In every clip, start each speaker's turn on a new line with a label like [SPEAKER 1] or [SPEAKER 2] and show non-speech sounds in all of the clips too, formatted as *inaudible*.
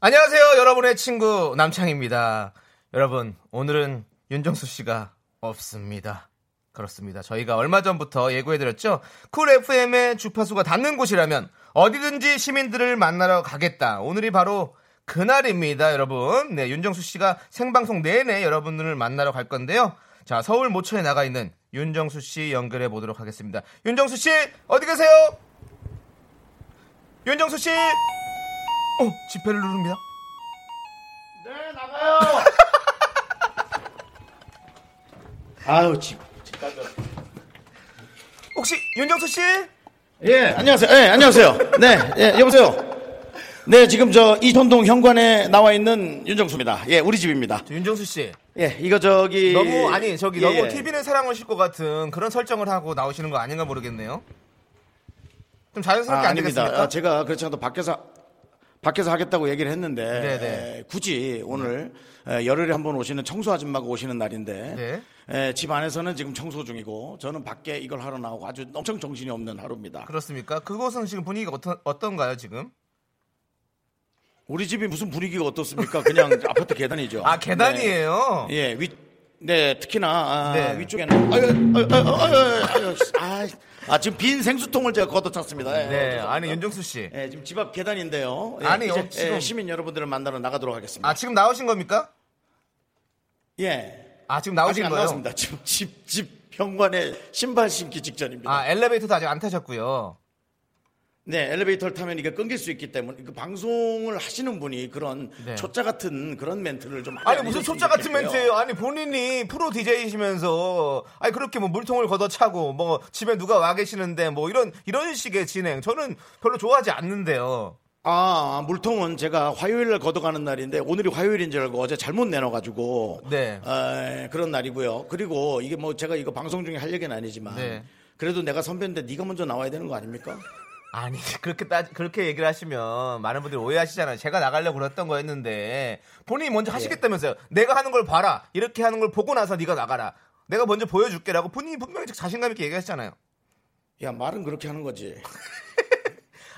[SPEAKER 1] 안녕하세요, 여러분의 친구 남창입니다. 여러분, 오늘은 윤정수 씨가 없습니다. 그렇습니다. 저희가 얼마 전부터 예고해드렸죠. 쿨 FM의 주파수가 닿는 곳이라면 어디든지 시민들을 만나러 가겠다. 오늘이 바로 그날입니다, 여러분. 네, 윤정수 씨가 생방송 내내 여러분을 만나러 갈 건데요. 자, 서울 모처에 나가 있는 윤정수 씨 연결해 보도록 하겠습니다. 윤정수 씨, 어디 계세요? 윤정수 씨! 어, 지폐를 누릅니다.
[SPEAKER 2] 네 나가요. 아유 집.
[SPEAKER 1] 혹시 윤정수 씨?
[SPEAKER 2] 예 안녕하세요. 예 안녕하세요. 네 예, 여보세요. 네 지금 저 이천동 현관에 나와 있는 윤정수입니다. 예 우리 집입니다.
[SPEAKER 1] 윤정수 씨
[SPEAKER 2] 예 이거 저기
[SPEAKER 1] 너무 아니 저기
[SPEAKER 2] 예,
[SPEAKER 1] 너무
[SPEAKER 2] 예.
[SPEAKER 1] TV는 사랑하실 것 같은 그런 설정을 하고 나오시는 거 아닌가 모르겠네요. 좀 자연스럽게
[SPEAKER 2] 아,
[SPEAKER 1] 안
[SPEAKER 2] 아닙니다.
[SPEAKER 1] 되겠습니까?
[SPEAKER 2] 아, 제가 그렇지 않아도 밖에서 밖에서 하겠다고 얘기를 했는데
[SPEAKER 1] 네네.
[SPEAKER 2] 에, 굳이 오늘 에, 열흘에 한 번 오시는 청소 아줌마가 오시는 날인데
[SPEAKER 1] 네.
[SPEAKER 2] 에, 집 안에서는 지금 청소 중이고 저는 밖에 이걸 하러 나오고 아주 엄청 정신이 없는 하루입니다.
[SPEAKER 1] 그렇습니까? 그곳은 지금 분위기가 어떤, 어떤가요 지금?
[SPEAKER 2] 우리 집이 무슨 분위기가 어떻습니까?
[SPEAKER 1] *laughs*
[SPEAKER 2] 그냥 아파트 계단이죠.
[SPEAKER 1] 아 계단이에요.
[SPEAKER 2] 네. 예, 위, 네, 특히나 아,
[SPEAKER 1] 네.
[SPEAKER 2] 위쪽에는 아유, 아유, 아유, 아유, 아유, 아유, 아, 아, 지금 빈 생수통을 제가 걷어찼습니다. 예,
[SPEAKER 1] 네,
[SPEAKER 2] 죄송합니다.
[SPEAKER 1] 아니 윤정수 씨.
[SPEAKER 2] 예, 지금 집 앞 계단인데요. 예,
[SPEAKER 1] 아니요,
[SPEAKER 2] 이제,
[SPEAKER 1] 지금-
[SPEAKER 2] 예, 시민 여러분들을 만나러 나가도록 하겠습니다.
[SPEAKER 1] 아 지금 나오신 겁니까?
[SPEAKER 2] 예,
[SPEAKER 1] 아 지금
[SPEAKER 2] 아직
[SPEAKER 1] 나오신
[SPEAKER 2] 안
[SPEAKER 1] 거예요?
[SPEAKER 2] 나왔습니다. 지금 집, 집 현관에 신발 신기 직전입니다.
[SPEAKER 1] 아 엘리베이터도 아직 안 타셨고요.
[SPEAKER 2] 네, 엘리베이터를 타면 이게 끊길 수 있기 때문에 그 방송을 하시는 분이 그런
[SPEAKER 1] 네.
[SPEAKER 2] 초짜 같은 그런 멘트를 좀 하지
[SPEAKER 1] 아니
[SPEAKER 2] 않으셨으면
[SPEAKER 1] 무슨 초짜 같은
[SPEAKER 2] 좋겠고요.
[SPEAKER 1] 멘트예요. 아니 본인이 프로 DJ이시면서 아니 그렇게 뭐 물통을 걷어차고 뭐 집에 누가 와 계시는데 뭐 이런 이런 식의 진행 저는 별로 좋아하지 않는데요.
[SPEAKER 2] 아, 물통은 제가 화요일 날 걷어가는 날인데 오늘이 화요일인 줄 알고 어제 잘못 내놔가지고
[SPEAKER 1] 네.
[SPEAKER 2] 에, 그런 날이고요. 그리고 이게 뭐 제가 이거 방송 중에 할 얘기는 아니지만
[SPEAKER 1] 네.
[SPEAKER 2] 그래도 내가 선배인데 네가 먼저 나와야 되는 거 아닙니까?
[SPEAKER 1] 아니 *laughs* 그렇게 따 그렇게 얘기를 하시면 많은 분들이 오해하시잖아요. 제가 나가려고 그랬던 거였는데 본인이 먼저
[SPEAKER 2] 예.
[SPEAKER 1] 하시겠다면서요. 내가 하는 걸 봐라. 이렇게 하는 걸 보고 나서 네가 나가라. 내가 먼저 보여줄게라고 본인이 분명히 자신감 있게 얘기하셨잖아요.
[SPEAKER 2] 야 말은 그렇게 하는 거지.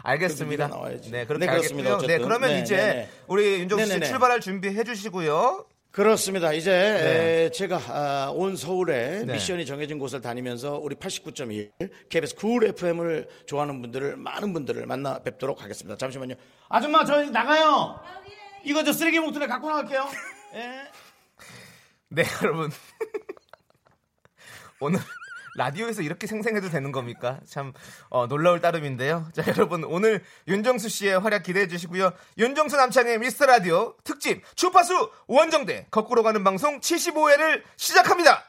[SPEAKER 1] 알겠습니다.
[SPEAKER 2] 그래서 네가 나와야지.
[SPEAKER 1] 네, 그렇게
[SPEAKER 2] 네, 그렇습니다.
[SPEAKER 1] 알겠고요. 네,
[SPEAKER 2] 어쨌든.
[SPEAKER 1] 그러면
[SPEAKER 2] 네,
[SPEAKER 1] 이제
[SPEAKER 2] 네, 네.
[SPEAKER 1] 우리 윤정수 씨
[SPEAKER 2] 네, 네, 네.
[SPEAKER 1] 출발할 준비해 주시고요.
[SPEAKER 2] 그렇습니다. 이제
[SPEAKER 1] 네.
[SPEAKER 2] 에, 제가 아, 온 서울에
[SPEAKER 1] 네.
[SPEAKER 2] 미션이 정해진 곳을 다니면서 우리 89.1 KBS 쿨 FM을 좋아하는 분들을 많은 분들을 만나 뵙도록 하겠습니다. 잠시만요. 아줌마 저 나가요. 이거 저 쓰레기 봉투에 갖고 나갈게요. 예.
[SPEAKER 1] 네, *laughs* 여러분. 오늘 라디오에서 이렇게 생생해도 되는 겁니까? 참 어, 놀라울 따름인데요. 자, 여러분 오늘 윤정수 씨의 활약 기대해 주시고요. 윤정수 남창의 미스터 라디오 특집 주파수 원정대 거꾸로 가는 방송 75회를 시작합니다.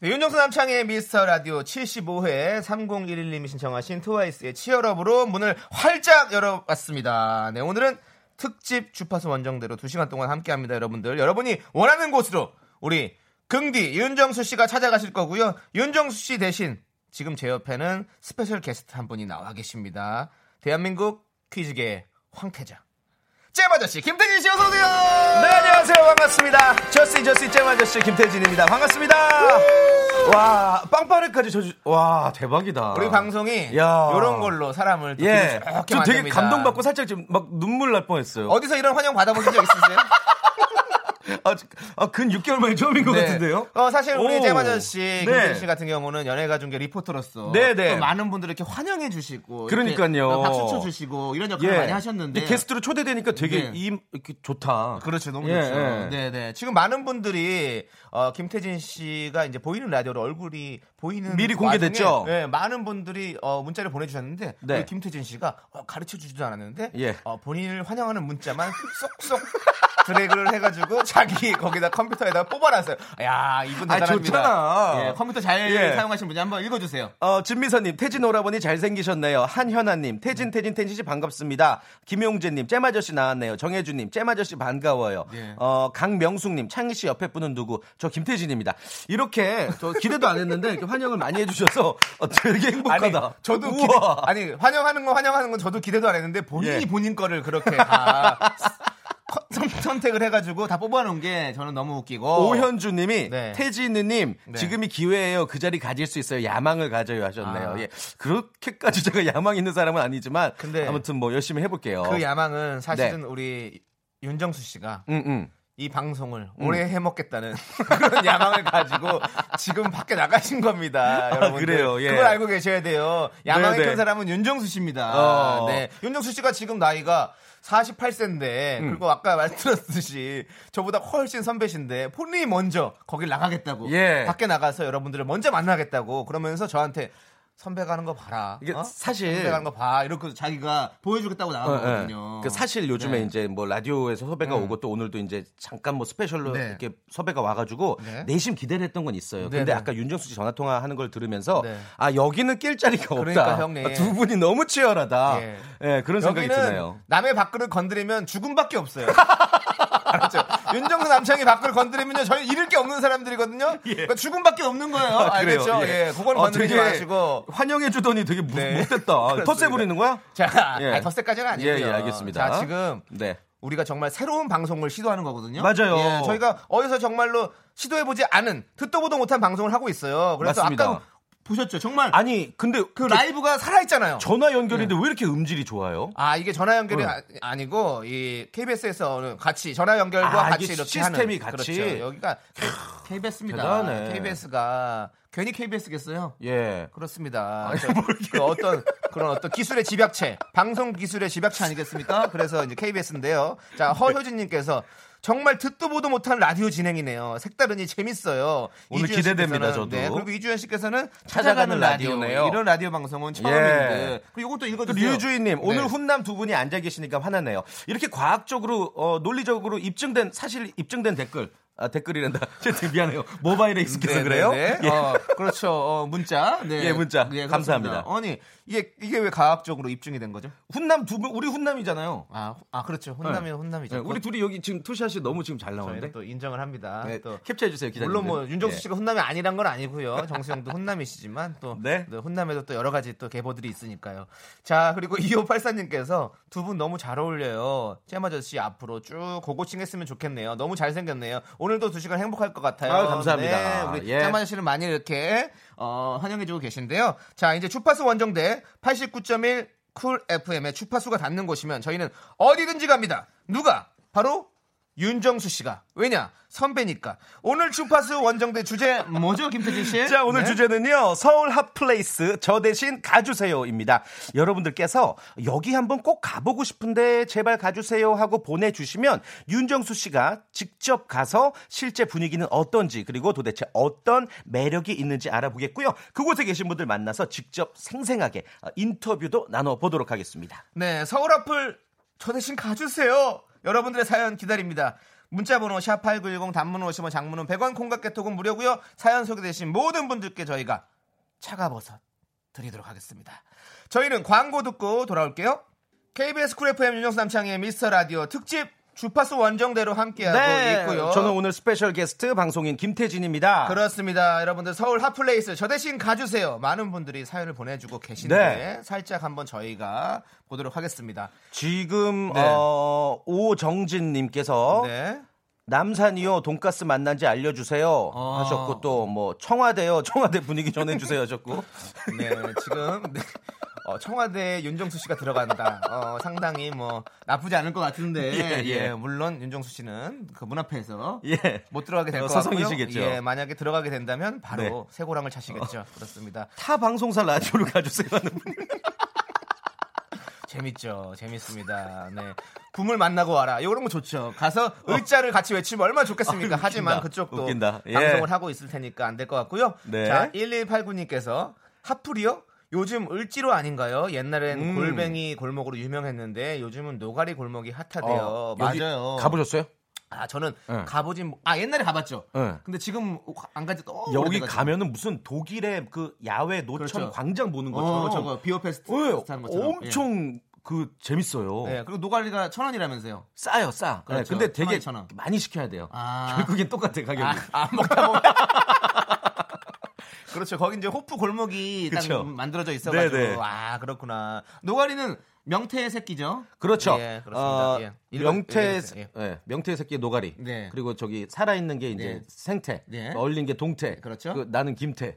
[SPEAKER 1] 네, 윤정수 남창의 미스터 라디오 75회 3011님이 신청하신 트와이스의 치얼업으로 문을 활짝 열어봤습니다. 네, 오늘은 특집 주파수 원정대로 2시간 동안 함께합니다, 여러분들. 여러분이 원하는 곳으로 우리 긍디 윤정수 씨가 찾아가실 거고요. 윤정수 씨 대신 지금 제 옆에는 스페셜 게스트 한 분이 나와 계십니다. 대한민국 퀴즈계 황태자. 잼 아저씨 김태진 씨 어서 오세요. 네 안녕하세요 반갑습니다. 저씨 저씨 잼 아저씨 김태진입니다. 반갑습니다.
[SPEAKER 3] 와 빵빠레까지 저주 와 대박이다.
[SPEAKER 1] 우리 방송이 요
[SPEAKER 3] 아. 야.
[SPEAKER 1] 이런 걸로 사람을 또
[SPEAKER 3] 예,
[SPEAKER 1] 기분 좋게
[SPEAKER 3] 저 되게
[SPEAKER 1] 만듭니다.
[SPEAKER 3] 감동받고 살짝 지금 막 눈물 날 뻔했어요.
[SPEAKER 1] 어디서 이런 환영 받아보신 적
[SPEAKER 3] *laughs*
[SPEAKER 1] 있으세요?
[SPEAKER 3] 아, 저- 아, 근 6개월 만에 처음인 것
[SPEAKER 1] 네.
[SPEAKER 3] 같은데요.
[SPEAKER 1] 어, 사실 우리
[SPEAKER 3] 오.
[SPEAKER 1] 재마전 씨,
[SPEAKER 3] 네.
[SPEAKER 1] 김진 씨 같은 경우는 연예가 중계 리포터로서
[SPEAKER 3] 네, 네.
[SPEAKER 1] 또 많은 분들 이렇게 환영해 주시고 이렇게
[SPEAKER 3] 그러니까요. 예.
[SPEAKER 1] 박수 쳐 주시고 이런 역할을 많이 하셨는데
[SPEAKER 3] 게스트로 초대되니까 되게
[SPEAKER 1] 네.
[SPEAKER 3] 이 이렇게 좋다.
[SPEAKER 1] 그렇죠, 너무
[SPEAKER 3] 예,
[SPEAKER 1] 좋죠.
[SPEAKER 3] 예.
[SPEAKER 1] 네, 네. 지금 많은 분들이 어, 김태진 씨가 이제 보이는 라디오로 얼굴이 보이는
[SPEAKER 3] 미리 공개됐죠?
[SPEAKER 1] 와중에, 네, 많은 분들이 어, 문자를 보내주셨는데
[SPEAKER 3] 네.
[SPEAKER 1] 우리 김태진 씨가 가르쳐 주지도 어, 않았는데
[SPEAKER 3] 예.
[SPEAKER 1] 어, 본인을 환영하는 문자만 쏙쏙 드래그를 해가지고 자기 *laughs* 거기다 컴퓨터에다가 뽑아놨어요. 야 이분
[SPEAKER 3] 아,
[SPEAKER 1] 대단합니다.
[SPEAKER 3] 좋잖아.
[SPEAKER 1] 예, 컴퓨터 잘
[SPEAKER 3] 예.
[SPEAKER 1] 사용하신 분이 한번 읽어주세요.
[SPEAKER 3] 어, 진미선님, 태진 오라버니 잘생기셨네요. 한현아님, 태진, 태진, 태진씨 반갑습니다. 김용재님, 잼아저씨 나왔네요. 정혜주님, 잼아저씨 반가워요.
[SPEAKER 1] 예.
[SPEAKER 3] 어, 강명숙님, 창희씨 옆에 분은 누구? 저 김태진입니다. 이렇게, 저 기대도 안 했는데, 이렇게 환영을 많이 해주셔서 어, 되게 행복하다.
[SPEAKER 1] 아니 저도 기대,
[SPEAKER 3] 우와.
[SPEAKER 1] 아니 환영하는 건 환영하는 건 저도 기대도 안 했는데 본인이
[SPEAKER 3] 예.
[SPEAKER 1] 본인 거를 그렇게 다 *laughs* 선- 선택을 해가지고 다 뽑아놓은 게 저는 너무 웃기고
[SPEAKER 3] 오현주님이
[SPEAKER 1] 어. 네.
[SPEAKER 3] 태진이님
[SPEAKER 1] 네.
[SPEAKER 3] 지금이 기회예요. 그 자리 가질 수 있어요. 야망을 가져요 하셨네요.
[SPEAKER 1] 아.
[SPEAKER 3] 예. 그렇게까지 제가 야망 있는 사람은 아니지만
[SPEAKER 1] 근데
[SPEAKER 3] 아무튼 뭐 열심히 해볼게요.
[SPEAKER 1] 그 야망은 사실은
[SPEAKER 3] 네.
[SPEAKER 1] 우리 윤정수 씨가
[SPEAKER 3] 음, 음.
[SPEAKER 1] 이 방송을 오래 해먹겠다는 *laughs* 그런 야망을 가지고 지금 밖에 나가신 겁니다. 여러분
[SPEAKER 3] 그래요? 예.
[SPEAKER 1] 그걸 알고 계셔야 돼요. 야망이
[SPEAKER 3] 네, 네.
[SPEAKER 1] 큰 사람은 윤정수 씨입니다.
[SPEAKER 3] 어.
[SPEAKER 1] 네. 윤정수 씨가 지금 나이가 48세인데
[SPEAKER 3] 음.
[SPEAKER 1] 그리고 아까 *laughs* 말씀드렸듯이 저보다 훨씬 선배신데 본인이 먼저 거길 나가겠다고
[SPEAKER 3] 예.
[SPEAKER 1] 밖에 나가서 여러분들을 먼저 만나겠다고 그러면서 저한테 선배가 하는 거 봐라.
[SPEAKER 3] 이게
[SPEAKER 1] 어?
[SPEAKER 3] 사실-
[SPEAKER 1] 선배가 하는 거 봐. 이렇게 자기가 보여주겠다고 나간
[SPEAKER 3] 어,
[SPEAKER 1] 거거든요.
[SPEAKER 3] 예. 그 사실 요즘에
[SPEAKER 1] 네.
[SPEAKER 3] 이제 뭐 라디오에서 섭외가 오고 또 오늘도 이제 잠깐 뭐 스페셜로
[SPEAKER 1] 네.
[SPEAKER 3] 이렇게 섭외가 와가지고
[SPEAKER 1] 네.
[SPEAKER 3] 내심 기대를 했던 건 있어요.
[SPEAKER 1] 네, 네.
[SPEAKER 3] 근데 아까 윤정수 씨 전화 통화하는 걸 들으면서
[SPEAKER 1] 네.
[SPEAKER 3] 아 여기는 낄 자리가 없다.
[SPEAKER 1] 그러니까, 형님.
[SPEAKER 3] 아, 두 분이 너무 치열하다.
[SPEAKER 1] 예.
[SPEAKER 3] 예. 그런 생각이 드네요.
[SPEAKER 1] 남의 밥그릇 건드리면 죽음밖에
[SPEAKER 3] *laughs*
[SPEAKER 1] 없어요. 알았죠? 윤정수 남창이 밥그릇 건드리면요, 저희 잃을 게 없는 사람들이거든요. 그러니까 죽음밖에 없는 거예요.
[SPEAKER 3] 예. 아, 그래요? 어,
[SPEAKER 1] 알겠죠? 예, 그건 건드리지
[SPEAKER 3] 되게
[SPEAKER 1] 마시고.
[SPEAKER 3] 환영해 주더니 되게 무-
[SPEAKER 1] 네. *laughs*
[SPEAKER 3] 못됐다. 텃세 부리는 거야?
[SPEAKER 1] 자,
[SPEAKER 3] 예.
[SPEAKER 1] 아니, 덧세까지는 아니에요.
[SPEAKER 3] 예, 예, 알겠습니다.
[SPEAKER 1] 자, 지금
[SPEAKER 3] 네.
[SPEAKER 1] 우리가 정말 새로운 방송을 시도하는 거거든요.
[SPEAKER 3] 맞아요.
[SPEAKER 1] 예, 저희가 어디서 정말로 시도해보지 않은 듣도 보도 못한 방송을 하고 있어요. 그래서
[SPEAKER 3] 맞습니다.
[SPEAKER 1] 아까 보셨죠? 정말
[SPEAKER 3] 아니 근데
[SPEAKER 1] 그 라이브가 예. 살아있잖아요.
[SPEAKER 3] 전화 연결인데 왜 이렇게 음질이 좋아요?
[SPEAKER 1] 아 이게 전화 연결이
[SPEAKER 3] 응.
[SPEAKER 1] 아- 아니고 이 KBS에서 같이 전화 연결과
[SPEAKER 3] 아,
[SPEAKER 1] 같이
[SPEAKER 3] 이게
[SPEAKER 1] 이렇게 하는.
[SPEAKER 3] 시스템이 같이.
[SPEAKER 1] 그렇죠. 여기가 KBS입니다.
[SPEAKER 3] 대단해.
[SPEAKER 1] KBS가 괜히 KBS겠어요?
[SPEAKER 3] 예.
[SPEAKER 1] 그렇습니다. 저- 그 어떤 그런 어떤 기술의 집약체, 방송 기술의 집약체 아니겠습니까? 그래서 이제 KBS인데요. 자
[SPEAKER 3] 네.
[SPEAKER 1] 허효진님께서 정말 듣도 보도 못한 라디오 진행이네요. 색다르니 재밌어요.
[SPEAKER 3] 오늘
[SPEAKER 1] 이주연
[SPEAKER 3] 기대됩니다,
[SPEAKER 1] 씨께서는-
[SPEAKER 3] 저도.
[SPEAKER 1] 네, 그리고 이주연 씨께서는 찾아가는,
[SPEAKER 3] 찾아가는
[SPEAKER 1] 라디오,
[SPEAKER 3] 라디오네요. 예.
[SPEAKER 1] 이런 라디오 방송은 처음인데 그리고 이것도
[SPEAKER 3] 또
[SPEAKER 1] 읽어주세요.
[SPEAKER 3] 류주인님 오늘
[SPEAKER 1] 네.
[SPEAKER 3] 훈남 두 분이 앉아 계시니까 화나네요. 이렇게 과학적으로 어, 논리적으로 입증된 사실 입증된 댓글 아, 댓글이란다. *laughs* 제가 미안해요. 모바일에 익숙해서
[SPEAKER 1] 네,
[SPEAKER 3] 그래요.
[SPEAKER 1] 네, 네.
[SPEAKER 3] 예.
[SPEAKER 1] 어, 그렇죠. 어, 문자. 네.
[SPEAKER 3] 예, 문자. 감사합니다. 어.
[SPEAKER 1] 그렇습니다. 아니, 이게, 이게 왜 과학적으로 입증이 된 거죠?
[SPEAKER 3] 훈남 두 분 우리 훈남이잖아요.
[SPEAKER 1] 아, 호- 아 그렇죠. 혼남이 혼남이죠.
[SPEAKER 3] 예, 우리
[SPEAKER 1] 그건
[SPEAKER 3] 둘이 여기 지금 투샷이 너무 지금 잘
[SPEAKER 1] 저희가
[SPEAKER 3] 나오는데.
[SPEAKER 1] 또 인정을 합니다.
[SPEAKER 3] 네,
[SPEAKER 1] 또
[SPEAKER 3] 캡처해 주세요 기자님.
[SPEAKER 1] 물론 뭐 윤정수 씨가 혼남이 아니란 건 아니고요. 정수 형도 혼남이시지만 또
[SPEAKER 3] 네.
[SPEAKER 1] *laughs* 네, 혼남에도 또 여러 가지 또 계보들이 있으니까요. 자 그리고 2584님께서 두 분 너무 잘 어울려요. 잼아저씨 앞으로 쭉 고고칭 했으면 좋겠네요. 너무 잘생겼네요. 오늘도 두 시간 행복할 것 같아요.
[SPEAKER 3] 아유, 감사합니다.
[SPEAKER 1] 네, 우리
[SPEAKER 3] 예.
[SPEAKER 1] 잼아저씨를 많이 이렇게 어, 환영해주고 계신데요. 자 이제 주파수 원정대 89.1 쿨 FM의 주파수가 닿는 곳이면 저희는 어디든지 갑니다. 누가? 바로 윤정수 씨가 왜냐 선배니까 오늘 주파수 원정대 주제 뭐죠 김태진 씨?
[SPEAKER 3] *laughs* 자, 오늘
[SPEAKER 1] 네.
[SPEAKER 3] 주제는요. 서울 핫플레이스 저 대신 가주세요입니다. 여러분들께서 여기 한번 꼭 가보고 싶은데 제발 가주세요 하고 보내주시면 윤정수 씨가 직접 가서 실제 분위기는 어떤지 그리고 도대체 어떤 매력이 있는지 알아보겠고요. 그곳에 계신 분들 만나서 직접 생생하게 어, 인터뷰도 나눠보도록 하겠습니다.
[SPEAKER 1] 네, 서울 앞을 저 대신 가주세요. 여러분들의 사연 기다립니다. 문자번호 샵8910 단문 50원 장문은 100원 콩깍개톡은 무료고요. 사연 소개되신 모든 분들께 저희가 차가버섯 드리도록 하겠습니다. 저희는 광고 듣고 돌아올게요. KBS 쿨 FM 윤정수 남창의 미스터 라디오 특집 주파수 원정대로 함께하고 네, 뭐 있고요.
[SPEAKER 3] 네, 저는 오늘 스페셜 게스트 방송인 김태진입니다.
[SPEAKER 1] 그렇습니다. 여러분들 서울 핫플레이스 저 대신 가주세요. 많은 분들이 사연을 보내주고 계신데
[SPEAKER 3] 네.
[SPEAKER 1] 살짝 한번 저희가 보도록 하겠습니다.
[SPEAKER 3] 지금
[SPEAKER 1] 네.
[SPEAKER 3] 어, 오정진님께서
[SPEAKER 1] 네.
[SPEAKER 3] 남산이요 돈가스 만난지 알려주세요
[SPEAKER 1] 아.
[SPEAKER 3] 하셨고 또 뭐 청와대요 청와대 분위기 전해주세요 하셨고
[SPEAKER 1] 네, 지금 네. 어, 청와대에 윤정수 씨가 들어간다. 어, 상당히 뭐 나쁘지 않을 것 같은데.
[SPEAKER 3] *laughs* 예, 예.
[SPEAKER 1] 예, 물론 윤정수 씨는 그 문 앞에서
[SPEAKER 3] 예
[SPEAKER 1] 못 들어가게 될
[SPEAKER 3] 어,
[SPEAKER 1] 것
[SPEAKER 3] 서성이시겠죠. 네.
[SPEAKER 1] 같고요. 예, 만약에 들어가게 된다면 바로 쇠고랑을 차시겠죠. 그렇습니다.
[SPEAKER 3] 타 방송사 라디오로 가주세요 하는 분
[SPEAKER 1] 재밌죠, 재밌습니다. 네, 굶을 만나고 와라. 이런 거 좋죠. 가서 의자를 같이 외치면 얼마나 좋겠습니까?
[SPEAKER 3] 아유,
[SPEAKER 1] 하지만
[SPEAKER 3] 웃긴다.
[SPEAKER 1] 그쪽도
[SPEAKER 3] 웃긴다. 예.
[SPEAKER 1] 방송을 하고 있을 테니까 안 될 것 같고요.
[SPEAKER 3] 네.
[SPEAKER 1] 자, 1189님께서 하풀이요? 요즘 을지로 아닌가요? 옛날엔 골뱅이 골목으로 유명했는데 요즘은 노가리 골목이 핫하대요.
[SPEAKER 3] 어, 여기
[SPEAKER 1] 맞아요.
[SPEAKER 3] 가보셨어요?
[SPEAKER 1] 아 저는
[SPEAKER 3] 예.
[SPEAKER 1] 가보진 못- 아 옛날에 가봤죠.
[SPEAKER 3] 예.
[SPEAKER 1] 근데 지금 안 가지 너무
[SPEAKER 3] 여기
[SPEAKER 1] 오래돼가지고.
[SPEAKER 3] 가면은 무슨 독일의 그 야외 노천
[SPEAKER 1] 그렇죠.
[SPEAKER 3] 광장 보는
[SPEAKER 1] 어,
[SPEAKER 3] 것처럼
[SPEAKER 1] 저거 비어 페스트
[SPEAKER 3] 예,
[SPEAKER 1] 비슷한 것처럼
[SPEAKER 3] 엄청 그 재밌어요.
[SPEAKER 1] 예. 예, 그리고 노가리가 천 원이라면서요.
[SPEAKER 3] 싸요, 싸. 예,
[SPEAKER 1] 그렇죠.
[SPEAKER 3] 근데 되게
[SPEAKER 1] 12,000원.
[SPEAKER 3] 많이 시켜야 돼요.
[SPEAKER 1] 아.
[SPEAKER 3] 결국엔 똑같아 가격이.
[SPEAKER 1] 아, 안 먹다 보면. *laughs* 그렇죠. 거기 이제 호프 골목이 딱
[SPEAKER 3] 그쵸.
[SPEAKER 1] 만들어져 있어가지고
[SPEAKER 3] 네네.
[SPEAKER 1] 아 그렇구나. 노가리는 명태의 새끼죠.
[SPEAKER 3] 그렇죠.
[SPEAKER 1] 예, 그렇습니다.
[SPEAKER 3] 어,
[SPEAKER 1] 예. 일반-
[SPEAKER 3] 명태
[SPEAKER 1] 예, 예.
[SPEAKER 3] 예, 명태 새끼 노가리.
[SPEAKER 1] 네.
[SPEAKER 3] 그리고 저기 살아 있는 게 이제
[SPEAKER 1] 네.
[SPEAKER 3] 생태.
[SPEAKER 1] 네.
[SPEAKER 3] 얼린 게 동태.
[SPEAKER 1] 그렇죠.
[SPEAKER 3] 그 나는 김태.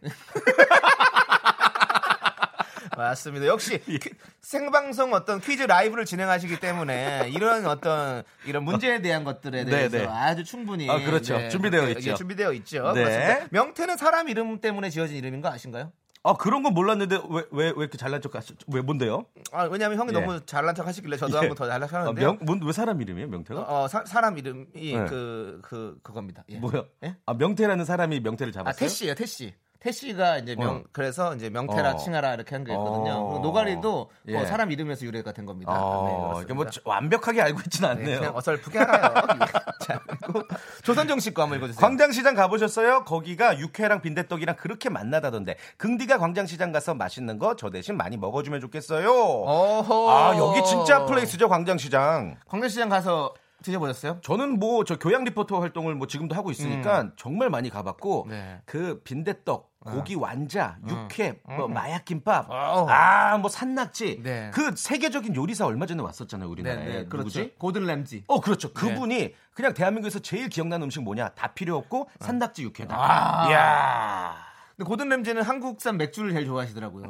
[SPEAKER 1] 맞습니다. *laughs* 역시 퀴- 생방송 어떤 퀴즈 라이브를 진행하시기 때문에 이런 어떤 이런 문제에 대한 것들에 대해서
[SPEAKER 3] 네, 네.
[SPEAKER 1] 아주 충분히
[SPEAKER 3] 아, 그렇죠. 준비되어
[SPEAKER 1] 그렇게,
[SPEAKER 3] 있죠.
[SPEAKER 1] 예, 준비되어 있죠.
[SPEAKER 3] 네.
[SPEAKER 1] 그렇습니다. 명태는 사람 이름 때문에 지어진 이름인 거 아신가요?
[SPEAKER 3] 아 그런 건 몰랐는데 왜 왜 왜 이렇게 잘난 척 하시죠? 왜 뭔데요?
[SPEAKER 1] 아, 왜냐하면 형이
[SPEAKER 3] 예.
[SPEAKER 1] 너무 잘난 척 하시길래 저도
[SPEAKER 3] 예.
[SPEAKER 1] 한번 더 잘난 척
[SPEAKER 3] 아,
[SPEAKER 1] 하는데.
[SPEAKER 3] 명, 뭔, 왜 사람 이름이에요? 명태가?
[SPEAKER 1] 어, 사, 사람 이름이
[SPEAKER 3] 네.
[SPEAKER 1] 그, 그, 그겁니다. 예.
[SPEAKER 3] 뭐요?
[SPEAKER 1] 예?
[SPEAKER 3] 아 명태라는 사람이 명태를 잡았어요?
[SPEAKER 1] 아, 태씨예요, 태씨. 태씨가 이제 명,
[SPEAKER 3] 어.
[SPEAKER 1] 그래서 이제 명태라
[SPEAKER 3] 어.
[SPEAKER 1] 칭하라 이렇게 한 게 있거든요.
[SPEAKER 3] 어.
[SPEAKER 1] 그리고 노가리도
[SPEAKER 3] 예.
[SPEAKER 1] 뭐 사람 이름에서 유래가 된 겁니다. 네,
[SPEAKER 3] 어,
[SPEAKER 1] 그렇습니다.
[SPEAKER 3] 이게 뭐 저- 완벽하게 알고 있진
[SPEAKER 1] 네,
[SPEAKER 3] 않네요.
[SPEAKER 1] 그냥 어설프게 알아요. *laughs* 예. 자, 그리고 조선정 씨 거 한번 읽어주세요.
[SPEAKER 3] 광장시장 가보셨어요? 거기가 육회랑 빈대떡이랑 그렇게 만나다던데 긍디가 광장시장 가서 맛있는 거 저 대신 많이 먹어주면 좋겠어요.
[SPEAKER 1] 어허.
[SPEAKER 3] 아 여기 진짜 플레이스죠 광장시장.
[SPEAKER 1] 광장시장 가서 드셔보셨어요?
[SPEAKER 3] 저는 뭐 저 교양 리포터 활동을 뭐 지금도 하고 있으니까 정말 많이 가봤고
[SPEAKER 1] 음. 네. 어. 음.
[SPEAKER 3] 그 빈대떡, 고기 완자, 육회, 뭐 마약 김밥,
[SPEAKER 1] 어우.
[SPEAKER 3] 아 뭐 산낙지
[SPEAKER 1] 네.
[SPEAKER 3] 그 세계적인 요리사 얼마 전에 왔었잖아요 우리나라에 네, 누구지?
[SPEAKER 1] 그렇죠. 고든 램지. 네.
[SPEAKER 3] 어 그렇죠 그분이 그냥 대한민국에서 제일 기억나는 음식 뭐냐 다 필요
[SPEAKER 1] 어.
[SPEAKER 3] 없고 산낙지 육회다.
[SPEAKER 1] 아.
[SPEAKER 3] 이야. *laughs*
[SPEAKER 1] 근데 고든 램지는 한국산 맥주를 제일 좋아하시더라고요.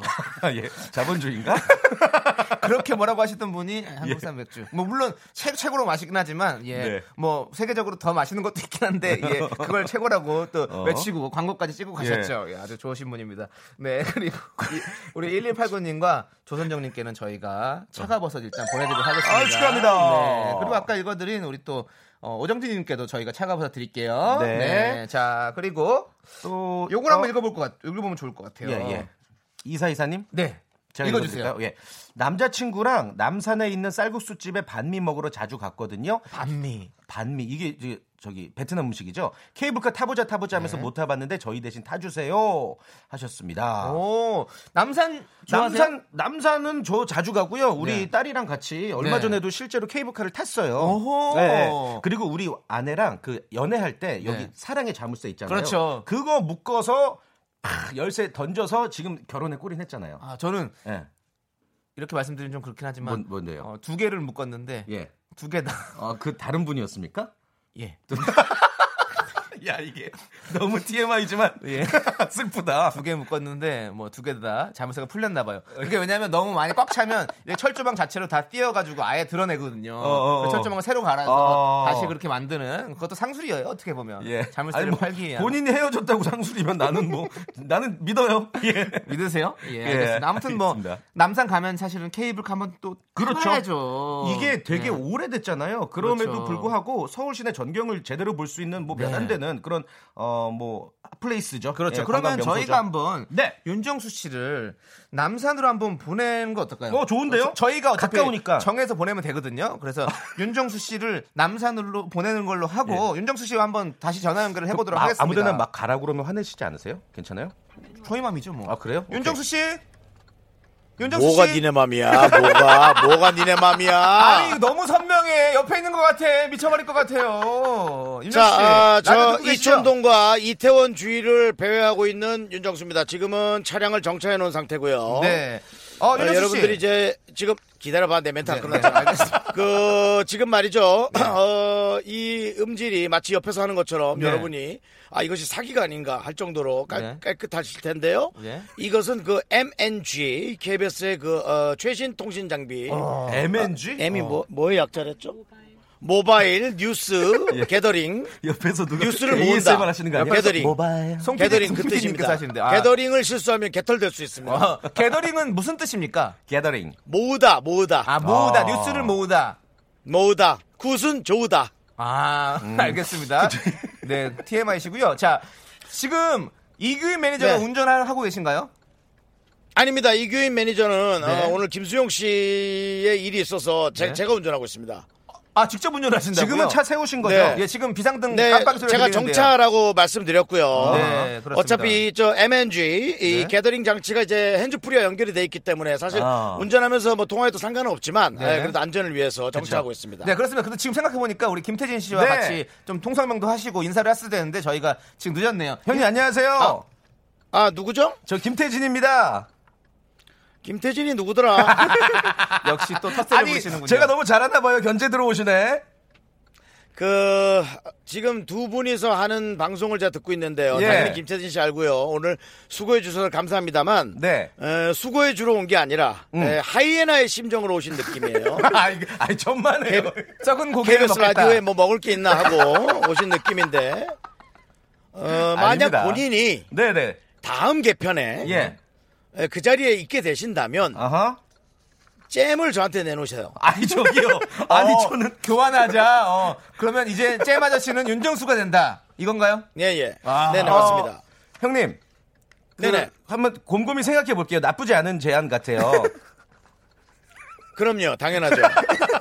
[SPEAKER 3] 예.
[SPEAKER 1] *laughs*
[SPEAKER 3] 자본주의인가?
[SPEAKER 1] 그렇게 뭐라고 하시던
[SPEAKER 3] *laughs*
[SPEAKER 1] 분이 한국산 맥주. 뭐 물론 최, 최고로 맛있긴 하지만 예.
[SPEAKER 3] 예. 네.
[SPEAKER 1] 뭐 세계적으로 더 맛있는 것도 있긴 한데 예. 그걸 최고라고 또
[SPEAKER 3] 어.
[SPEAKER 1] 외치고 광고까지 찍고 가셨죠. 예, 아주 좋으신 분입니다. 네. *laughs* 그리고 이- 우리 1189 님과 조선정 님께는 저희가 차가버섯 일단 보내 드리도록 하겠습니다.
[SPEAKER 3] 아, 축하합니다.
[SPEAKER 1] 네. 그리고 아까 읽어 드린 우리 또 어, 오정진 님께도 저희가 차가버섯 드릴게요.
[SPEAKER 3] 네.
[SPEAKER 1] 자, 그리고
[SPEAKER 3] 또
[SPEAKER 1] 요걸 한번 읽어 볼것 같. 읽어 보면 좋을 것 같아요.
[SPEAKER 3] 예, 예. 이사 이사님?
[SPEAKER 1] 네.
[SPEAKER 3] 제가
[SPEAKER 1] 읽어주세요.
[SPEAKER 3] 읽어드릴까요? 예. 남자친구랑 남산에 있는 쌀국수 집에 반미 먹으러 자주 갔거든요.
[SPEAKER 1] 반미.
[SPEAKER 3] 반미 이게 이제 저기 베트남 음식이죠. 케이블카 타보자 타보자 하면서
[SPEAKER 1] 네.
[SPEAKER 3] 못 타봤는데 저희 대신 타주세요 하셨습니다.
[SPEAKER 1] 오, 남산 어, 좋아하세요?
[SPEAKER 3] 아. 남산 남산은 저 자주 가고요. 우리
[SPEAKER 1] 네.
[SPEAKER 3] 딸이랑 같이 얼마
[SPEAKER 1] 네.
[SPEAKER 3] 전에도 실제로 케이블카를 탔어요. 네.
[SPEAKER 1] 오호.
[SPEAKER 3] 그리고 우리 아내랑 그 연애할 때 여기
[SPEAKER 1] 네.
[SPEAKER 3] 사랑의 자물쇠 있잖아요.
[SPEAKER 1] 그렇죠.
[SPEAKER 3] 그거 묶어서 팍 열쇠 던져서 지금 결혼에 꼬린했잖아요.
[SPEAKER 1] 아, 저는
[SPEAKER 3] 예.
[SPEAKER 1] 이렇게 말씀드리면 좀 그렇긴 하지만
[SPEAKER 3] 뭔- 뭔데요?
[SPEAKER 1] 어, 두 개를 묶었는데
[SPEAKER 3] 예.
[SPEAKER 1] 두 개다. *laughs*
[SPEAKER 3] 어, 그 다른 분이었습니까?
[SPEAKER 1] 예.
[SPEAKER 3] *laughs* 야 이게 너무 TMI지만
[SPEAKER 1] 예.
[SPEAKER 3] *laughs* 슬프다.
[SPEAKER 1] 두 개 묶었는데 뭐 두 개 다 자물쇠가 풀렸나 봐요. 그게
[SPEAKER 3] 예.
[SPEAKER 1] 왜냐면 너무 많이 꽉 차면 이제 철조망 자체로 다 띄어 가지고 아예 드러내거든요.
[SPEAKER 3] 어, 어,
[SPEAKER 1] 그 철조망을 새로 갈아서
[SPEAKER 3] 어.
[SPEAKER 1] 다시 그렇게 만드는 그것도 상술이에요. 어떻게 보면. 자물쇠를
[SPEAKER 3] 아니, 뭐
[SPEAKER 1] 팔기 위한
[SPEAKER 3] 본인이 헤어졌다고 상술이면 나는 뭐 나는 믿어요. 예.
[SPEAKER 1] 믿으세요? 예. 알겠습니다. 아무튼 뭐
[SPEAKER 3] 알겠습니다.
[SPEAKER 1] 남산 가면 사실은 케이블카 한번 또
[SPEAKER 3] 그렇죠.
[SPEAKER 1] 타봐야죠.
[SPEAKER 3] 이게 되게
[SPEAKER 1] 네.
[SPEAKER 3] 오래됐잖아요. 예. 그럼에도
[SPEAKER 1] 그렇죠.
[SPEAKER 3] 불구하고 서울 시내 전경을 제대로 볼 수 있는 뭐 몇 안
[SPEAKER 1] 네.
[SPEAKER 3] 되는 그런 어 뭐 플레이스죠.
[SPEAKER 1] 그렇죠.
[SPEAKER 3] 예, 관광
[SPEAKER 1] 그러면
[SPEAKER 3] 명소죠.
[SPEAKER 1] 저희가 한번
[SPEAKER 3] 네.
[SPEAKER 1] 윤정수 씨를 남산으로 한번 보내는 거 어떨까요?
[SPEAKER 3] 어, 좋은데요?
[SPEAKER 1] 저- 저희가 어차피
[SPEAKER 3] 가까우니까.
[SPEAKER 1] 그 정해서 보내면 되거든요.
[SPEAKER 3] *laughs*
[SPEAKER 1] 그래서 윤정수 씨를 남산으로 보내는 걸로 하고 윤정수 씨와 한번 다시 전화 연결을 해보도록
[SPEAKER 3] 예. 그 마-
[SPEAKER 1] 하겠습니다.
[SPEAKER 3] 아무데나 막 가라고 그러면 화내시지 않으세요? 괜찮아요?
[SPEAKER 1] 저희 맘이죠 뭐.
[SPEAKER 3] 아, 그래요?
[SPEAKER 1] 윤정수 씨. 윤정수
[SPEAKER 2] 뭐가
[SPEAKER 1] 씨.
[SPEAKER 2] 니네 맘이야? 뭐가 뭐가 니네
[SPEAKER 1] 아니
[SPEAKER 2] 맘이야?
[SPEAKER 1] 이거 너무 선명해. 옆에 있는 것 같아. 미쳐버릴 것 같아요. 윤정수 씨.
[SPEAKER 2] 자, 아,
[SPEAKER 1] 라디오
[SPEAKER 2] 저
[SPEAKER 1] 듣고 계시죠?
[SPEAKER 2] 이천동과 이태원 주위를 배회하고 있는 윤정수입니다. 지금은 차량을 정차해 놓은 상태고요.
[SPEAKER 1] 네. 어,
[SPEAKER 2] 어,
[SPEAKER 1] 윤정수
[SPEAKER 2] 여러분들이
[SPEAKER 1] 씨.
[SPEAKER 2] 이제 지금 기다려봐 내 멘트 안
[SPEAKER 1] 네, 네,
[SPEAKER 2] 끝났잖아.
[SPEAKER 1] *laughs* 알겠습니다.
[SPEAKER 2] 그 지금 말이죠. *clears throat* 어, 이 음질이 마치 옆에서 하는 것처럼
[SPEAKER 1] 네.
[SPEAKER 2] 여러분이 아 이것이 사기가 아닌가 할 정도로 깔,
[SPEAKER 1] 네.
[SPEAKER 2] 깔끗하실 텐데요.
[SPEAKER 1] 네.
[SPEAKER 2] 이것은 그 MNG KBS의 그 어, 최신 통신 장비.
[SPEAKER 1] 어.
[SPEAKER 3] MNG?
[SPEAKER 2] M이 뭐 뭐의 약자랬죠? 모바일
[SPEAKER 3] *laughs*
[SPEAKER 2] 뉴스 게더링
[SPEAKER 3] 옆에서 누가
[SPEAKER 2] 뉴스를
[SPEAKER 3] 예. 그 ASMR
[SPEAKER 2] 모은다.
[SPEAKER 3] 하시는 거 아니에요?
[SPEAKER 2] 옆에서 링.
[SPEAKER 3] 모바일.
[SPEAKER 1] 송 PD,
[SPEAKER 2] 게더링
[SPEAKER 1] 송
[SPEAKER 2] 그
[SPEAKER 1] PD 님께서
[SPEAKER 2] 뜻입니다.
[SPEAKER 1] 하시는데. 아.
[SPEAKER 2] 게더링을 실수하면 개털될 수 있습니다.
[SPEAKER 1] 어, 게더링은 무슨 뜻입니까?
[SPEAKER 3] 게더링.
[SPEAKER 2] 모으다 모으다
[SPEAKER 1] 아 모으다
[SPEAKER 3] 아.
[SPEAKER 1] 뉴스를 모으다.
[SPEAKER 2] 모으다 굿은 좋으다.
[SPEAKER 1] 아
[SPEAKER 2] 음. *laughs*
[SPEAKER 1] 알겠습니다. 네 TMI시고요. 자 지금 이규희 매니저가
[SPEAKER 2] 네.
[SPEAKER 1] 운전하고 계신가요?
[SPEAKER 2] 아닙니다. 이규인 매니저는
[SPEAKER 1] 네.
[SPEAKER 2] 어, 오늘 김수용 씨의 일이 있어서 제,
[SPEAKER 1] 네.
[SPEAKER 2] 제가 운전하고 있습니다.
[SPEAKER 1] 아 직접 운전하신다고요?
[SPEAKER 3] 지금은 차 세우신 거죠?
[SPEAKER 2] 네.
[SPEAKER 1] 예, 지금 비상등
[SPEAKER 2] 네,
[SPEAKER 1] 깜빡이 소리
[SPEAKER 2] 제가
[SPEAKER 1] 들리는데요.
[SPEAKER 2] 정차라고 말씀드렸고요.
[SPEAKER 1] 네, 그렇습니다.
[SPEAKER 2] 어차피 저 MNG 이
[SPEAKER 1] 네.
[SPEAKER 2] 게더링 장치가 이제 핸즈프리와 연결이 돼 있기 때문에 사실
[SPEAKER 3] 아.
[SPEAKER 2] 운전하면서 뭐 통화해도 상관은 없지만
[SPEAKER 1] 네.
[SPEAKER 2] 예, 그래도 안전을 위해서 정차하고 있습니다.
[SPEAKER 1] 네, 그렇습니다. 근데 지금 생각해보니까 우리 김태진 씨와
[SPEAKER 3] 네.
[SPEAKER 1] 같이 좀 통설명도 하시고 인사를 했어야 되는데 저희가 지금 늦었네요.
[SPEAKER 3] 형님 안녕하세요.
[SPEAKER 1] 아.
[SPEAKER 2] 아 누구죠?
[SPEAKER 3] 저 김태진입니다.
[SPEAKER 2] 김태진이
[SPEAKER 1] *laughs*
[SPEAKER 2] 누구더라?
[SPEAKER 1] 역시 또 텃세를
[SPEAKER 3] 아니
[SPEAKER 1] 부리시는군요.
[SPEAKER 3] 제가 너무 잘하나 봐요. 견제 들어오시네.
[SPEAKER 2] 그 지금 두 분이서 하는 방송을 제가 듣고 있는데요.
[SPEAKER 3] 예.
[SPEAKER 2] 당연히 김태진 씨 알고요. 오늘 수고해 주셔서 감사합니다만
[SPEAKER 3] 네.
[SPEAKER 2] 에, 수고해 주러 온 게 아니라
[SPEAKER 1] 음.
[SPEAKER 2] 에, 하이에나의 심정으로 오신 느낌이에요.
[SPEAKER 3] *laughs* 아이 아이 천만 해요.
[SPEAKER 1] 적은 고개를
[SPEAKER 2] KBS
[SPEAKER 1] 먹겠다.
[SPEAKER 2] 라디오에 뭐 먹을 게 있나 하고 오신 느낌인데 어, 만약
[SPEAKER 3] 아닙니다.
[SPEAKER 2] 본인이
[SPEAKER 3] 네네.
[SPEAKER 2] 다음 개편에
[SPEAKER 3] 예.
[SPEAKER 2] 에, 그 자리에 있게 되신다면
[SPEAKER 3] 아하.
[SPEAKER 2] 잼을 저한테 내놓으세요.
[SPEAKER 1] 아니 *laughs* 저기요. 아니 저는 어, 교환하자. 어. 그러면 이제 잼 아저씨는 윤정수가 된다. 이건가요?
[SPEAKER 2] 예예.
[SPEAKER 1] 아.
[SPEAKER 2] 네 나왔습니다.
[SPEAKER 3] 형님. 그
[SPEAKER 2] 네네.
[SPEAKER 3] 한번 곰곰이 생각해 볼게요. 나쁘지 않은 제안 같아요.
[SPEAKER 1] *laughs*
[SPEAKER 2] 그럼요, 당연하죠.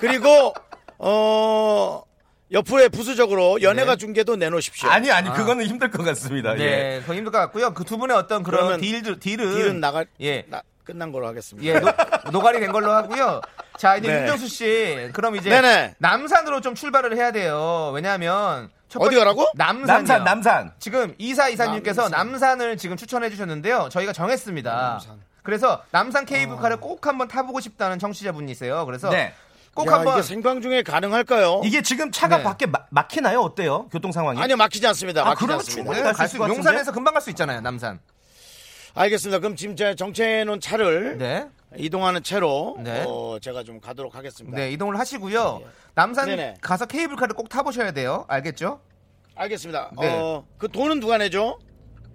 [SPEAKER 2] 그리고 어 옆으로 부수적으로 연예가 중계도 내놓으십시오.
[SPEAKER 3] 아니 아니 그거는 힘들 것 같습니다. 예.
[SPEAKER 1] 네, 더 힘들 것 같고요. 그 두 분의 어떤 그런
[SPEAKER 2] 그러면
[SPEAKER 1] 딜, 딜은
[SPEAKER 2] 딜은 나갈
[SPEAKER 1] 예.
[SPEAKER 2] 나- 끝난 걸로 하겠습니다. *laughs*
[SPEAKER 1] 예, 노, 노가리 된 걸로 하고요. 자, 이제
[SPEAKER 2] 네.
[SPEAKER 1] 윤정수 씨, 그럼 이제
[SPEAKER 2] 네네.
[SPEAKER 1] 남산으로 좀 출발을 해야 돼요. 왜냐하면 첫
[SPEAKER 2] 어디
[SPEAKER 1] 번째-
[SPEAKER 2] 가라고?
[SPEAKER 1] 남산이요.
[SPEAKER 3] 남산 남산.
[SPEAKER 1] 지금 이사 이사님께서 남산. 을 지금 추천해 주셨는데요. 저희가 정했습니다. 그래서 남산 케이블카를 꼭 한번 타보고 싶다는 청취자분이세요. 그래서
[SPEAKER 3] 네.
[SPEAKER 1] 꼭
[SPEAKER 2] 야,
[SPEAKER 1] 한번
[SPEAKER 2] 이게 생방 중에 가능할까요?
[SPEAKER 3] 이게 지금 차가
[SPEAKER 1] 네.
[SPEAKER 3] 밖에 마- 막히나요? 어때요? 교통 상황이?
[SPEAKER 2] 아니요, 막히지 않습니다.
[SPEAKER 3] 아,
[SPEAKER 2] 막히지
[SPEAKER 3] 그러면
[SPEAKER 2] 않습니다.
[SPEAKER 3] 충분히
[SPEAKER 1] 네,
[SPEAKER 3] 갈
[SPEAKER 1] 갈
[SPEAKER 3] 수
[SPEAKER 1] 수
[SPEAKER 3] 있을 것
[SPEAKER 1] 용산에서 금방 갈 수 있잖아요. 남산.
[SPEAKER 2] 알겠습니다. 그럼 지금 제가 정체해 놓은 차를
[SPEAKER 1] 네.
[SPEAKER 2] 이동하는 채로
[SPEAKER 1] 네.
[SPEAKER 2] 어, 제가 좀 가도록 하겠습니다.
[SPEAKER 1] 네, 이동을 하시고요. 남산
[SPEAKER 2] 네네.
[SPEAKER 1] 가서 케이블카를 꼭 타보셔야 돼요. 알겠죠?
[SPEAKER 2] 알겠습니다.
[SPEAKER 1] 네.
[SPEAKER 2] 어, 그 돈은 누가 내죠?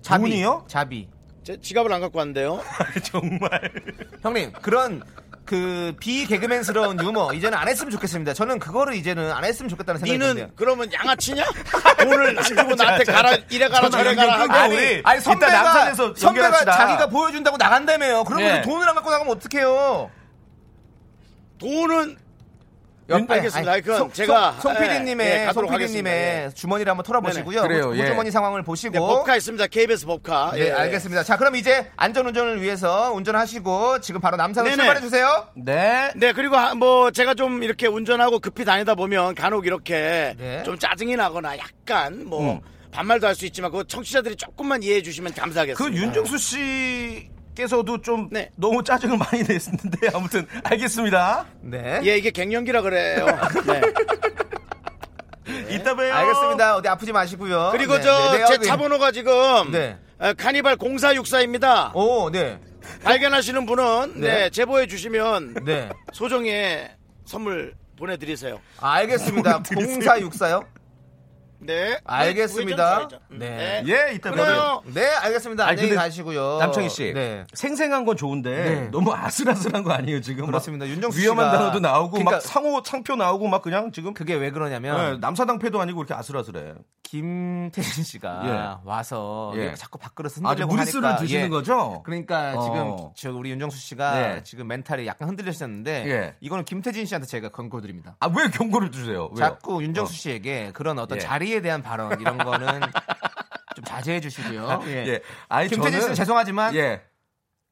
[SPEAKER 1] 자비.
[SPEAKER 3] 돈이요?
[SPEAKER 1] 자비.
[SPEAKER 2] 제 지갑을 안 갖고 왔는데요.
[SPEAKER 3] *laughs*
[SPEAKER 1] 아,
[SPEAKER 3] 정말.
[SPEAKER 1] 형님 그런 그 비개그맨스러운 유머 이제는 안 했으면 좋겠습니다. 저는 그거를 이제는 안 했으면 좋겠다는 생각이 드는데요.
[SPEAKER 2] 니는 그러면 양아치냐? *laughs* 돈을 안 주고 나한테 가라 이래 가라 저래 가라 하고
[SPEAKER 3] 끊고 우리
[SPEAKER 1] 아니 선배가
[SPEAKER 3] 이따 남산에서
[SPEAKER 1] 선배가
[SPEAKER 3] 연결합시다.
[SPEAKER 1] 자기가 보여준다고 나간다며요. 그러면
[SPEAKER 3] 네.
[SPEAKER 1] 이제 돈을 안 갖고 나가면 어떡해요?
[SPEAKER 2] 돈은
[SPEAKER 1] 옆에,
[SPEAKER 2] 알겠습니다.
[SPEAKER 1] 아니,
[SPEAKER 2] 그건
[SPEAKER 1] 송-
[SPEAKER 2] 제가-
[SPEAKER 1] 송
[SPEAKER 2] 예,
[SPEAKER 1] PD님의
[SPEAKER 2] 예, 가도록
[SPEAKER 1] 송 PD님의
[SPEAKER 2] 하겠습니다.
[SPEAKER 1] 주머니를 한번 털어보시고요.
[SPEAKER 3] 네네. 그래요, 예.
[SPEAKER 1] 호주머니 상황을 보시고
[SPEAKER 2] 네, 법카 있습니다. KBS 법카.
[SPEAKER 1] 뭐? 네,
[SPEAKER 2] 예, 예.
[SPEAKER 1] 알겠습니다. 자 그럼 이제 안전 운전을 위해서 운전하시고 지금 바로 남산으로
[SPEAKER 2] 네네.
[SPEAKER 1] 출발해 주세요.
[SPEAKER 3] 네.
[SPEAKER 2] 네, 그리고 하- 뭐 제가 좀 이렇게 운전하고 급히 다니다 보면 간혹 이렇게
[SPEAKER 1] 네.
[SPEAKER 2] 좀 짜증이 나거나 약간 뭐
[SPEAKER 3] 음.
[SPEAKER 2] 반말도 할 수 있지만 그 청취자들이 조금만 이해해 주시면 감사하겠습니다.
[SPEAKER 3] 그 윤정수 씨께서도 좀
[SPEAKER 2] 네.
[SPEAKER 3] 너무 짜증을 많이 냈는데 *laughs* 아무튼 알겠습니다.
[SPEAKER 1] 네.
[SPEAKER 2] 예, 이게
[SPEAKER 1] *laughs*
[SPEAKER 2] 갱년기라 그래요. 네.
[SPEAKER 3] 이따 봬요.
[SPEAKER 1] 네. 알겠습니다. 어디 아프지 마시고요.
[SPEAKER 2] 그리고
[SPEAKER 1] 네,
[SPEAKER 2] 저
[SPEAKER 1] 네, 네,
[SPEAKER 2] 제
[SPEAKER 1] 어디-
[SPEAKER 2] 차번호가 지금
[SPEAKER 1] 네.
[SPEAKER 2] 어, 카니발 0464입니다.
[SPEAKER 1] 오, 네.
[SPEAKER 2] 발견하시는 분은
[SPEAKER 1] 네.
[SPEAKER 2] 네, 제보해 주시면
[SPEAKER 1] 네.
[SPEAKER 2] 소정의 선물 보내 드리세요.
[SPEAKER 1] 아, 알겠습니다.
[SPEAKER 2] *laughs*
[SPEAKER 1] 0464요?
[SPEAKER 2] 네. 음,
[SPEAKER 1] 알겠습니다. 네.
[SPEAKER 3] 예, 이따 봬요.
[SPEAKER 2] 그래요.
[SPEAKER 1] 네, 알겠습니다.
[SPEAKER 3] 아니,
[SPEAKER 1] 안녕히
[SPEAKER 3] 근데
[SPEAKER 1] 가시고요.
[SPEAKER 3] 남창희 씨,
[SPEAKER 1] 네.
[SPEAKER 3] 생생한 건 좋은데
[SPEAKER 1] 네.
[SPEAKER 3] 너무 아슬아슬한 거 아니에요 지금? 막
[SPEAKER 1] 그렇습니다. 윤정수
[SPEAKER 3] 위험한
[SPEAKER 1] 씨가-
[SPEAKER 3] 단어도 나오고 막
[SPEAKER 1] 그러니까-
[SPEAKER 3] 상호 창표 나오고 막 그냥 지금
[SPEAKER 1] 그게 왜 그러냐면
[SPEAKER 3] 네, 남사당패도 아니고 이렇게 아슬아슬해.
[SPEAKER 1] 김태진 씨가 와서
[SPEAKER 3] 예.
[SPEAKER 1] 이거 자꾸 밥그릇
[SPEAKER 3] 아,
[SPEAKER 1] 흔들려고
[SPEAKER 3] 무리수를
[SPEAKER 1] 하니까
[SPEAKER 3] 드시는
[SPEAKER 1] 예.
[SPEAKER 3] 거죠?
[SPEAKER 1] 그러니까
[SPEAKER 3] 어.
[SPEAKER 1] 지금 저 우리 윤정수 씨가
[SPEAKER 3] 네.
[SPEAKER 1] 지금 멘탈이 약간 흔들리셨는데
[SPEAKER 3] 예.
[SPEAKER 1] 이거는 김태진 씨한테 제가 권고드립니다.
[SPEAKER 3] 아 왜 경고를 주세요? 왜요?
[SPEAKER 1] 자꾸 윤정수 씨에게 그런 어떤
[SPEAKER 3] 예.
[SPEAKER 1] 자리에 대한 발언 이런
[SPEAKER 3] *laughs*
[SPEAKER 1] 거는 좀 자제해 주시고요. 예.
[SPEAKER 3] 예. 아니,
[SPEAKER 1] 김태진
[SPEAKER 3] 저는-
[SPEAKER 1] 씨는 죄송하지만
[SPEAKER 3] 예. 아,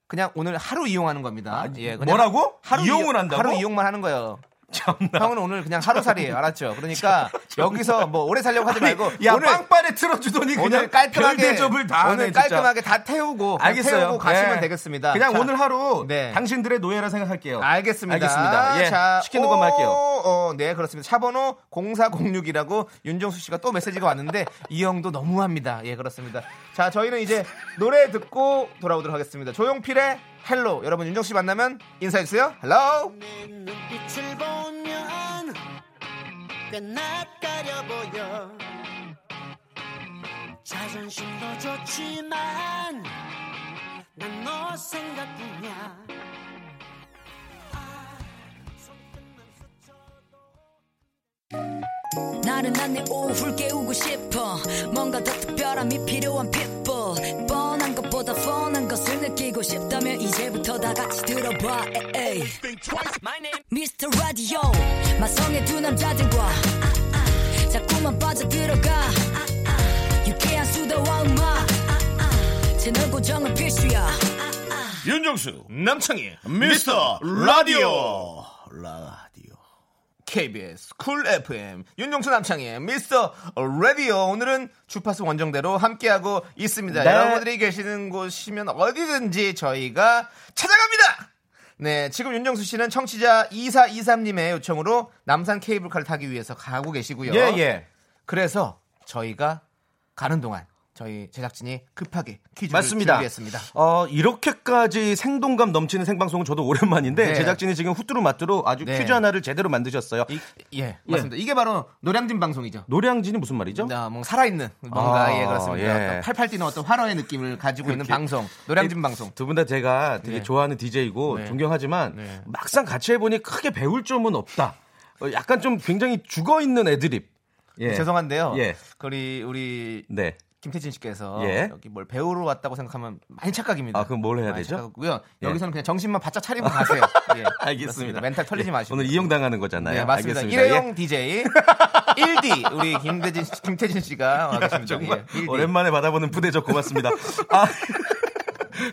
[SPEAKER 1] 그냥 오늘 하루 이용하는 겁니다. 예, 그냥
[SPEAKER 3] 뭐라고? 이용을
[SPEAKER 1] 이용-
[SPEAKER 3] 한다고?
[SPEAKER 1] 하루 이용만 하는 거예요.
[SPEAKER 3] *laughs* 참나.
[SPEAKER 1] 형은 오늘 그냥 하루살이에요. 알았죠?
[SPEAKER 3] *laughs*
[SPEAKER 1] 그러니까 여기서 뭐 오래 살려고 하지 말고
[SPEAKER 3] 야
[SPEAKER 1] 오늘
[SPEAKER 3] 빵빠레 틀어주더니
[SPEAKER 1] 오늘
[SPEAKER 3] *laughs* 그냥
[SPEAKER 1] 깔끔하게
[SPEAKER 3] 별대접을 다 하네,
[SPEAKER 1] 오늘
[SPEAKER 3] 진짜.
[SPEAKER 1] 깔끔하게 다 태우고 다
[SPEAKER 3] 알겠어요.
[SPEAKER 1] 태우고 가시면
[SPEAKER 3] 네.
[SPEAKER 1] 되겠습니다.
[SPEAKER 3] 그냥
[SPEAKER 1] 자,
[SPEAKER 3] 오늘 하루
[SPEAKER 1] 네.
[SPEAKER 3] 당신들의 노예라 생각할게요.
[SPEAKER 1] 알겠습니다.
[SPEAKER 3] 알겠습니다. 예. 시키는 것만 할게요.
[SPEAKER 1] 어, 네, 그렇습니다. 차번호 0406이라고 윤정수 씨가 또 메시지가 왔는데 이 형도 너무합니다. 예, 그렇습니다. 자, 저희는 이제 노래 듣고 돌아오도록 하겠습니다. 조용필의 헬로. 여러분 윤정수 씨 만나면 인사해 주세요. 헬로.
[SPEAKER 4] 내 눈빛을 보면 꽤 낯가려 보여 자존심도 좋지만 난 너 생각뿐이야
[SPEAKER 5] 나른한 내 오후를 깨우고 싶어 뭔가 더 특별함이 필요한 people 뻔한 것보다 보다 뻔한 것을 느끼고 싶다면 이제부터 다 같이 들어봐 에이. 미스터 라디오 마성의 두 남자들과 아, 아. 자꾸만 빠져들어가 아, 아. 유쾌한 수다와 음악 아, 아. 채널 고정은 필수야
[SPEAKER 2] 윤정수
[SPEAKER 1] 남창희
[SPEAKER 2] 미스터 라디오 라디오
[SPEAKER 1] KBS 쿨 FM 윤종수 남창희의 미스터 라디오 오늘은 주파수 원정대로 함께하고 있습니다.
[SPEAKER 3] 네.
[SPEAKER 1] 여러분들이 계시는 곳이면 어디든지 저희가 찾아갑니다. 네, 지금 윤정수 씨는 청취자 2423님의 요청으로 남산 케이블카를 타기 위해서 가고 계시고요.
[SPEAKER 3] 예, 예.
[SPEAKER 1] 그래서 저희가 가는 동안 저희 제작진이 급하게 퀴즈를
[SPEAKER 3] 맞습니다.
[SPEAKER 1] 준비했습니다.
[SPEAKER 3] 어, 이렇게까지 생동감 넘치는 생방송은 저도 오랜만인데
[SPEAKER 1] 네.
[SPEAKER 3] 제작진이 지금 후뚜루마뚜루 아주
[SPEAKER 1] 네.
[SPEAKER 3] 퀴즈 하나를 제대로 만드셨어요.
[SPEAKER 1] 이- 예, 맞습니다. 이게 바로 노량진 방송이죠.
[SPEAKER 3] 노량진이 무슨 말이죠?
[SPEAKER 1] 아, 뭔가 살아있는 뭔가
[SPEAKER 3] 그렇죠? 아,
[SPEAKER 1] 예 그렇습니다.
[SPEAKER 3] 예.
[SPEAKER 1] 어떤 팔팔 뛰는 어떤 활어의 느낌을 가지고 있는
[SPEAKER 3] 그렇게. 예.
[SPEAKER 1] 방송 노량진 방송.
[SPEAKER 3] 두 분 다 제가 되게
[SPEAKER 1] 네.
[SPEAKER 3] 좋아하는 DJ고
[SPEAKER 1] 네.
[SPEAKER 3] 존경하지만
[SPEAKER 1] 네.
[SPEAKER 3] 막상 같이 해보니 크게 배울 점은 없다. 어, 약간 좀 굉장히 죽어 있는 애드립. 예.
[SPEAKER 1] 아, 죄송한데요.
[SPEAKER 3] 예.
[SPEAKER 1] 우리 우리
[SPEAKER 3] 네.
[SPEAKER 1] 김태진 씨께서
[SPEAKER 3] 예.
[SPEAKER 1] 여기 뭘 배우러 왔다고 생각하면 많이 착각입니다.
[SPEAKER 3] 아, 그럼 뭘 해야 되죠?
[SPEAKER 1] 고요
[SPEAKER 3] 예.
[SPEAKER 1] 여기서는 그냥 정신만 바짝 차리고
[SPEAKER 3] *laughs*
[SPEAKER 1] 가세요. 예. 그렇습니다. 멘탈 털리지
[SPEAKER 3] 예,
[SPEAKER 1] 마시고.
[SPEAKER 3] 오늘 이용당하는 거잖아요.
[SPEAKER 1] 네, 맞습니다.
[SPEAKER 3] 알겠습니다.
[SPEAKER 1] 일회용
[SPEAKER 3] 예.
[SPEAKER 1] DJ 1D 우리 김태진 씨- 김태진 씨가 와 계십니다.
[SPEAKER 3] 정말
[SPEAKER 1] 예, 1D.
[SPEAKER 3] 오랜만에 받아보는 부대적
[SPEAKER 1] *laughs*
[SPEAKER 3] 고맙습니다. 아, *laughs*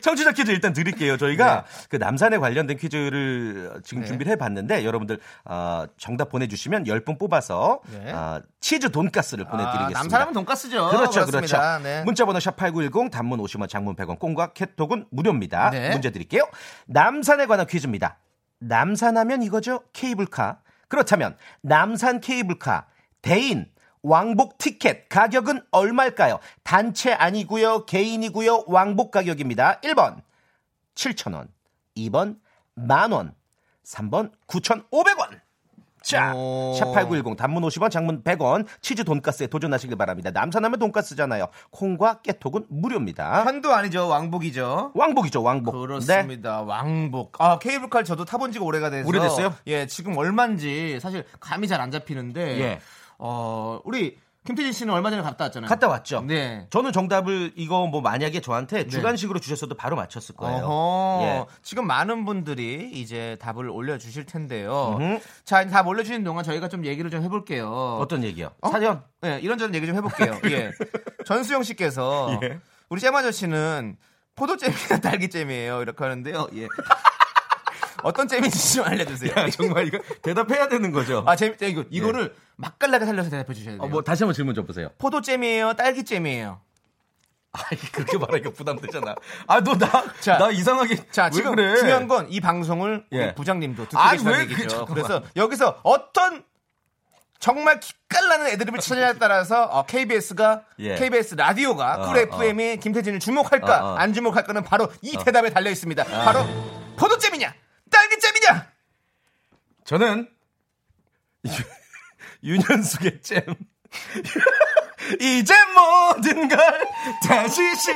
[SPEAKER 3] 청취자 퀴즈 일단 드릴게요. 저희가
[SPEAKER 1] 네.
[SPEAKER 3] 그 남산에 관련된 퀴즈를 지금 준비를 해봤는데 여러분들 아, 정답 보내주시면 10분 뽑아서
[SPEAKER 1] 네.
[SPEAKER 3] 아, 치즈 돈가스를 보내드리겠습니다.
[SPEAKER 1] 아, 남사람은 돈가스죠.
[SPEAKER 3] 그렇죠,
[SPEAKER 1] 그렇습니다.
[SPEAKER 3] 그렇죠.
[SPEAKER 1] 네.
[SPEAKER 3] 문자번호 샵 #8910 단문 50원, 장문 100원, 콩과 캣톡은 무료입니다.
[SPEAKER 1] 네.
[SPEAKER 3] 문제 드릴게요. 남산에 관한 퀴즈입니다. 남산하면 이거죠, 케이블카. 그렇다면 남산 케이블카 대인 왕복 티켓 가격은 얼마일까요? 단체 아니고요, 개인이고요, 왕복 가격입니다. 1번 7,000원, 2번 만 원, 3번 9,500원. 자,
[SPEAKER 1] 오.
[SPEAKER 3] 샵8910 단문 50원, 장문 100원, 치즈 돈가스에 도전하시길 바랍니다. 남산하면 돈가스잖아요. 콩과 깨톡은 무료입니다.
[SPEAKER 1] 한도 아니죠. 왕복이죠.
[SPEAKER 3] 왕복이죠, 왕복. 네.
[SPEAKER 1] 그렇습니다. 왕복. 아, 케이블카를 저도 타본 지가 오래가 돼서.
[SPEAKER 3] 오래됐어요?
[SPEAKER 1] 예, 지금 얼만지 사실 감이 잘 안 잡히는데.
[SPEAKER 3] 예.
[SPEAKER 1] 어, 우리 김태진 씨는 얼마 전에 갔다 왔잖아요.
[SPEAKER 3] 갔다 왔죠.
[SPEAKER 1] 네.
[SPEAKER 3] 저는 정답을 이거 뭐 만약에 저한테 주간식으로 주셨어도 바로 맞췄을 거예요.
[SPEAKER 1] 어허.
[SPEAKER 3] 예.
[SPEAKER 1] 지금 많은 분들이 이제 답을 올려주실 텐데요. 자, 이제 답 올려주시는 동안 저희가 좀 얘기를 좀 해볼게요.
[SPEAKER 3] 어떤 아, 얘기요?
[SPEAKER 1] 어?
[SPEAKER 3] 사연.
[SPEAKER 1] 네, 이런저런 얘기 좀 해볼게요. 예. 전수영
[SPEAKER 3] *laughs*
[SPEAKER 1] 씨께서
[SPEAKER 3] 예.
[SPEAKER 1] 우리 잼 아저씨는 포도잼이나 딸기잼이에요. 이렇게 하는데요. 예. *laughs* 어떤 잼인지 좀 알려주세요.
[SPEAKER 3] 아, 정말 이거 *laughs* 대답해야 되는 거죠.
[SPEAKER 1] 아, 재밌다. 이거, 이거를 맛깔나게 살려서 대답해 주셔야 돼요.
[SPEAKER 3] 어, 뭐 다시 한번 질문 줘 보세요.
[SPEAKER 1] 포도잼이에요? 딸기잼이에요?
[SPEAKER 3] 아, 그렇게 말하니까 부담되잖아. 아, 너 나 나
[SPEAKER 1] 자,
[SPEAKER 3] 이상하게
[SPEAKER 1] 자,
[SPEAKER 3] 왜
[SPEAKER 1] 지금
[SPEAKER 3] 그래?
[SPEAKER 1] 중요한 건 이 방송을
[SPEAKER 3] 예.
[SPEAKER 1] 우리 부장님도 듣고
[SPEAKER 3] 아니,
[SPEAKER 1] 계시다는
[SPEAKER 3] 왜 그-
[SPEAKER 1] 얘기죠.
[SPEAKER 3] 잠깐만.
[SPEAKER 1] 그래서 여기서 어떤 정말 기깔나는 애드립을 찾느냐에 따라서 KBS가
[SPEAKER 3] 예.
[SPEAKER 1] KBS 라디오가
[SPEAKER 3] 어,
[SPEAKER 1] 쿨 FM이 김태진을 주목할까
[SPEAKER 3] 어, 어.
[SPEAKER 1] 안 주목할까는 바로 이 대답에 달려 있습니다. 바로 포도잼이냐 딸기잼이냐
[SPEAKER 3] 저는 유- *laughs* 윤현숙의 잼. 이제 모든 걸 다시 시.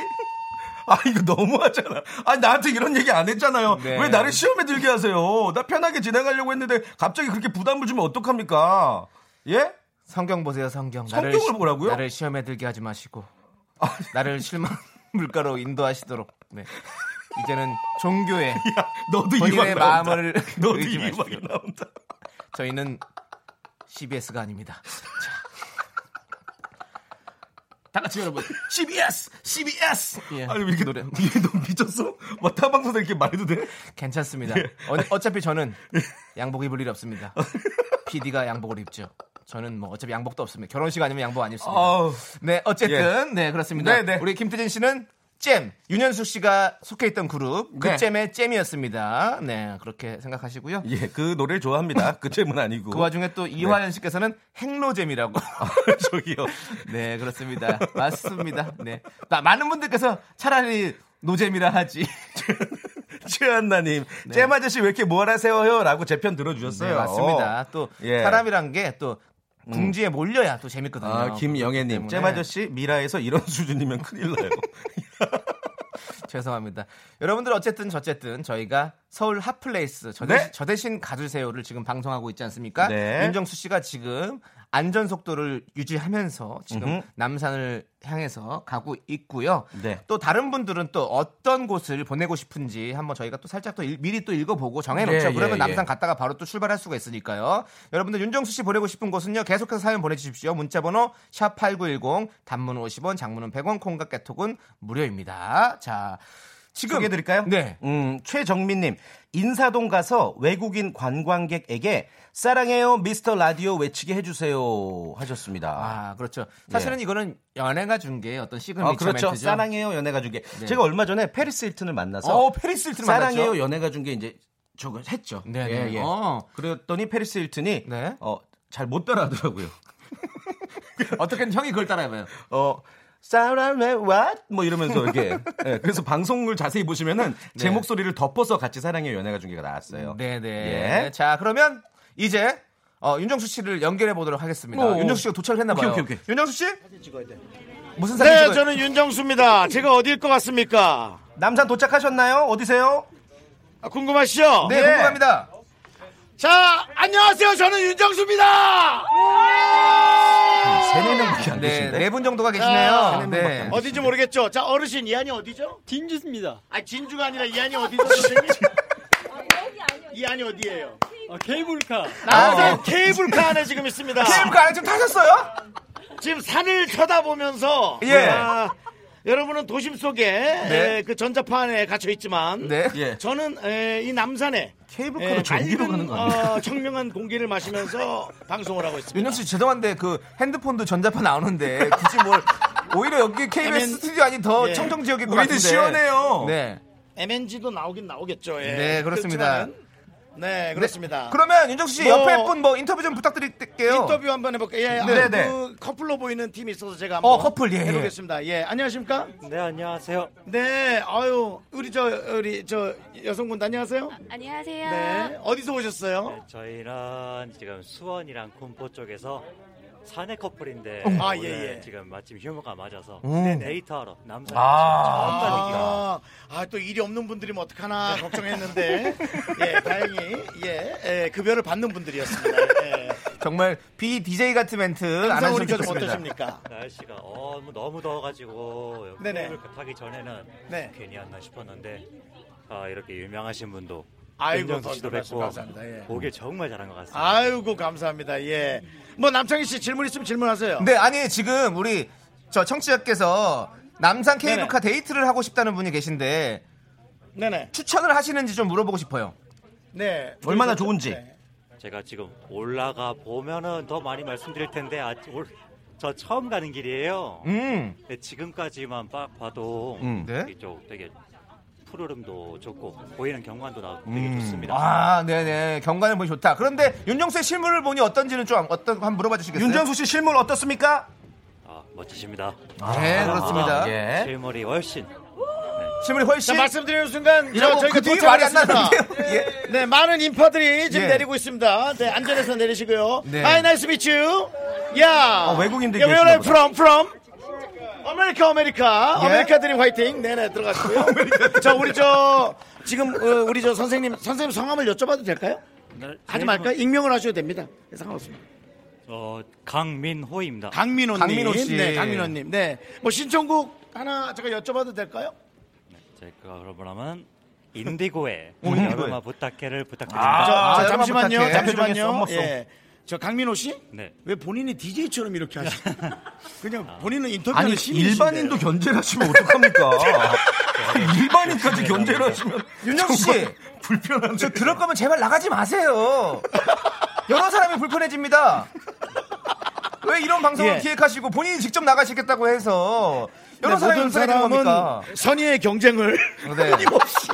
[SPEAKER 3] 아 이거 너무하잖아. 아 나한테 이런 얘기 안 했잖아요.
[SPEAKER 1] 네.
[SPEAKER 3] 왜 나를 시험에 들게 하세요? 나 편하게 진행하려고 했는데 갑자기 그렇게 부담을 주면 어떡합니까? 예?
[SPEAKER 1] 성경 보세요 성경
[SPEAKER 3] 성경을 보라고요?
[SPEAKER 1] 나를 시험에 들게 하지 마시고 나를 실망 물가로 인도하시도록 네. 이제는 종교에
[SPEAKER 3] 야, 너도
[SPEAKER 1] 본인의
[SPEAKER 3] 이만 나온다.
[SPEAKER 1] 마음을
[SPEAKER 3] *laughs* 너도
[SPEAKER 1] 의지
[SPEAKER 3] 이만
[SPEAKER 1] 마십시오.
[SPEAKER 3] 나온다.
[SPEAKER 1] 저희는 CBS가 아닙니다. 자. 다 같이 여러분.
[SPEAKER 3] CBS, CBS.
[SPEAKER 1] 예.
[SPEAKER 3] 아니 왜 이렇게
[SPEAKER 1] 노래.
[SPEAKER 3] 이게 너무 미쳤어? 뭐 타방송에 이렇게 말해도 돼?
[SPEAKER 1] 괜찮습니다.
[SPEAKER 3] 네.
[SPEAKER 1] 어, 어차피 저는 양복 입을 일 없습니다. PD가 양복을 입죠. 저는 뭐 어차피 양복도 없습니다. 결혼식 아니면 양복 안 입습니다.
[SPEAKER 3] 아우.
[SPEAKER 1] 네, 어쨌든 네 그렇습니다.
[SPEAKER 3] 네, 네.
[SPEAKER 1] 우리 김태진 씨는 잼 윤현숙 씨가 속해 있던 그룹 그
[SPEAKER 3] 네.
[SPEAKER 1] 잼의 잼이었습니다. 네 그렇게 생각하시고요.
[SPEAKER 3] 예, 그 노래를 좋아합니다. 그 잼은 아니고.
[SPEAKER 1] 그 와중에 또 이화연 씨께서는 행로잼이라고.
[SPEAKER 3] *laughs* 아. 저기요.
[SPEAKER 1] 네, 그렇습니다. 맞습니다. 네. 마- 많은 분들께서 차라리 노잼이라 하지.
[SPEAKER 3] 최한나님, 잼 아저씨 왜 이렇게 뭐라 세워요? 라고 제 편 들어주셨어요.
[SPEAKER 1] 네, 맞습니다. 또
[SPEAKER 3] 예. 음.
[SPEAKER 1] 사람이란 게 또 궁지에 몰려야 또 재밌거든요.
[SPEAKER 3] 아, 김영애님,
[SPEAKER 1] 그렇기 때문에
[SPEAKER 3] 잼 아저씨 미라에서 이런 *laughs* 수준이면 큰일 나요.
[SPEAKER 1] 죄송합니다. 여러분들 어쨌든 저쨌든 저희가 서울 핫플레이스 저 대신,
[SPEAKER 3] 네.
[SPEAKER 1] 저 대신 가주세요를 지금 방송하고 있지 않습니까?
[SPEAKER 3] 네.
[SPEAKER 1] 윤정수 씨가 지금 안전 속도를 유지하면서 지금
[SPEAKER 3] 음흠.
[SPEAKER 1] 남산을 향해서 가고 있고요.
[SPEAKER 3] 네.
[SPEAKER 1] 또 다른 분들은 또 어떤 곳을 보내고 싶은지 한번 저희가 또 살짝 또 일- 미리 또 읽어보고 정해놓죠.
[SPEAKER 3] 예, 예,
[SPEAKER 1] 그러면
[SPEAKER 3] 예.
[SPEAKER 1] 남산 갔다가 바로 또 출발할 수가 있으니까요. 여러분들 윤정수 씨 보내고 싶은 곳은요. 계속해서 사연 보내주십시오. 문자번호 샵 #8910 단문 50원, 장문은 100원, 콩과 깨톡은 무료입니다. 자, 지금 소개해드릴까요? 네.
[SPEAKER 3] 음, 최정민님 인사동 가서 외국인 관광객에게 사랑해요 미스터 라디오 외치게 해주세요 하셨습니다.
[SPEAKER 1] 아, 그렇죠. 사실은 이거는 연애가 준 게 어떤 시그니처
[SPEAKER 3] 아, 예. 그렇죠.
[SPEAKER 1] 멘트죠.
[SPEAKER 3] 사랑해요 연애가 준 게.
[SPEAKER 1] 네.
[SPEAKER 3] 제가 얼마 전에 페리스 힐튼을 만나서
[SPEAKER 1] 어, 페리스 힐튼
[SPEAKER 3] 사랑해요
[SPEAKER 1] 만났죠?
[SPEAKER 3] 연애가 준 게 이제 저거 했죠.
[SPEAKER 1] 네,
[SPEAKER 3] 예,
[SPEAKER 1] 네.
[SPEAKER 3] 예.
[SPEAKER 1] 어.
[SPEAKER 3] 그랬더니 페리스 힐튼이
[SPEAKER 1] 네.
[SPEAKER 3] 어, 잘 못 따라하더라고요.
[SPEAKER 1] 어떻게든 형이 그걸 따라해봐요.
[SPEAKER 3] 어 사랑해 what 뭐 이러면서 이게 예, 그래서 방송을 자세히 보시면은 제
[SPEAKER 1] 네.
[SPEAKER 3] 목소리를 덮어서 같이 사랑해 연애가 준 게 나왔어요.
[SPEAKER 1] 네네.
[SPEAKER 3] 예.
[SPEAKER 1] 자, 그러면 이제 어, 윤정수 씨를 연결해 보도록 하겠습니다.
[SPEAKER 3] 오.
[SPEAKER 1] 윤정수 씨가 도착을 했나봐요.
[SPEAKER 3] 오케이, 오케이, 오케이.
[SPEAKER 1] 윤정수 씨? 무슨 사진
[SPEAKER 2] 네,
[SPEAKER 1] 찍어요?
[SPEAKER 2] 저는 윤정수입니다. 제가 어디일 것 같습니까?
[SPEAKER 3] 남산 도착하셨나요? 어디세요?
[SPEAKER 2] 아, 궁금하시죠?
[SPEAKER 1] 네, 궁금합니다.
[SPEAKER 2] 자, 안녕하세요. 저는 윤정수입니다.
[SPEAKER 3] 세네 명밖에 안
[SPEAKER 1] 네,
[SPEAKER 3] 계신데.
[SPEAKER 1] 네 분 정도가 계시네요.
[SPEAKER 2] 아,
[SPEAKER 1] 네.
[SPEAKER 2] 어딘지 모르겠죠? 자, 어르신, 이한이 어디죠?
[SPEAKER 6] 진주스입니다.
[SPEAKER 2] 아, 진주가 아니라 이한이 어디죠, 선생님? 이한이 어디예요?
[SPEAKER 6] 아, 케이블카.
[SPEAKER 2] 남산 케이블카 안에 지금 있습니다.
[SPEAKER 1] 케이블카 안에 지금 그 타셨어요?
[SPEAKER 2] 지금 산을 쳐다보면서
[SPEAKER 1] 예.
[SPEAKER 2] 아, 여러분은 도심 속에
[SPEAKER 1] 네.
[SPEAKER 2] 에, 그 전자파 안에 갇혀 있지만
[SPEAKER 1] 네.
[SPEAKER 3] 예.
[SPEAKER 2] 저는 에, 이 남산에
[SPEAKER 3] 케이블카로
[SPEAKER 2] 에,
[SPEAKER 3] 전기로
[SPEAKER 2] 맑은,
[SPEAKER 3] 가는 거 아니에요?
[SPEAKER 2] 어, 청명한 공기를 마시면서 방송을 하고 있습니다.
[SPEAKER 1] 윤정수 씨 죄송한데 그 핸드폰도 전자파 나오는데 굳이 뭘 오히려 여기 KBS
[SPEAKER 2] MN
[SPEAKER 1] 스튜디오 아니 더
[SPEAKER 2] 예.
[SPEAKER 1] 청정 지역인 것 같은데.
[SPEAKER 3] 우리는 시원해요.
[SPEAKER 1] 네.
[SPEAKER 2] MNG도 나오긴 나오겠죠. 예.
[SPEAKER 1] 네, 그렇습니다.
[SPEAKER 2] 그렇지만은, 네, 그렇습니다.
[SPEAKER 1] 그러면 윤정수 씨
[SPEAKER 2] 뭐-
[SPEAKER 1] 옆에 분 뭐 인터뷰 좀 부탁드릴게요.
[SPEAKER 2] 인터뷰 한번 해볼게요. 예, 아,
[SPEAKER 1] 네, 네.
[SPEAKER 2] 그 커플로 보이는 팀이 있어서 제가 한번
[SPEAKER 1] 어, 커플, 예, 예.
[SPEAKER 2] 해보겠습니다. 예, 안녕하십니까?
[SPEAKER 6] 네, 안녕하세요.
[SPEAKER 2] 네, 아유 우리 저 우리 저 여성분도 안녕하세요.
[SPEAKER 7] 아, 안녕하세요.
[SPEAKER 2] 네, 어디서 오셨어요?
[SPEAKER 6] 저희는 지금 수원이랑 군포 쪽에서 사내 커플인데
[SPEAKER 2] 아,
[SPEAKER 6] 오늘
[SPEAKER 2] 예, 예.
[SPEAKER 6] 지금 마침 휴무가 맞아서 네,
[SPEAKER 1] 음.
[SPEAKER 6] 데이트하러 남산
[SPEAKER 2] 아, 아, 또 일이 없는 분들이면 어떡하나 걱정했는데, *laughs* 예, 다행히, 예, 예, 급여를 받는 분들이었습니다. 예.
[SPEAKER 1] 정말 비 DJ 같은 멘트 안
[SPEAKER 2] 항상
[SPEAKER 1] 하시면
[SPEAKER 2] 우리 좀
[SPEAKER 1] 좋겠습니다.
[SPEAKER 2] 어떠십니까?
[SPEAKER 6] 날씨가 어, 뭐 너무 더워가지고 여기
[SPEAKER 2] 네네.
[SPEAKER 6] 케이블카 그 타기 전에는
[SPEAKER 2] 네.
[SPEAKER 6] 괜히 왔나 싶었는데 아, 이렇게 유명하신 분도
[SPEAKER 2] 아이고,
[SPEAKER 6] 윤정수 씨도
[SPEAKER 2] 더 말씀
[SPEAKER 6] 뵙고
[SPEAKER 2] 감사합니다. 예.
[SPEAKER 6] 오길 정말 잘한 것 같습니다.
[SPEAKER 2] 아이고, 감사합니다. 예. 뭐, 남창희 씨 질문 있으면 질문하세요.
[SPEAKER 1] 네, 아니 지금 우리 저 청취자께서 남산 케이블카 데이트를 하고 싶다는 분이 계신데
[SPEAKER 2] 네네.
[SPEAKER 1] 추천을 하시는지 좀 물어보고 싶어요.
[SPEAKER 2] 네.
[SPEAKER 3] 얼마나 좋은지.
[SPEAKER 2] 네.
[SPEAKER 6] 제가 지금 올라가 보면은 더 많이 말씀드릴 텐데 아, 올, 저 처음 가는 길이에요.
[SPEAKER 1] 음,
[SPEAKER 6] 네, 지금까지만 빡 봐도
[SPEAKER 3] 음.
[SPEAKER 1] 네.
[SPEAKER 6] 이쪽 되게 푸르름도 좋고 보이는 경관도 나오고 되게 좋습니다.
[SPEAKER 1] 아, 네네 경관을 보니 좋다. 그런데 윤정수의 실물을 보니 어떤지는 좀 어떤 한번 물어봐 주시겠어요?
[SPEAKER 3] 윤정수 씨 실물 어떻습니까?
[SPEAKER 6] 아, 멋지십니다.
[SPEAKER 1] 네, 그렇습니다.
[SPEAKER 3] 아, 예.
[SPEAKER 6] 실물이 훨씬
[SPEAKER 1] 실물이 훨씬
[SPEAKER 2] 자, 말씀드리는 순간, 저,
[SPEAKER 1] 이라고
[SPEAKER 2] 저희가
[SPEAKER 1] 그 뒤에 말이 안
[SPEAKER 2] 도착했습니다.
[SPEAKER 1] 나는데요. 예.
[SPEAKER 2] 네, 많은 인파들이 지금
[SPEAKER 1] 예.
[SPEAKER 2] 내리고 있습니다. 네, 안전해서 내리시고요.
[SPEAKER 1] 네.
[SPEAKER 2] Hi, nice to meet you. 야.
[SPEAKER 3] 어, 외국인들이
[SPEAKER 2] 야, Where are you
[SPEAKER 3] 계시나
[SPEAKER 2] from? From? 아메리카, 아메리카.
[SPEAKER 1] 예.
[SPEAKER 2] 아메리카들이 화이팅. 네네, 들어가시고요. 자, 우리 저, 지금, 어, 우리 저 선생님, 선생님 성함을 여쭤봐도 될까요?
[SPEAKER 6] 네,
[SPEAKER 2] 하지 말까요? 익명을 하셔도 됩니다. 네, 상관없습니다.
[SPEAKER 6] 어, 강민호입니다.
[SPEAKER 2] 강민호님.
[SPEAKER 1] 강민호 씨.
[SPEAKER 2] 네, 강민호님. 네. 뭐, 신청곡 하나 제가 여쭤봐도 될까요?
[SPEAKER 6] 제가 그러면 인디고의
[SPEAKER 3] 인디고의.
[SPEAKER 6] 여름아 부탁해를 부탁드립니다.
[SPEAKER 2] 저,
[SPEAKER 1] 아,
[SPEAKER 2] 저
[SPEAKER 1] 여러분
[SPEAKER 2] 잠시만요.
[SPEAKER 1] 부탁해.
[SPEAKER 3] 대표적인
[SPEAKER 2] 잠시만요.
[SPEAKER 3] 썸머송.
[SPEAKER 2] 예. 저 강민호 씨?
[SPEAKER 6] 네.
[SPEAKER 2] 왜 본인이 DJ처럼 이렇게 하시? 그냥 본인은 인터뷰하는
[SPEAKER 3] 아니
[SPEAKER 2] 신인이신데요. *laughs*
[SPEAKER 3] 일반인도 견제를 하시면 어떡합니까?
[SPEAKER 1] *laughs*
[SPEAKER 3] 일반인까지 견제를 하시면
[SPEAKER 1] 네, 윤정수 씨.
[SPEAKER 3] 불편한데.
[SPEAKER 1] 저 그럴 거면 제발 나가지 마세요. 여러 사람이 불편해집니다. 왜 이런 방송을
[SPEAKER 2] 예.
[SPEAKER 1] 기획하시고 본인이 직접 나가시겠다고 해서 여러
[SPEAKER 2] 근데
[SPEAKER 3] 네,
[SPEAKER 1] 사람이
[SPEAKER 2] 모든
[SPEAKER 1] 불편해지는 겁니까?
[SPEAKER 2] 사람은 선의의 경쟁을
[SPEAKER 1] 네.
[SPEAKER 2] *laughs* 끊임없이.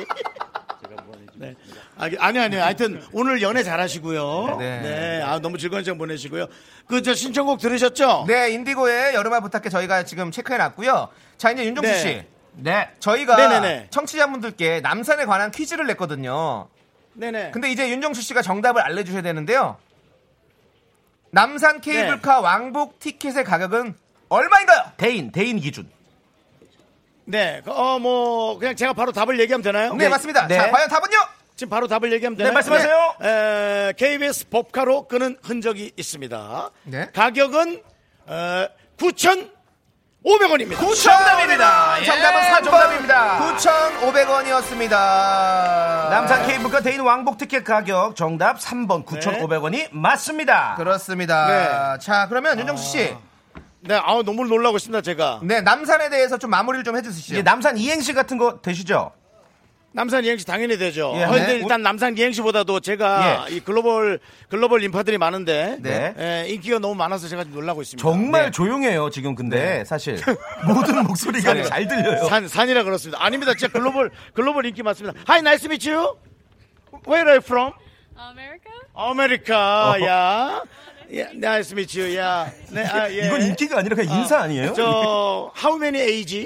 [SPEAKER 2] 네. 아, 아니 아니 하여튼 오늘 연애 잘하시고요.
[SPEAKER 1] 네.
[SPEAKER 2] 네. 아 너무 즐거운 시간 보내시고요. 그 저 신청곡 들으셨죠?
[SPEAKER 1] 네, 인디고의 여름아 부탁해 저희가 지금 체크해 놨고요. 자, 이제 윤종수
[SPEAKER 2] 네.
[SPEAKER 1] 씨. 네. 저희가
[SPEAKER 2] 네네네.
[SPEAKER 1] 청취자분들께 남산에 관한 퀴즈를 냈거든요.
[SPEAKER 2] 네네.
[SPEAKER 1] 근데 이제 윤정수 씨가 정답을 알려주셔야 되는데요. 남산 케이블카 왕복 티켓의 가격은 얼마인가요?
[SPEAKER 3] 대인 대인 기준.
[SPEAKER 2] 네. 어 그, 뭐 그냥 제가 바로 답을 얘기하면 되나요?
[SPEAKER 1] 네, 맞습니다.
[SPEAKER 3] 네.
[SPEAKER 1] 자, 과연 답은요?
[SPEAKER 2] 지금 바로 답을 얘기하면 되나요?
[SPEAKER 3] 네, 말씀하세요.
[SPEAKER 2] 에, KBS 법카로 끄는 흔적이 있습니다.
[SPEAKER 1] 네.
[SPEAKER 2] 가격은 어, 에, 9,500원입니다.
[SPEAKER 3] 정답입니다.
[SPEAKER 1] 정답은
[SPEAKER 3] 예,
[SPEAKER 1] 4번
[SPEAKER 3] 정답입니다.
[SPEAKER 1] 9,500원이었습니다. 아.
[SPEAKER 3] 남산 케이블카 대인 왕복 티켓 가격 정답 3번 9,500원이
[SPEAKER 1] 네.
[SPEAKER 3] 맞습니다.
[SPEAKER 1] 그렇죠. 그렇습니다. 자, 그러면 윤정수 씨.
[SPEAKER 2] 네, 아우 너무 놀라고 있습니다, 제가.
[SPEAKER 1] 네, 남산에 대해서 좀 마무리를 좀 해주시죠.
[SPEAKER 3] 이제 남산 이행시 같은 거 되시죠?
[SPEAKER 2] 남산 이행시 당연히 되죠.
[SPEAKER 3] 예,
[SPEAKER 2] 그런데
[SPEAKER 3] 네. 예.
[SPEAKER 2] 일단 남산 이행시보다도 제가 이 글로벌 글로벌 인파들이 많은데
[SPEAKER 3] 네.
[SPEAKER 2] 에, 인기가 너무 많아서 제가 지금 놀라고 있습니다.
[SPEAKER 3] 정말
[SPEAKER 1] 네.
[SPEAKER 3] 조용해요 지금 근데 사실 모든 목소리가
[SPEAKER 2] 네.
[SPEAKER 3] 잘 들려요.
[SPEAKER 2] 산 산이라 그렇습니다. 아닙니다, 진짜 글로벌 글로벌 인기 많습니다. Hi, nice to meet you. Where are you from?
[SPEAKER 7] America?
[SPEAKER 2] 아메리카, 야. 예, nice to meet you, 야. 네, 아, 예.
[SPEAKER 3] 이건 인기가 아니라 그냥 인사 아니에요?
[SPEAKER 2] 저, how many age?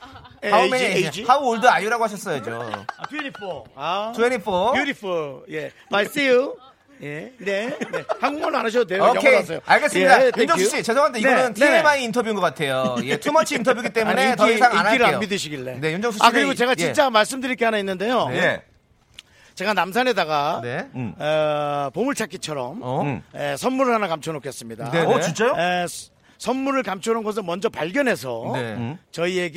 [SPEAKER 1] 아, How
[SPEAKER 2] age,
[SPEAKER 1] many?
[SPEAKER 2] age?
[SPEAKER 1] How old are you라고 하셨어야죠.
[SPEAKER 2] 24. 아,
[SPEAKER 1] 24.
[SPEAKER 2] beautiful. 예. I see you. 예. 네. 네. 한국말 안 하셔도 돼요. 영어로
[SPEAKER 1] 오케이.
[SPEAKER 2] 하세요.
[SPEAKER 1] 알겠습니다.
[SPEAKER 2] 예, thank
[SPEAKER 1] 윤정수
[SPEAKER 2] you.
[SPEAKER 1] 씨, 죄송한데
[SPEAKER 2] 네,
[SPEAKER 1] 이거는
[SPEAKER 2] 네.
[SPEAKER 1] TMI 인터뷰인 것 같아요. 예, 투머치 인터뷰기 때문에
[SPEAKER 2] *laughs* 아니,
[SPEAKER 1] 더
[SPEAKER 2] 인기-
[SPEAKER 1] 이상 안
[SPEAKER 2] 인기를
[SPEAKER 1] 할게요.
[SPEAKER 2] 안 믿으시길래.
[SPEAKER 1] 네, 윤정수 씨.
[SPEAKER 2] 아, 그리고 제가 진짜 말씀드릴 게 하나 있는데요.
[SPEAKER 3] 예.
[SPEAKER 2] 제가 남산에다가
[SPEAKER 1] 네.
[SPEAKER 3] 음.
[SPEAKER 2] 어, 보물찾기처럼
[SPEAKER 1] 어?
[SPEAKER 3] 음.
[SPEAKER 2] 에, 선물을 하나 감춰놓겠습니다.
[SPEAKER 1] 네.
[SPEAKER 3] 어 진짜요?
[SPEAKER 2] 에, 스- 선물을 감춰놓은 것을 먼저 발견해서
[SPEAKER 1] 네.
[SPEAKER 3] 음.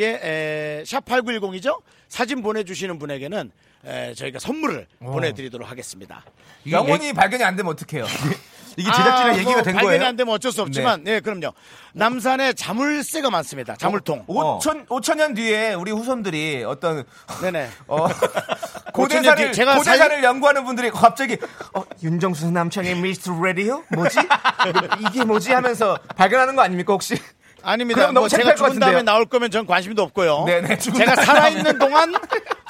[SPEAKER 2] 저희에게 샵8910이죠? 사진 보내주시는 분에게는 에, 저희가 선물을
[SPEAKER 3] 어.
[SPEAKER 2] 보내드리도록 하겠습니다.
[SPEAKER 1] 영혼이 발견이 안 되면 어떡해요?
[SPEAKER 3] 이게 제작진의
[SPEAKER 2] 아,
[SPEAKER 3] 얘기가
[SPEAKER 2] 뭐
[SPEAKER 3] 된
[SPEAKER 2] 발견이
[SPEAKER 3] 거예요? 네.
[SPEAKER 2] 안 되면 어쩔 수 없지만, 예, 그럼요. 남산에 자물쇠가 많습니다. 자물통.
[SPEAKER 3] 어.
[SPEAKER 1] 5천, 5천 년 뒤에 우리 후손들이 어떤
[SPEAKER 2] 네네.
[SPEAKER 3] *laughs*
[SPEAKER 1] 어,
[SPEAKER 2] 오천 년
[SPEAKER 1] 고대사를
[SPEAKER 2] 뒤에 제가
[SPEAKER 1] 고대사를 연구하는 분들이 갑자기 어, 윤정수 남창의 미스터 라디오 뭐지 이게 뭐지 하면서 발견하는 거 아닙니까 혹시?
[SPEAKER 2] 아닙니다.
[SPEAKER 1] 그럼 너무
[SPEAKER 2] 뭐 제가
[SPEAKER 1] 창피할 것
[SPEAKER 2] 죽은 다음에
[SPEAKER 1] 같은데요.
[SPEAKER 2] 나올 거면 전 관심도 없고요.
[SPEAKER 1] 네네, 죽은
[SPEAKER 2] 제가
[SPEAKER 1] 다음에
[SPEAKER 2] 살아있는 동안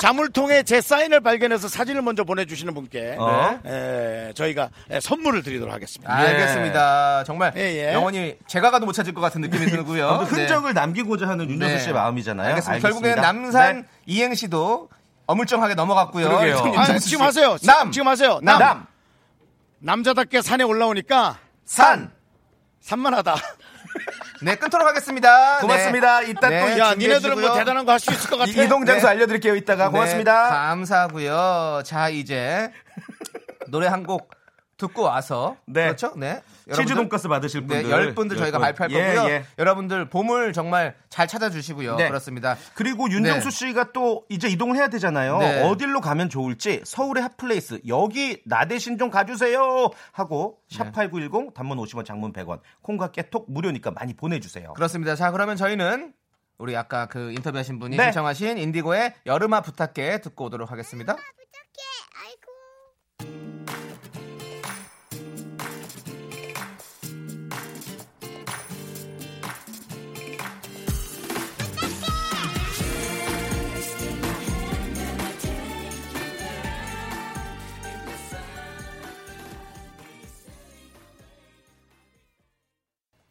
[SPEAKER 2] 자물통에 제 사인을 발견해서 사진을 먼저 보내주시는 분께
[SPEAKER 3] 어.
[SPEAKER 2] 에, 저희가 에, 선물을 드리도록
[SPEAKER 3] 아,
[SPEAKER 1] 아,
[SPEAKER 2] 하겠습니다.
[SPEAKER 1] 알겠습니다. 정말
[SPEAKER 2] 예, 예.
[SPEAKER 1] 영원히 제가 가도 못 찾을 것 같은 느낌이 들고요.
[SPEAKER 3] 아무튼
[SPEAKER 1] 네.
[SPEAKER 3] 흔적을 남기고자 하는 윤정수
[SPEAKER 1] 네.
[SPEAKER 3] 씨의 마음이잖아요.
[SPEAKER 1] 알겠습니다. 결국에는
[SPEAKER 3] 알겠습니다.
[SPEAKER 1] 남산
[SPEAKER 3] 네.
[SPEAKER 1] 이행시도 어물쩡하게 넘어갔고요.
[SPEAKER 3] 그러게요.
[SPEAKER 1] 윤정수
[SPEAKER 2] 아,
[SPEAKER 1] 씨.
[SPEAKER 2] 지금 하세요. 지-
[SPEAKER 1] 남
[SPEAKER 2] 지금 하세요.
[SPEAKER 1] 남.
[SPEAKER 3] 네.
[SPEAKER 2] 남. 남자답게 산에 올라오니까
[SPEAKER 1] 산.
[SPEAKER 2] 산만하다.
[SPEAKER 1] 네 끊도록 하겠습니다. 네.
[SPEAKER 3] 고맙습니다. 이따 또
[SPEAKER 1] 네,
[SPEAKER 2] 야,
[SPEAKER 1] 준비해
[SPEAKER 2] 니네들은 뭐
[SPEAKER 1] 주시고요.
[SPEAKER 2] 대단한 거 할 수 있을 것 같아.
[SPEAKER 3] 이- 이동 장소
[SPEAKER 1] 네.
[SPEAKER 3] 알려드릴게요. 이따가
[SPEAKER 1] 네,
[SPEAKER 3] 고맙습니다.
[SPEAKER 1] 감사하고요. 자 이제 노래 한 곡 듣고 와서
[SPEAKER 3] 네.
[SPEAKER 1] 그렇죠? 네.
[SPEAKER 3] 치즈
[SPEAKER 1] 여러분들,
[SPEAKER 3] 돈가스 받으실
[SPEAKER 1] 네,
[SPEAKER 3] 분들
[SPEAKER 1] 열 분들 저희가
[SPEAKER 3] 분.
[SPEAKER 1] 발표할
[SPEAKER 3] 예,
[SPEAKER 1] 거고요.
[SPEAKER 3] 예.
[SPEAKER 1] 여러분들 보물 정말 잘 찾아주시고요.
[SPEAKER 3] 네.
[SPEAKER 1] 그렇습니다.
[SPEAKER 3] 그리고 윤정수 씨가 또 이제 이동을 해야 되잖아요.
[SPEAKER 1] 네.
[SPEAKER 3] 어디로 가면 좋을지 서울의 핫플레이스 여기 나 대신 좀 가주세요 하고
[SPEAKER 1] 네.
[SPEAKER 3] 샵8910 단문 50원 장문 100원 콩과 깨톡 무료니까 많이 보내주세요.
[SPEAKER 1] 그렇습니다. 자 그러면 저희는 우리 아까 그 인터뷰하신 분이
[SPEAKER 3] 네.
[SPEAKER 1] 신청하신 인디고의 여름아 부탁해 듣고 오도록 하겠습니다.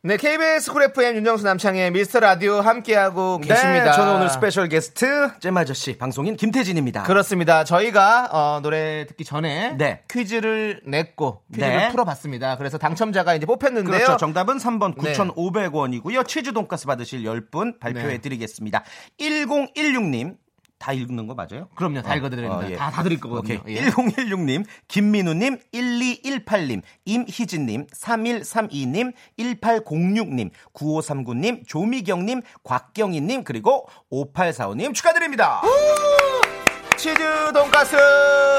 [SPEAKER 1] 네, KBS 쿨 FM 윤정수 남창의 미스터 라디오 함께하고 계십니다.
[SPEAKER 3] 네, 저는 오늘 스페셜 게스트 잼 아저씨 방송인 김태진입니다.
[SPEAKER 1] 그렇습니다. 저희가 어, 노래 듣기 전에
[SPEAKER 3] 네.
[SPEAKER 1] 퀴즈를 냈고 퀴즈를
[SPEAKER 3] 네.
[SPEAKER 1] 풀어봤습니다. 그래서 당첨자가 이제 뽑혔는데요.
[SPEAKER 3] 그렇죠. 정답은 3번
[SPEAKER 1] 네.
[SPEAKER 3] 9,500원이고요. 치즈 돈가스 받으실 10분 발표해 드리겠습니다. 1016님 다 읽는 거 맞아요? 예.
[SPEAKER 1] 그럼요. 다 읽어드립니다. 다- 다 드릴 거거든요.
[SPEAKER 3] 오케이.
[SPEAKER 1] 예.
[SPEAKER 3] 1016님, 김민우님, 1218님, 임희진님, 3132님, 1806님, 9539님, 조미경님, 곽경희님, 그리고 5845님 축하드립니다.
[SPEAKER 1] 치즈 돈가스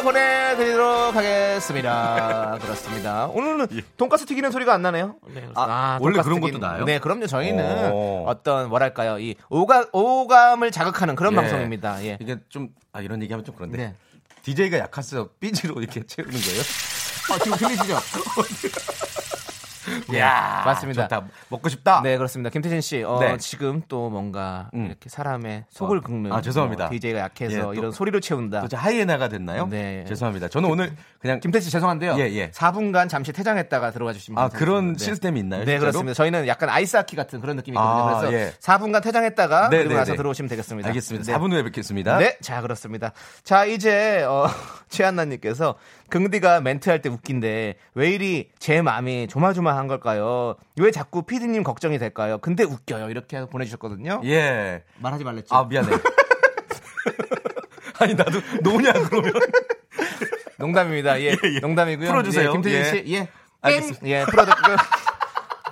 [SPEAKER 1] 보내드리도록
[SPEAKER 3] *laughs*
[SPEAKER 1] 하겠습니다. 그렇습니다. 오늘은 돈가스 튀기는 소리가 안 나네요.
[SPEAKER 3] 예. 아, 원래
[SPEAKER 1] 돈가스
[SPEAKER 3] 그런
[SPEAKER 1] 튀기는-
[SPEAKER 3] 것도 나요?
[SPEAKER 1] 네, 그럼요. 저희는
[SPEAKER 3] 오.
[SPEAKER 1] 어떤 뭐랄까요, 이 오감 오감을 자극하는 그런 방송입니다. 예.
[SPEAKER 3] 이게 좀, 아, 이런 얘기하면 좀 그런데.
[SPEAKER 1] 네.
[SPEAKER 3] DJ가 약해서 삐지로 이렇게 채우는 거예요?
[SPEAKER 1] 아, 지금
[SPEAKER 3] *laughs*
[SPEAKER 1] 들리시죠? 예,
[SPEAKER 3] 야
[SPEAKER 1] 맞습니다.
[SPEAKER 3] 좋다. 먹고 싶다.
[SPEAKER 1] 네, 그렇습니다. 김태진 씨, 어,
[SPEAKER 3] 아. 네.
[SPEAKER 1] 지금 또 뭔가
[SPEAKER 3] 음.
[SPEAKER 1] 이렇게 사람의 속을 긁는
[SPEAKER 3] 아, 죄송합니다.
[SPEAKER 1] DJ가 약해서
[SPEAKER 3] 예, 또-
[SPEAKER 1] 이런 소리로 채운다.
[SPEAKER 3] 도대체 하이에나가 됐나요?
[SPEAKER 1] 네.
[SPEAKER 3] 죄송합니다. 저는 오늘 그냥
[SPEAKER 1] 김태진 씨 죄송한데요.
[SPEAKER 3] 예, 예.
[SPEAKER 1] 4분간 잠시 퇴장했다가 들어가 주시면
[SPEAKER 3] 아,
[SPEAKER 1] 감사하겠습니다.
[SPEAKER 3] 그런
[SPEAKER 1] 네.
[SPEAKER 3] 시스템이 있나요?
[SPEAKER 1] 네,
[SPEAKER 3] 실제로?
[SPEAKER 1] 그렇습니다. 저희는 약간 아이스하키 같은 그런 느낌이거든요.
[SPEAKER 3] 아,
[SPEAKER 1] 그래서
[SPEAKER 3] 예.
[SPEAKER 1] 4분간 퇴장했다가
[SPEAKER 3] 네,
[SPEAKER 1] 그리고
[SPEAKER 3] 네,
[SPEAKER 1] 나서
[SPEAKER 3] 네.
[SPEAKER 1] 들어오시면 되겠습니다.
[SPEAKER 3] 알겠습니다.
[SPEAKER 1] 네.
[SPEAKER 3] 4분 후에 뵙겠습니다.
[SPEAKER 1] 네, 자 그렇습니다. 자 이제 어, *laughs* 최한나님께서 긍디가 멘트할 때 웃긴데 왜 이리 제 마음이 조마조마한 걸까요? 왜 자꾸 피디님 걱정이 될까요? 근데 웃겨요 이렇게 보내주셨거든요.
[SPEAKER 3] 예.
[SPEAKER 1] 말하지 *laughs* 말랬죠.
[SPEAKER 3] 아, 미안해. 아니, 나도 노냐, 그러면.
[SPEAKER 1] 농담입니다. *laughs* 예, 농담이고요.
[SPEAKER 3] 풀어주세요.
[SPEAKER 1] 예, 김태진
[SPEAKER 3] 예.
[SPEAKER 1] 씨, 예, 땡,
[SPEAKER 3] 알겠습니다.
[SPEAKER 1] 예, 풀어드, *laughs*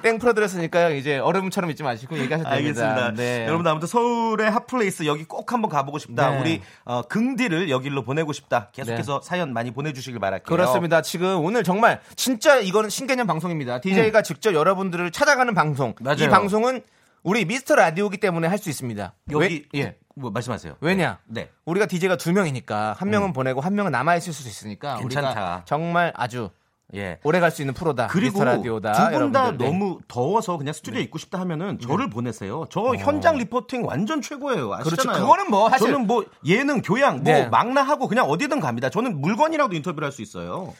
[SPEAKER 1] 땡 풀어드렸으니까요. 이제 얼음처럼 잊지 마시고 얘기하셔도 됩니다.
[SPEAKER 3] 알겠습니다.
[SPEAKER 1] 네.
[SPEAKER 3] 여러분들 아무튼 서울의 핫플레이스 여기 꼭 한번 가보고 싶다.
[SPEAKER 1] 네.
[SPEAKER 3] 우리 어, 긍디를 여기로 보내고 싶다. 계속해서 사연 많이 보내주시길 바랄게요.
[SPEAKER 1] 그렇습니다. 지금 오늘 정말 진짜 이거는 신개념 방송입니다. DJ가 직접 여러분들을 찾아가는 방송.
[SPEAKER 3] 음. 맞아요.
[SPEAKER 1] 이 방송은 우리 미스터 라디오기 때문에 할 수 있습니다.
[SPEAKER 3] 여기
[SPEAKER 1] 왜, 예.
[SPEAKER 3] 뭐 말씀하세요.
[SPEAKER 1] 왜냐?
[SPEAKER 3] 네.
[SPEAKER 1] 우리가 DJ가 두 명이니까 한 명은 보내고 한 명은 남아 있을 수 있으니까
[SPEAKER 3] 음. 괜찮다.
[SPEAKER 1] 우리가 정말 아주
[SPEAKER 3] 예.
[SPEAKER 1] 오래 갈 수 있는 프로다.
[SPEAKER 3] 그리고
[SPEAKER 1] 미스터 라디오다.
[SPEAKER 3] 두 분 다
[SPEAKER 1] 여러분들. 네.
[SPEAKER 3] 너무 더워서 그냥 스튜디오에 있고 싶다 하면은 저를 보내세요. 저 현장 리포팅 완전 최고예요. 아시잖아요.
[SPEAKER 1] 어. 그렇죠. 그거는 뭐 사실-
[SPEAKER 3] 저는 뭐 예능, 교양, 뭐
[SPEAKER 1] 네.
[SPEAKER 3] 막나하고 그냥 어디든 갑니다. 저는 물건이라도 인터뷰를 할 수 있어요.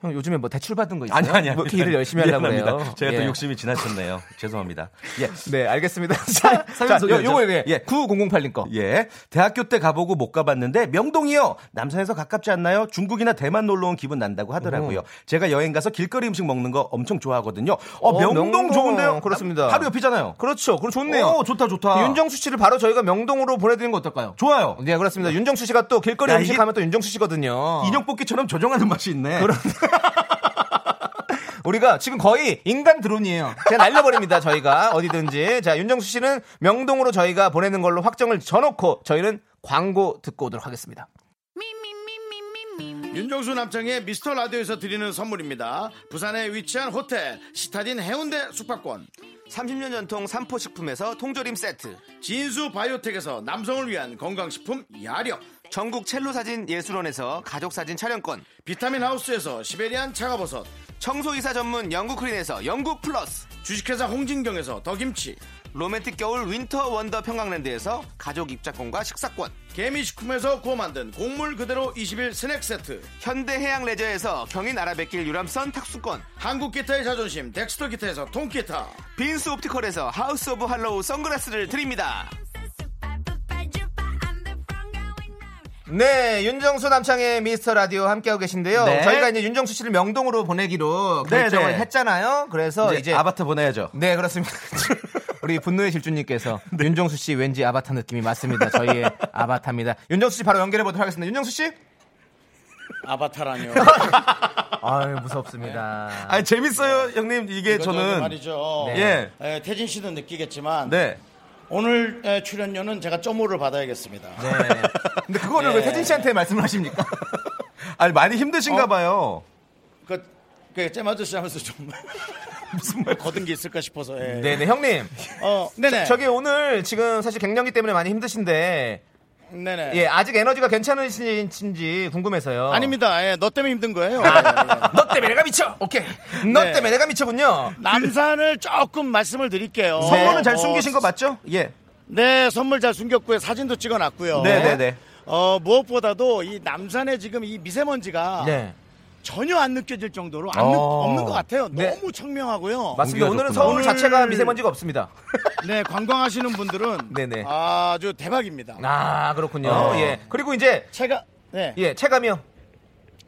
[SPEAKER 1] 형 요즘에 뭐 대출 받은 거 있어요?
[SPEAKER 3] 아니 아니 아니.
[SPEAKER 1] 뭐 이렇게 일을 열심히 하려고
[SPEAKER 3] 미안합니다.
[SPEAKER 1] 그래요.
[SPEAKER 3] 제가 또
[SPEAKER 1] 예.
[SPEAKER 3] 욕심이 지나쳤네요. *laughs* 죄송합니다. 예.
[SPEAKER 1] 네, 알겠습니다. 자,
[SPEAKER 3] 사연
[SPEAKER 1] 자, 요-
[SPEAKER 3] 소개하죠.
[SPEAKER 1] 요거 네.
[SPEAKER 3] 예.
[SPEAKER 1] 9008님 거.
[SPEAKER 3] 예. 대학교 때 가보고 못 가봤는데 명동이요. 남산에서 가깝지 않나요? 중국이나 대만 놀러 온 기분 난다고 하더라고요.
[SPEAKER 1] 음.
[SPEAKER 3] 제가 여행 가서 길거리 음식 먹는 거 엄청 좋아하거든요. 어,
[SPEAKER 1] 어,
[SPEAKER 3] 명동,
[SPEAKER 1] 명동.
[SPEAKER 3] 좋은데요?
[SPEAKER 1] 그렇습니다.
[SPEAKER 3] 바로 옆이잖아요.
[SPEAKER 1] 그렇죠. 그럼 좋네요.
[SPEAKER 3] 오, 좋다 좋다.
[SPEAKER 1] 윤정수 씨를 바로 저희가 명동으로 보내드리는 거 어떨까요?
[SPEAKER 3] 좋아요.
[SPEAKER 1] 네, 그렇습니다. 윤정수 씨가 또 길거리
[SPEAKER 3] 야,
[SPEAKER 1] 음식
[SPEAKER 3] 이게-
[SPEAKER 1] 하면 또 윤정수 씨거든요.
[SPEAKER 3] 인형 뽑기처럼 조정하는 맛이 있네.
[SPEAKER 1] 우리가 지금 거의 인간 드론이에요. 그냥 날려버립니다, *laughs* 저희가. 어디든지. 자, 윤정수 씨는 명동으로 저희가 보내는 걸로 확정을 져놓고 저희는 광고 듣고 오도록 하겠습니다.
[SPEAKER 2] 윤정수 남창의 미스터 라디오에서 드리는 선물입니다. 부산에 위치한 호텔 시타딘 해운대 숙박권
[SPEAKER 1] 30년 전통 삼포식품에서 통조림 세트.
[SPEAKER 2] 진수 바이오텍에서 남성을 위한 건강식품 야력
[SPEAKER 1] 전국 첼로 사진 예술원에서 가족 사진 촬영권.
[SPEAKER 2] 비타민 하우스에서 시베리안 차가버섯
[SPEAKER 1] 청소이사 전문 영국 크린에서 영국 플러스.
[SPEAKER 2] 주식회사 홍진경에서 더김치
[SPEAKER 1] 로맨틱 겨울 윈터 원더 평강랜드에서 가족 입자권과 식사권.
[SPEAKER 2] 개미식품에서 구워 만든 곡물 그대로 20일 스낵 세트
[SPEAKER 1] 현대 해양 레저에서 경인 아라뱃길 유람선 탁수권.
[SPEAKER 2] 한국 기타의 자존심 덱스터 기타에서 통기타
[SPEAKER 1] 빈스 옵티컬에서 하우스 오브 할로우 선글라스를 드립니다. 네, 윤정수 남창의 미스터 라디오 함께하고 계신데요.
[SPEAKER 3] 네.
[SPEAKER 1] 저희가 이제 윤정수 씨를 명동으로 보내기로 결정을
[SPEAKER 3] 네.
[SPEAKER 1] 했잖아요. 그래서
[SPEAKER 3] 이제,
[SPEAKER 1] 이제,
[SPEAKER 3] 아바타 보내야죠.
[SPEAKER 1] 네, 그렇습니다. *laughs* 우리 분노의
[SPEAKER 3] *laughs*
[SPEAKER 1] 질주님께서
[SPEAKER 3] 네.
[SPEAKER 1] 윤정수 씨 왠지 아바타 느낌이 맞습니다. 저희의 아바타입니다. 윤정수 씨 바로 연결해 보도록 하겠습니다. 윤정수 씨?
[SPEAKER 2] 아바타라뇨 *laughs*
[SPEAKER 1] 아유, 무섭습니다. 그
[SPEAKER 3] 아 재밌어요, 형님. 이게 예, 저는
[SPEAKER 2] 말이죠
[SPEAKER 3] 네.
[SPEAKER 2] 예, 태진 씨도 느끼겠지만
[SPEAKER 3] 네.
[SPEAKER 2] 오늘 에, 출연료는 제가 점호를 받아야겠습니다
[SPEAKER 1] 네. 근데 그거를 왜
[SPEAKER 2] 예.
[SPEAKER 1] 태진 씨한테 말씀을 하십니까?
[SPEAKER 3] 네. *laughs* 아니 많이 힘드신가
[SPEAKER 2] 어?
[SPEAKER 3] 봐요.
[SPEAKER 2] 그, 그, 잼 아저씨 하면서 좀. *laughs* 무슨 말. 거둔 게 있을까 싶어서, 예.
[SPEAKER 1] 네네, 형님.
[SPEAKER 2] 어, 네네.
[SPEAKER 1] 저기 오늘 지금 사실 갱년기 때문에 많이 힘드신데
[SPEAKER 2] 네네.
[SPEAKER 1] 예 아직 에너지가 괜찮으신지 궁금해서요.
[SPEAKER 2] 아닙니다. 예, 너 때문에 힘든 거예요. 예,
[SPEAKER 3] 네,
[SPEAKER 2] 예.
[SPEAKER 1] 너 때문에 내가 미쳐. *laughs* 오케이. 너
[SPEAKER 2] 네.
[SPEAKER 1] 때문에 내가 미쳐군요.
[SPEAKER 2] *laughs* 남산을 조금 말씀을 드릴게요.
[SPEAKER 3] 선물은 잘
[SPEAKER 2] 어,
[SPEAKER 3] 숨기신 거 맞죠? 예.
[SPEAKER 2] 네, 선물 잘 숨겼고요. 사진도 찍어 놨고요.
[SPEAKER 3] 네네네.
[SPEAKER 2] 어, 무엇보다도 이 남산에 지금 이 미세먼지가
[SPEAKER 1] 네.
[SPEAKER 2] 전혀 안 느껴질 정도로 안 느-
[SPEAKER 3] 어.
[SPEAKER 2] 없는 것 같아요.
[SPEAKER 1] 네.
[SPEAKER 2] 너무 청명하고요.
[SPEAKER 1] 맞습니다.
[SPEAKER 3] 공기가
[SPEAKER 1] 오늘은
[SPEAKER 3] 좋구나.
[SPEAKER 1] 서울
[SPEAKER 2] 오늘-
[SPEAKER 1] 자체가 미세먼지가 없습니다.
[SPEAKER 2] 네, 관광하시는 분들은
[SPEAKER 1] 네네.
[SPEAKER 2] 아주 대박입니다.
[SPEAKER 1] 아 그렇군요.
[SPEAKER 3] 어.
[SPEAKER 1] 예 그리고 이제
[SPEAKER 2] 체감, 네,
[SPEAKER 1] 예 체감이요.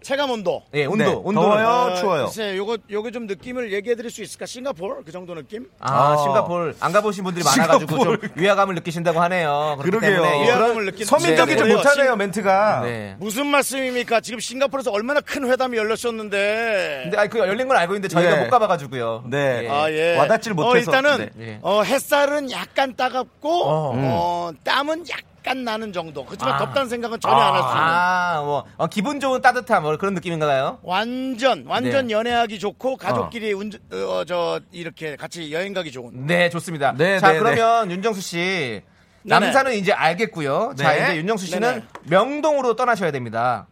[SPEAKER 2] 체감 온도. 어,
[SPEAKER 1] 예 온도
[SPEAKER 3] 네.
[SPEAKER 1] 온도
[SPEAKER 3] 더워요? 추워요.
[SPEAKER 2] 글쎄, 요거 요거 좀 느낌을 얘기해 드릴 수 있을까? 싱가포르 그 정도 느낌?
[SPEAKER 1] 아,
[SPEAKER 3] 아.
[SPEAKER 1] 싱가폴 안 가보신 분들이 많아가지고 좀
[SPEAKER 3] 싱가포르.
[SPEAKER 1] 위화감을 느끼신다고 하네요. 그렇기
[SPEAKER 3] 그러게요.
[SPEAKER 1] 때문에 예,
[SPEAKER 2] 위화감을
[SPEAKER 1] 그런-
[SPEAKER 2] 느끼는
[SPEAKER 3] 서민적이지
[SPEAKER 1] 네, 네.
[SPEAKER 3] 못하네요 멘트가.
[SPEAKER 1] 네.
[SPEAKER 2] 무슨 말씀입니까? 지금 싱가포르에서 얼마나 큰 회담이 열렸었는데.
[SPEAKER 1] 근데 아니, 그 열린 건 알고 있는데 저희가
[SPEAKER 3] 네.
[SPEAKER 1] 못 가봐가지고요.
[SPEAKER 3] 네.
[SPEAKER 1] 예.
[SPEAKER 2] 아, 예.
[SPEAKER 3] 와닿질 못해서. 예.
[SPEAKER 2] 어, 일단은
[SPEAKER 1] 네.
[SPEAKER 2] 어, 햇살은 약간 따갑고
[SPEAKER 1] 어.
[SPEAKER 2] 어, 땀은 약간 나는 정도. 그렇지만
[SPEAKER 1] 아.
[SPEAKER 2] 덥다는 생각은 전혀 안 할 수 있는.
[SPEAKER 1] 아, 뭐 어, 기분 좋은 따뜻함 뭐 그런 느낌인가요?
[SPEAKER 2] 완전 완전
[SPEAKER 1] 네.
[SPEAKER 2] 연애하기 좋고 가족끼리 운전 어, 저 이렇게 같이 여행 가기 좋은.
[SPEAKER 1] 네, 좋습니다.
[SPEAKER 3] 네,
[SPEAKER 1] 자,
[SPEAKER 3] 네,
[SPEAKER 1] 그러면 윤정수 씨 남산은 이제 알겠고요. 자,
[SPEAKER 3] 네.
[SPEAKER 1] 이제 윤정수 씨는
[SPEAKER 2] 네, 네네.
[SPEAKER 1] 명동으로 떠나셔야 됩니다.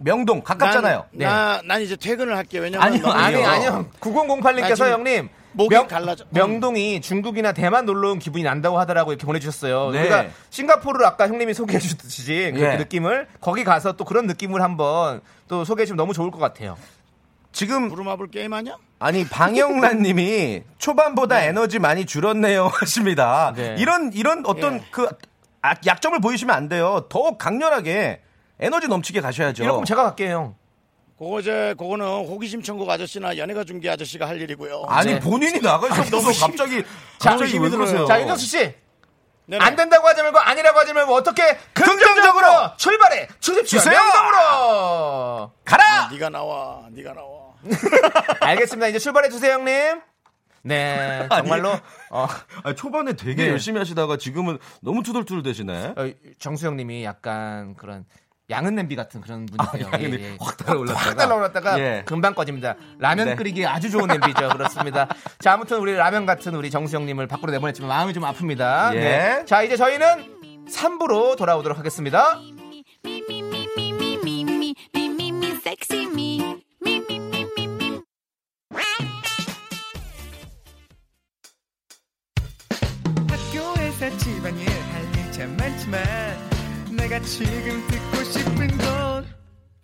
[SPEAKER 3] 명동 가깝잖아요. 네.
[SPEAKER 2] 난, 나, 난 이제 퇴근을 할게. 왜냐면
[SPEAKER 3] 아니요,
[SPEAKER 2] 너무
[SPEAKER 1] 아니,
[SPEAKER 3] 아니요.
[SPEAKER 1] 아니요. 9008님께서
[SPEAKER 2] 지금
[SPEAKER 1] 형님
[SPEAKER 2] 목이 갈라져. 음.
[SPEAKER 1] 명동이 중국이나 대만 놀러 온 기분이 난다고 하더라고 이렇게 보내주셨어요.
[SPEAKER 3] 네.
[SPEAKER 1] 우리가 싱가포르를 아까 형님이 소개해 주듯이 그
[SPEAKER 3] 예.
[SPEAKER 1] 느낌을 거기 가서 또 그런 느낌을 한번 또 소개해 주면 너무 좋을 것 같아요.
[SPEAKER 3] 지금
[SPEAKER 2] 부루마블 게임하냐?
[SPEAKER 3] 아니 방영란님이 초반보다 에너지 많이 줄었네요 *laughs* 하십니다.
[SPEAKER 1] 네.
[SPEAKER 3] 이런 이런 어떤
[SPEAKER 2] 예.
[SPEAKER 3] 그 아- 약점을 보이시면 안 돼요. 더욱 강렬하게 에너지 넘치게 가셔야죠.
[SPEAKER 1] 이러면 제가 갈게요, 형.
[SPEAKER 2] 그거 이제 그거는 호기심 천국 아저씨나 연예가 중계 아저씨가 할 일이고요.
[SPEAKER 3] 아니
[SPEAKER 1] 네.
[SPEAKER 3] 본인이 나가셔서 너무 갑자기 갑자기 왜 그러세요?
[SPEAKER 1] 자, 윤정수 씨.
[SPEAKER 2] 네네.
[SPEAKER 1] 안 된다고 하지 말고 아니라고 하지 말고 어떻게 긍정적으로 출발해 주십시오
[SPEAKER 3] 주세요.
[SPEAKER 1] 명동으로
[SPEAKER 3] 가라.
[SPEAKER 7] *laughs*
[SPEAKER 2] 네가 나와, 네가 나와.
[SPEAKER 1] 알겠습니다. 이제 출발해 주세요, 형님. 네, 정말로 어,
[SPEAKER 7] 아, 초반에 되게
[SPEAKER 1] 네.
[SPEAKER 7] 열심히 하시다가 지금은 너무 투덜투덜 되시네.
[SPEAKER 1] 어, 정수 형님이 약간 그런 양은 냄비 같은 그런 분이세요.
[SPEAKER 7] 아,
[SPEAKER 1] 예,
[SPEAKER 7] 양은 냄비. 확 달아올랐다가.
[SPEAKER 1] 확 달아올랐다가
[SPEAKER 7] 예.
[SPEAKER 1] 금방 꺼집니다. 라면
[SPEAKER 7] 네.
[SPEAKER 1] 끓이기 아주 좋은
[SPEAKER 7] *laughs*
[SPEAKER 1] 냄비죠. 그렇습니다. 자, 아무튼 우리 라면 같은 우리 정수 형님을 밖으로 내보냈지만 마음이 좀 아픕니다.
[SPEAKER 7] 예.
[SPEAKER 1] 네. 자, 이제 저희는 3부로 돌아오도록 하겠습니다.
[SPEAKER 8] 학교에서 집안일 할 일 참 많지만 내가 지금 듣고 싶은 건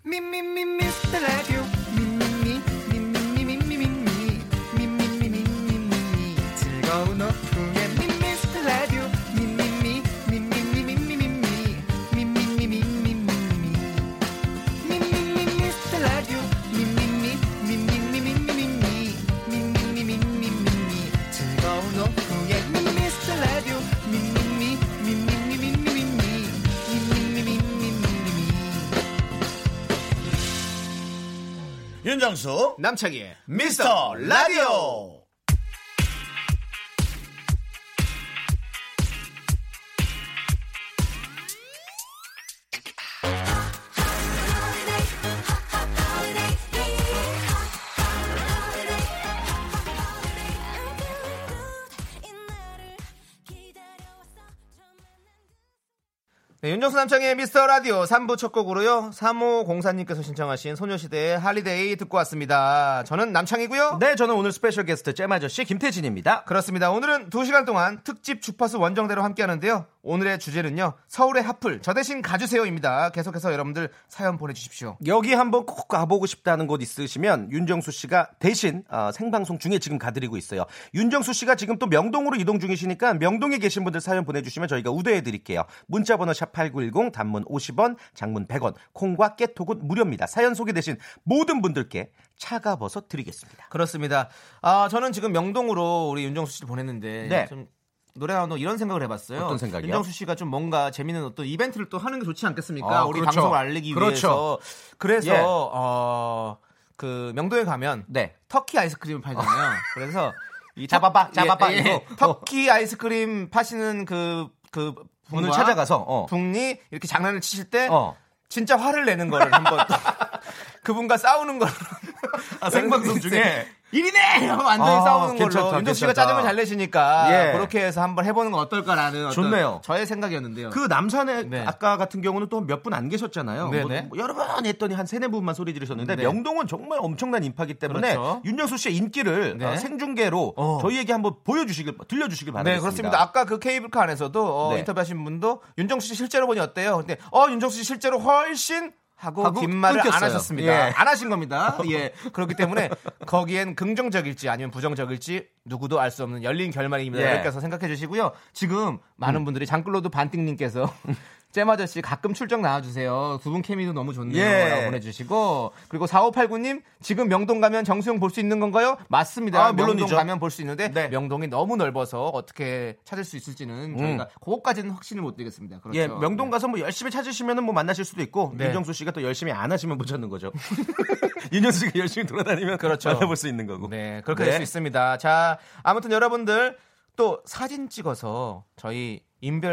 [SPEAKER 8] 미미미 미스터 라디오 미미미 미미미 미미미 미미미 미미미 즐거운 오후에 미스터 라디오 미미미 미미미 미미미 미미미 미미미
[SPEAKER 2] 윤정수
[SPEAKER 1] 남창희의
[SPEAKER 2] 미스터 라디오.
[SPEAKER 1] 네, 윤정수 남창의 미스터 라디오 3부 첫 곡으로요. 3504님께서 신청하신 소녀시대의 할리데이 듣고 왔습니다. 저는 남창이고요.
[SPEAKER 3] 네, 저는 오늘 스페셜 게스트 잼 아저씨 김태진입니다.
[SPEAKER 1] 그렇습니다. 오늘은 2시간 동안 특집 주파수 원정대로 함께 하는데요. 오늘의 주제는요. 서울의 핫플 저 대신 가주세요입니다. 계속해서 여러분들 사연 보내 주십시오.
[SPEAKER 3] 여기 한번 꼭 가보고 싶다는 곳 있으시면 윤정수 씨가 대신 어, 생방송 중에 지금 가드리고 있어요. 윤정수 씨가 지금 또 명동으로 이동 중이시니까 명동에 계신 분들 사연 보내주시면 저희가 우대해 드릴게요. 문자번호 샵8910 단문 50원, 장문 100원, 콩과 깨톡은 무료입니다. 사연 소개되신 모든 분들께 차가버섯 드리겠습니다.
[SPEAKER 1] 그렇습니다. 아, 저는 지금 명동으로 우리 윤정수 씨를 보냈는데
[SPEAKER 3] 네.
[SPEAKER 1] 좀 노래하노 이런 생각을 해봤어요.
[SPEAKER 7] 어떤 생각이요?
[SPEAKER 1] 윤정수 씨가 좀 뭔가 재밌는 어떤 이벤트를 또 하는 게 좋지 않겠습니까?
[SPEAKER 7] 아,
[SPEAKER 1] 우리
[SPEAKER 7] 그렇죠.
[SPEAKER 1] 방송을 알리기
[SPEAKER 7] 그렇죠.
[SPEAKER 1] 위해서. 그래서
[SPEAKER 7] 예.
[SPEAKER 1] 어, 그 명동에 가면
[SPEAKER 7] 네.
[SPEAKER 1] 터키
[SPEAKER 7] *laughs*
[SPEAKER 1] 아이스크림을 팔잖아요. 그래서 이
[SPEAKER 3] 잡아봐,
[SPEAKER 1] 터-
[SPEAKER 3] 잡아봐,
[SPEAKER 1] 예, 예.
[SPEAKER 7] 어.
[SPEAKER 3] 이거.
[SPEAKER 1] 터키 아이스크림 파시는 그 그
[SPEAKER 3] 오늘
[SPEAKER 1] 분과
[SPEAKER 3] 찾아가서 어.
[SPEAKER 1] 분이 이렇게 장난을 치실 때
[SPEAKER 3] 어.
[SPEAKER 1] 진짜 화를 내는 거를 한번 또 *laughs* 그분과 싸우는 걸로
[SPEAKER 7] *laughs*
[SPEAKER 1] 네.
[SPEAKER 7] 아, 생방송 중에?
[SPEAKER 1] 일이네 하고 완전히
[SPEAKER 7] 아,
[SPEAKER 1] 싸우는 걸로
[SPEAKER 7] 괜찮다,
[SPEAKER 1] 윤정 씨가
[SPEAKER 7] 괜찮다.
[SPEAKER 1] 짜증을 잘 내시니까
[SPEAKER 7] 예.
[SPEAKER 1] 그렇게 해서 한번 해보는 건 어떨까라는 어떤
[SPEAKER 3] 좋네요.
[SPEAKER 1] 저의 생각이었는데요.
[SPEAKER 3] 그 남산에
[SPEAKER 1] 네.
[SPEAKER 3] 아까 같은 경우는 또 몇 분 안 계셨잖아요. 뭐,
[SPEAKER 1] 네네.
[SPEAKER 3] 뭐 여러 번 했더니 한 세네 분만 소리 지르셨는데
[SPEAKER 1] 네.
[SPEAKER 3] 명동은 정말 엄청난 인파기 때문에
[SPEAKER 1] 그렇죠.
[SPEAKER 3] 윤정수 씨의 인기를
[SPEAKER 1] 네.
[SPEAKER 3] 어, 생중계로
[SPEAKER 1] 어.
[SPEAKER 3] 저희에게 한번 보여주시길 들려주시길 바라겠습니다.
[SPEAKER 1] 네 그렇습니다. 아까 그 케이블카 안에서도 어,
[SPEAKER 3] 네.
[SPEAKER 1] 인터뷰하신 분도 윤정수 씨 실제로 보니 어때요? 근데 어 윤정수 씨 실제로 훨씬 하고,
[SPEAKER 3] 하고
[SPEAKER 1] 긴 말을 안
[SPEAKER 3] 끊겼어요.
[SPEAKER 1] 하셨습니다.
[SPEAKER 3] 예.
[SPEAKER 1] 안 하신 겁니다. 예 그렇기 때문에 거기엔 긍정적일지 아니면 부정적일지 누구도 알 수 없는 열린 결말입니다.
[SPEAKER 3] 예. 음.
[SPEAKER 1] 여기까지 생각해 주시고요. 지금 많은 분들이 장글로드 반띵님께서 *laughs* 잼 아저씨 가끔 출장 나와주세요. 두 분 케미도 너무 좋네요.
[SPEAKER 3] 예.
[SPEAKER 1] 라고 보내주시고 그리고 4589님 지금 명동 가면 정수영 볼 수 있는 건가요? 맞습니다.
[SPEAKER 3] 아, 물론이죠.
[SPEAKER 1] 명동 가면 볼 수 있는데
[SPEAKER 3] 네. 음.
[SPEAKER 1] 명동이 너무 넓어서 어떻게 찾을 수 있을지는 저희가 그것까지는 확신을 못 드리겠습니다. 그렇죠.
[SPEAKER 3] 예, 명동 가서 뭐 열심히 찾으시면 뭐 만나실 수도 있고
[SPEAKER 1] 네.
[SPEAKER 3] 윤정수 씨가 또 열심히 안 하시면 못 찾는 거죠. *laughs* 윤정수 씨가 열심히 돌아다니면
[SPEAKER 1] 그렇죠.
[SPEAKER 3] 만나볼 수 있는 거고.
[SPEAKER 1] 네, 그렇게
[SPEAKER 3] 네.
[SPEAKER 1] 될 수 있습니다. 자, 아무튼 여러분들 또 사진 찍어서 저희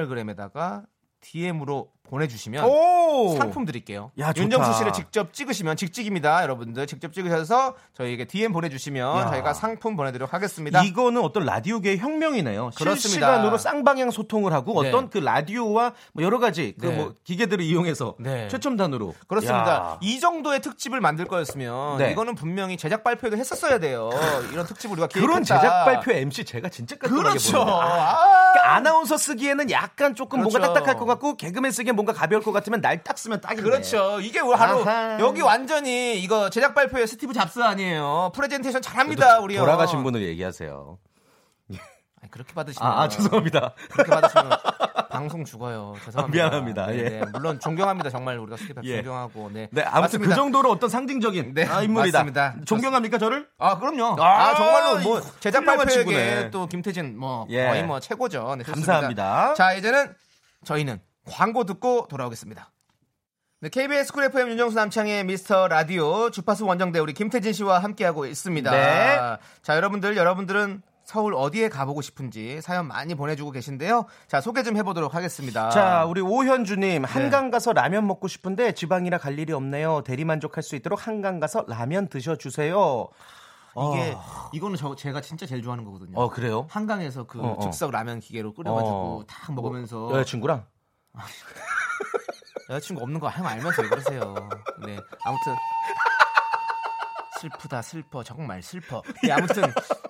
[SPEAKER 1] 인별그램에다가 DM으로 보내주시면
[SPEAKER 3] 오!
[SPEAKER 1] 상품 드릴게요.
[SPEAKER 3] 야, 좋다.
[SPEAKER 1] 윤정수 씨를 직접 찍으시면 직찍입니다, 여러분들. 직접 찍으셔서 저희에게 DM 보내주시면
[SPEAKER 3] 야.
[SPEAKER 1] 저희가 상품 보내드리도록 하겠습니다.
[SPEAKER 3] 이거는 어떤 라디오계의 혁명이네요.
[SPEAKER 1] 그렇습니다.
[SPEAKER 3] 실시간으로 쌍방향 소통을 하고
[SPEAKER 1] 네.
[SPEAKER 3] 어떤 그 라디오와 뭐 여러 가지 그
[SPEAKER 1] 네.
[SPEAKER 3] 뭐 기계들을 이용해서
[SPEAKER 1] 네.
[SPEAKER 3] 최첨단으로
[SPEAKER 1] 그렇습니다.
[SPEAKER 3] 야.
[SPEAKER 1] 이 정도의 특집을 만들 거였으면
[SPEAKER 3] 네.
[SPEAKER 1] 이거는 분명히 제작 발표도 했었어야 돼요. 이런 특집 우리가 기획했다.
[SPEAKER 3] 그런 제작 발표 MC 제가 진짜 깔끔하게
[SPEAKER 1] 그렇죠.
[SPEAKER 3] 보는데. 아,
[SPEAKER 1] 아,
[SPEAKER 3] 그러니까 아나운서 쓰기에는 약간 조금 뭔가
[SPEAKER 1] 그렇죠.
[SPEAKER 3] 딱딱할 것 같고 개그맨 쓰기엔 뭔가 가벼울 것 같으면 날 딱 쓰면 딱이네.
[SPEAKER 1] 그렇죠. 이게 바로
[SPEAKER 3] 아하.
[SPEAKER 1] 여기 완전히 이거 제작 발표의 스티브 잡스 아니에요. 프레젠테이션 잘합니다, 우리
[SPEAKER 3] 돌아가신 분을 얘기하세요.
[SPEAKER 1] 아니, 그렇게 받으시면
[SPEAKER 3] 아, 아, 죄송합니다. *laughs*
[SPEAKER 1] 그렇게 받으시면 방송 죽어요. 죄송합니다.
[SPEAKER 3] 아, 미안합니다.
[SPEAKER 1] 네,
[SPEAKER 3] 예.
[SPEAKER 1] 네. 물론 존경합니다. 정말 우리가 스티브 잡스
[SPEAKER 3] 예.
[SPEAKER 1] 존경하고. 네.
[SPEAKER 3] 네, 아무튼
[SPEAKER 1] 맞습니다.
[SPEAKER 3] 그 정도로 어떤 상징적인
[SPEAKER 1] 네,
[SPEAKER 3] 아, 인물이다.
[SPEAKER 1] 맞습니다.
[SPEAKER 3] 존경합니까 저를?
[SPEAKER 1] 아 그럼요. 아,
[SPEAKER 3] 아,
[SPEAKER 1] 정말로 뭐
[SPEAKER 3] 이
[SPEAKER 1] 제작
[SPEAKER 3] 훌륭한
[SPEAKER 1] 발표에
[SPEAKER 3] 친구네.
[SPEAKER 1] 또 김태진 뭐
[SPEAKER 3] 예.
[SPEAKER 1] 거의 뭐 최고죠. 네, 좋습니다.
[SPEAKER 3] 감사합니다.
[SPEAKER 1] 자 이제는 저희는 광고 듣고 돌아오겠습니다. 네, KBS 쿨 FM 윤정수 남창의 미스터 라디오 주파수 원정대 우리 김태진 씨와 함께하고 있습니다.
[SPEAKER 3] 네.
[SPEAKER 1] 자, 여러분들, 여러분들은 서울 어디에 가보고 싶은지 사연 많이 보내주고 계신데요. 자, 소개 좀 해보도록
[SPEAKER 7] 아.
[SPEAKER 1] 하겠습니다.
[SPEAKER 3] 자, 우리
[SPEAKER 7] 네.
[SPEAKER 3] 오현주님 한강 가서 라면 먹고 싶은데 지방이라 갈 일이 없네요. 대리 만족할 수 있도록 한강 가서 라면 드셔주세요.
[SPEAKER 7] 아.
[SPEAKER 1] 이게, 이거는 저, 제가 진짜 제일 좋아하는 거거든요.
[SPEAKER 3] 어 그래요?
[SPEAKER 1] 어. 한강에서 그
[SPEAKER 3] 어, 어.
[SPEAKER 1] 즉석 라면 기계로 끓여가지고
[SPEAKER 3] 어.
[SPEAKER 1] 탁 먹으면서
[SPEAKER 7] 예,
[SPEAKER 3] 여자친구랑
[SPEAKER 1] 여자친구 없는 거 하면 알면서 왜 그러세요? 네 아무튼 슬프다 슬퍼 정말 슬퍼. 네, 아무튼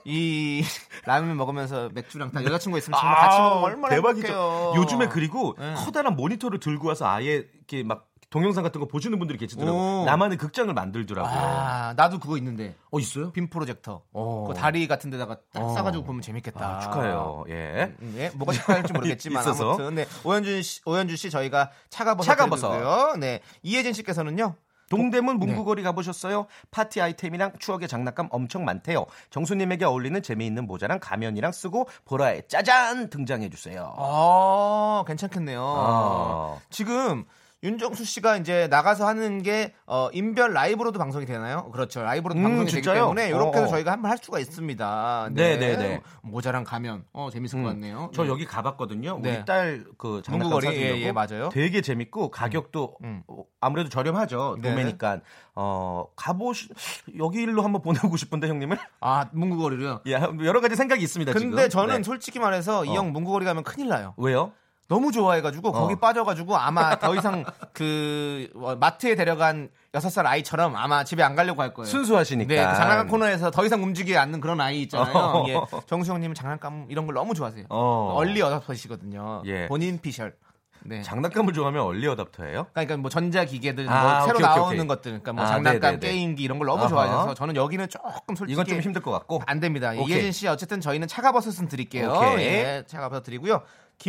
[SPEAKER 1] 이 라면 먹으면서 맥주랑 딱 여자친구 있으면 정말 같이 먹으면 아, 얼마나
[SPEAKER 7] 아, 대박이죠.
[SPEAKER 1] 행복해요.
[SPEAKER 7] 요즘에 그리고
[SPEAKER 1] 네.
[SPEAKER 7] 커다란 모니터를 들고 와서 아예 이렇게 막 동영상 같은 거 보시는 분들이 계시더라고요.
[SPEAKER 1] 오.
[SPEAKER 7] 나만의 극장을 만들더라고요.
[SPEAKER 1] 아 나도 그거 있는데
[SPEAKER 7] 어 있어요?
[SPEAKER 1] 빔 프로젝터.
[SPEAKER 7] 어.
[SPEAKER 1] 그 다리 같은 데다가 딱
[SPEAKER 7] 어.
[SPEAKER 1] 싸가지고 보면 재밌겠다.
[SPEAKER 7] 아, 축하해요. 예.
[SPEAKER 1] 음, 예, 뭐가 착각할지 모르겠지만
[SPEAKER 7] *laughs* 있어서.
[SPEAKER 1] 아무튼 네 오현준 씨, 오현준 씨 저희가 차가버섯
[SPEAKER 3] 차가버섯.
[SPEAKER 1] 드리고요. 네 이혜진 씨께서는요
[SPEAKER 3] 동대문
[SPEAKER 7] 네.
[SPEAKER 3] 문구거리 가보셨어요? 파티 아이템이랑 추억의 장난감 엄청 많대요. 정수님에게 어울리는 재미있는 모자랑 가면이랑 쓰고 보라에 짜잔 등장해주세요.
[SPEAKER 1] 아, 괜찮겠네요.
[SPEAKER 3] 아.
[SPEAKER 1] 지금 윤정수 씨가 이제 나가서 하는 게 어, 인별 라이브로도 방송이 되나요? 그렇죠. 라이브로도
[SPEAKER 3] 음,
[SPEAKER 1] 방송이 되기
[SPEAKER 3] 진짜요?
[SPEAKER 1] 때문에 이렇게 해서
[SPEAKER 3] 어.
[SPEAKER 1] 저희가 한번 할 수가 있습니다.
[SPEAKER 7] 네, 네, 네.
[SPEAKER 1] 모자랑 가면 어, 재밌을 것 같네요.
[SPEAKER 7] 저
[SPEAKER 1] 네.
[SPEAKER 7] 여기 가봤거든요.
[SPEAKER 1] 네.
[SPEAKER 7] 우리 딸 그 장난감
[SPEAKER 1] 문구거리?
[SPEAKER 7] 사주려고
[SPEAKER 1] 예, 예, 맞아요.
[SPEAKER 7] 되게 재밌고 가격도
[SPEAKER 1] 음.
[SPEAKER 7] 어, 아무래도 저렴하죠.
[SPEAKER 1] 네.
[SPEAKER 7] 도매니까 어 가보시 여기 일로 한번 보내고 싶은데 형님을
[SPEAKER 1] 아, 문구거리로요.
[SPEAKER 7] 예, 여러 가지 생각이 있습니다. 지금.
[SPEAKER 1] 근데 저는
[SPEAKER 7] 네.
[SPEAKER 1] 솔직히 말해서 이 형 문구거리 가면 큰일 나요.
[SPEAKER 7] 왜요?
[SPEAKER 1] 너무 좋아해가지고 거기
[SPEAKER 7] 어.
[SPEAKER 1] 빠져가지고 아마 더 이상 그 어, 마트에 데려간 6살 아이처럼 아마 집에 안 가려고 할 거예요.
[SPEAKER 3] 순수하시니까.
[SPEAKER 1] 네, 그 장난감 코너에서 더 이상 움직이지 않는 그런 아이 있잖아요.
[SPEAKER 7] 어.
[SPEAKER 1] 예, 정수영님 장난감 이런 걸 너무 좋아하세요.
[SPEAKER 7] 어.
[SPEAKER 1] 얼리 어답터시거든요.
[SPEAKER 7] 예.
[SPEAKER 1] 본인 피셜. 네.
[SPEAKER 7] 장난감을 좋아하면 얼리 어답터예요?
[SPEAKER 1] 그러니까 뭐 전자기계들 뭐
[SPEAKER 7] 아,
[SPEAKER 1] 새로
[SPEAKER 7] 오케이, 오케이,
[SPEAKER 1] 나오는
[SPEAKER 7] 오케이.
[SPEAKER 1] 것들, 그러니까 뭐
[SPEAKER 7] 아,
[SPEAKER 1] 장난감
[SPEAKER 7] 네, 네, 네.
[SPEAKER 1] 게임기 이런 걸 너무
[SPEAKER 7] 아하.
[SPEAKER 1] 좋아해서 저는 여기는 조금 솔직히
[SPEAKER 7] 이건 좀 힘들 것 같고.
[SPEAKER 1] 안 됩니다.
[SPEAKER 7] 오케이.
[SPEAKER 1] 이예진 씨 어쨌든 저희는 차가버섯은 드릴게요.
[SPEAKER 7] 오케이.
[SPEAKER 1] 예, 차가버섯 드리고요.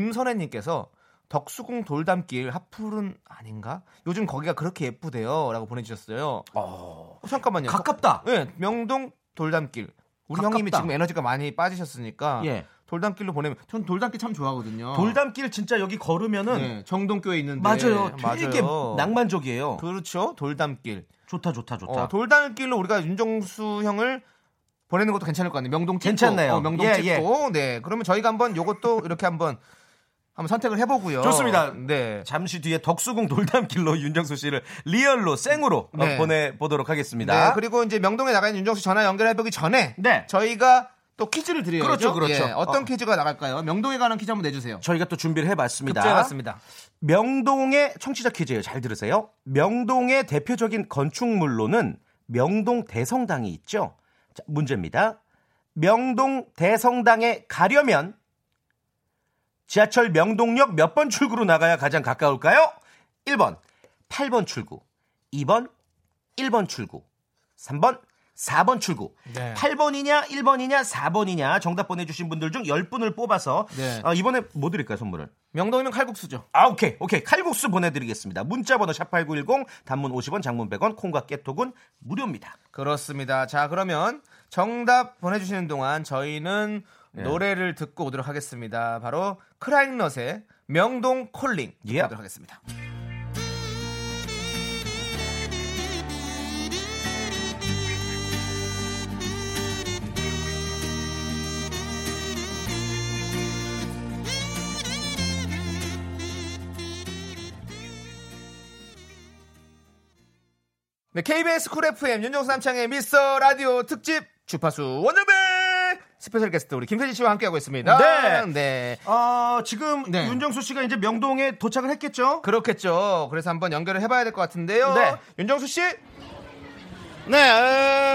[SPEAKER 1] 김선혜님께서 덕수궁 돌담길 하풀은 아닌가? 요즘 거기가 그렇게 예쁘대요라고 보내주셨어요. 어, 잠깐만요.
[SPEAKER 7] 가깝다.
[SPEAKER 1] 예, 명동 돌담길. 우리
[SPEAKER 7] 가깝다.
[SPEAKER 1] 형님이 지금 에너지가 많이 빠지셨으니까
[SPEAKER 7] 예.
[SPEAKER 1] 돌담길로 보내면 전 돌담길 참 좋아하거든요.
[SPEAKER 7] 어. 돌담길 진짜 여기 걸으면은
[SPEAKER 1] 네, 정동교에 있는데
[SPEAKER 7] 음.
[SPEAKER 1] 네,
[SPEAKER 7] 맞아요. 되게
[SPEAKER 1] 맞아요.
[SPEAKER 7] 낭만적이에요.
[SPEAKER 1] 그렇죠. 돌담길.
[SPEAKER 7] 좋다 좋다 좋다.
[SPEAKER 1] 어, 돌담길로 우리가 윤정수 형을 보내는 것도 괜찮을 것 같네요. 명동 찍고.
[SPEAKER 7] 괜찮네요.
[SPEAKER 1] 어, 명동
[SPEAKER 7] 예,
[SPEAKER 1] 찍고. 네. 그러면 저희가 한번 요것도 이렇게 한번 한번 선택을 해 보고요.
[SPEAKER 7] 좋습니다.
[SPEAKER 1] 네.
[SPEAKER 7] 잠시 뒤에 덕수궁 돌담길로 *laughs* 윤정수 씨를 리얼로 생으로 어,
[SPEAKER 1] 네.
[SPEAKER 7] 보내보도록 하겠습니다.
[SPEAKER 1] 네, 그리고 이제 명동에 나가는 윤정수 전화 연결해 보기 전에
[SPEAKER 7] 네.
[SPEAKER 1] 저희가 또 퀴즈를 드려야죠.
[SPEAKER 7] 그렇죠, 그렇죠.
[SPEAKER 1] 예, 어떤
[SPEAKER 7] 어.
[SPEAKER 1] 퀴즈가 나갈까요? 명동에 관한 퀴즈 한번 내주세요.
[SPEAKER 3] 저희가 또 준비를 해봤습니다.
[SPEAKER 1] 급제해봤습니다.
[SPEAKER 3] 명동의 청취자 퀴즈예요. 잘 들으세요. 명동의 대표적인 건축물로는 명동 대성당이 있죠. 자, 문제입니다. 명동 대성당에 가려면 지하철 명동역 몇 번 출구로 나가야 가장 가까울까요? 1번 8번 출구, 2번 1번 출구, 3번 4번 출구.
[SPEAKER 1] 네.
[SPEAKER 3] 8번이냐 1번이냐 4번이냐 정답 보내주신 분들 중 10분을 뽑아서
[SPEAKER 1] 네.
[SPEAKER 3] 아, 이번에 뭐 드릴까요 선물을?
[SPEAKER 1] 명동이면 칼국수죠.
[SPEAKER 3] 아, 오케이, 오케이. 칼국수 보내드리겠습니다. 문자번호 샵8910, 단문 50원, 장문 100원, 콩과 깨톡은 무료입니다.
[SPEAKER 1] 그렇습니다. 자, 그러면 정답 보내주시는 동안 저희는 노래를 듣고 오도록 하겠습니다. 바로 크라잉넛의 명동 콜링
[SPEAKER 3] 예.
[SPEAKER 1] 듣도록 하겠습니다. 네, KBS 쿨 FM 윤정수 남창의 미스터 라디오 특집 주파수 원정배 스페셜 게스트 우리 김태진 씨와 함께하고 있습니다.
[SPEAKER 3] 네.
[SPEAKER 1] 네.
[SPEAKER 3] 아, 지금
[SPEAKER 1] 네.
[SPEAKER 3] 윤정수 씨가 이제 명동에 도착을 했겠죠?
[SPEAKER 1] 그렇겠죠. 그래서 한번 연결을 해봐야 될 것 같은데요.
[SPEAKER 3] 네.
[SPEAKER 1] 윤정수 씨.
[SPEAKER 2] 네,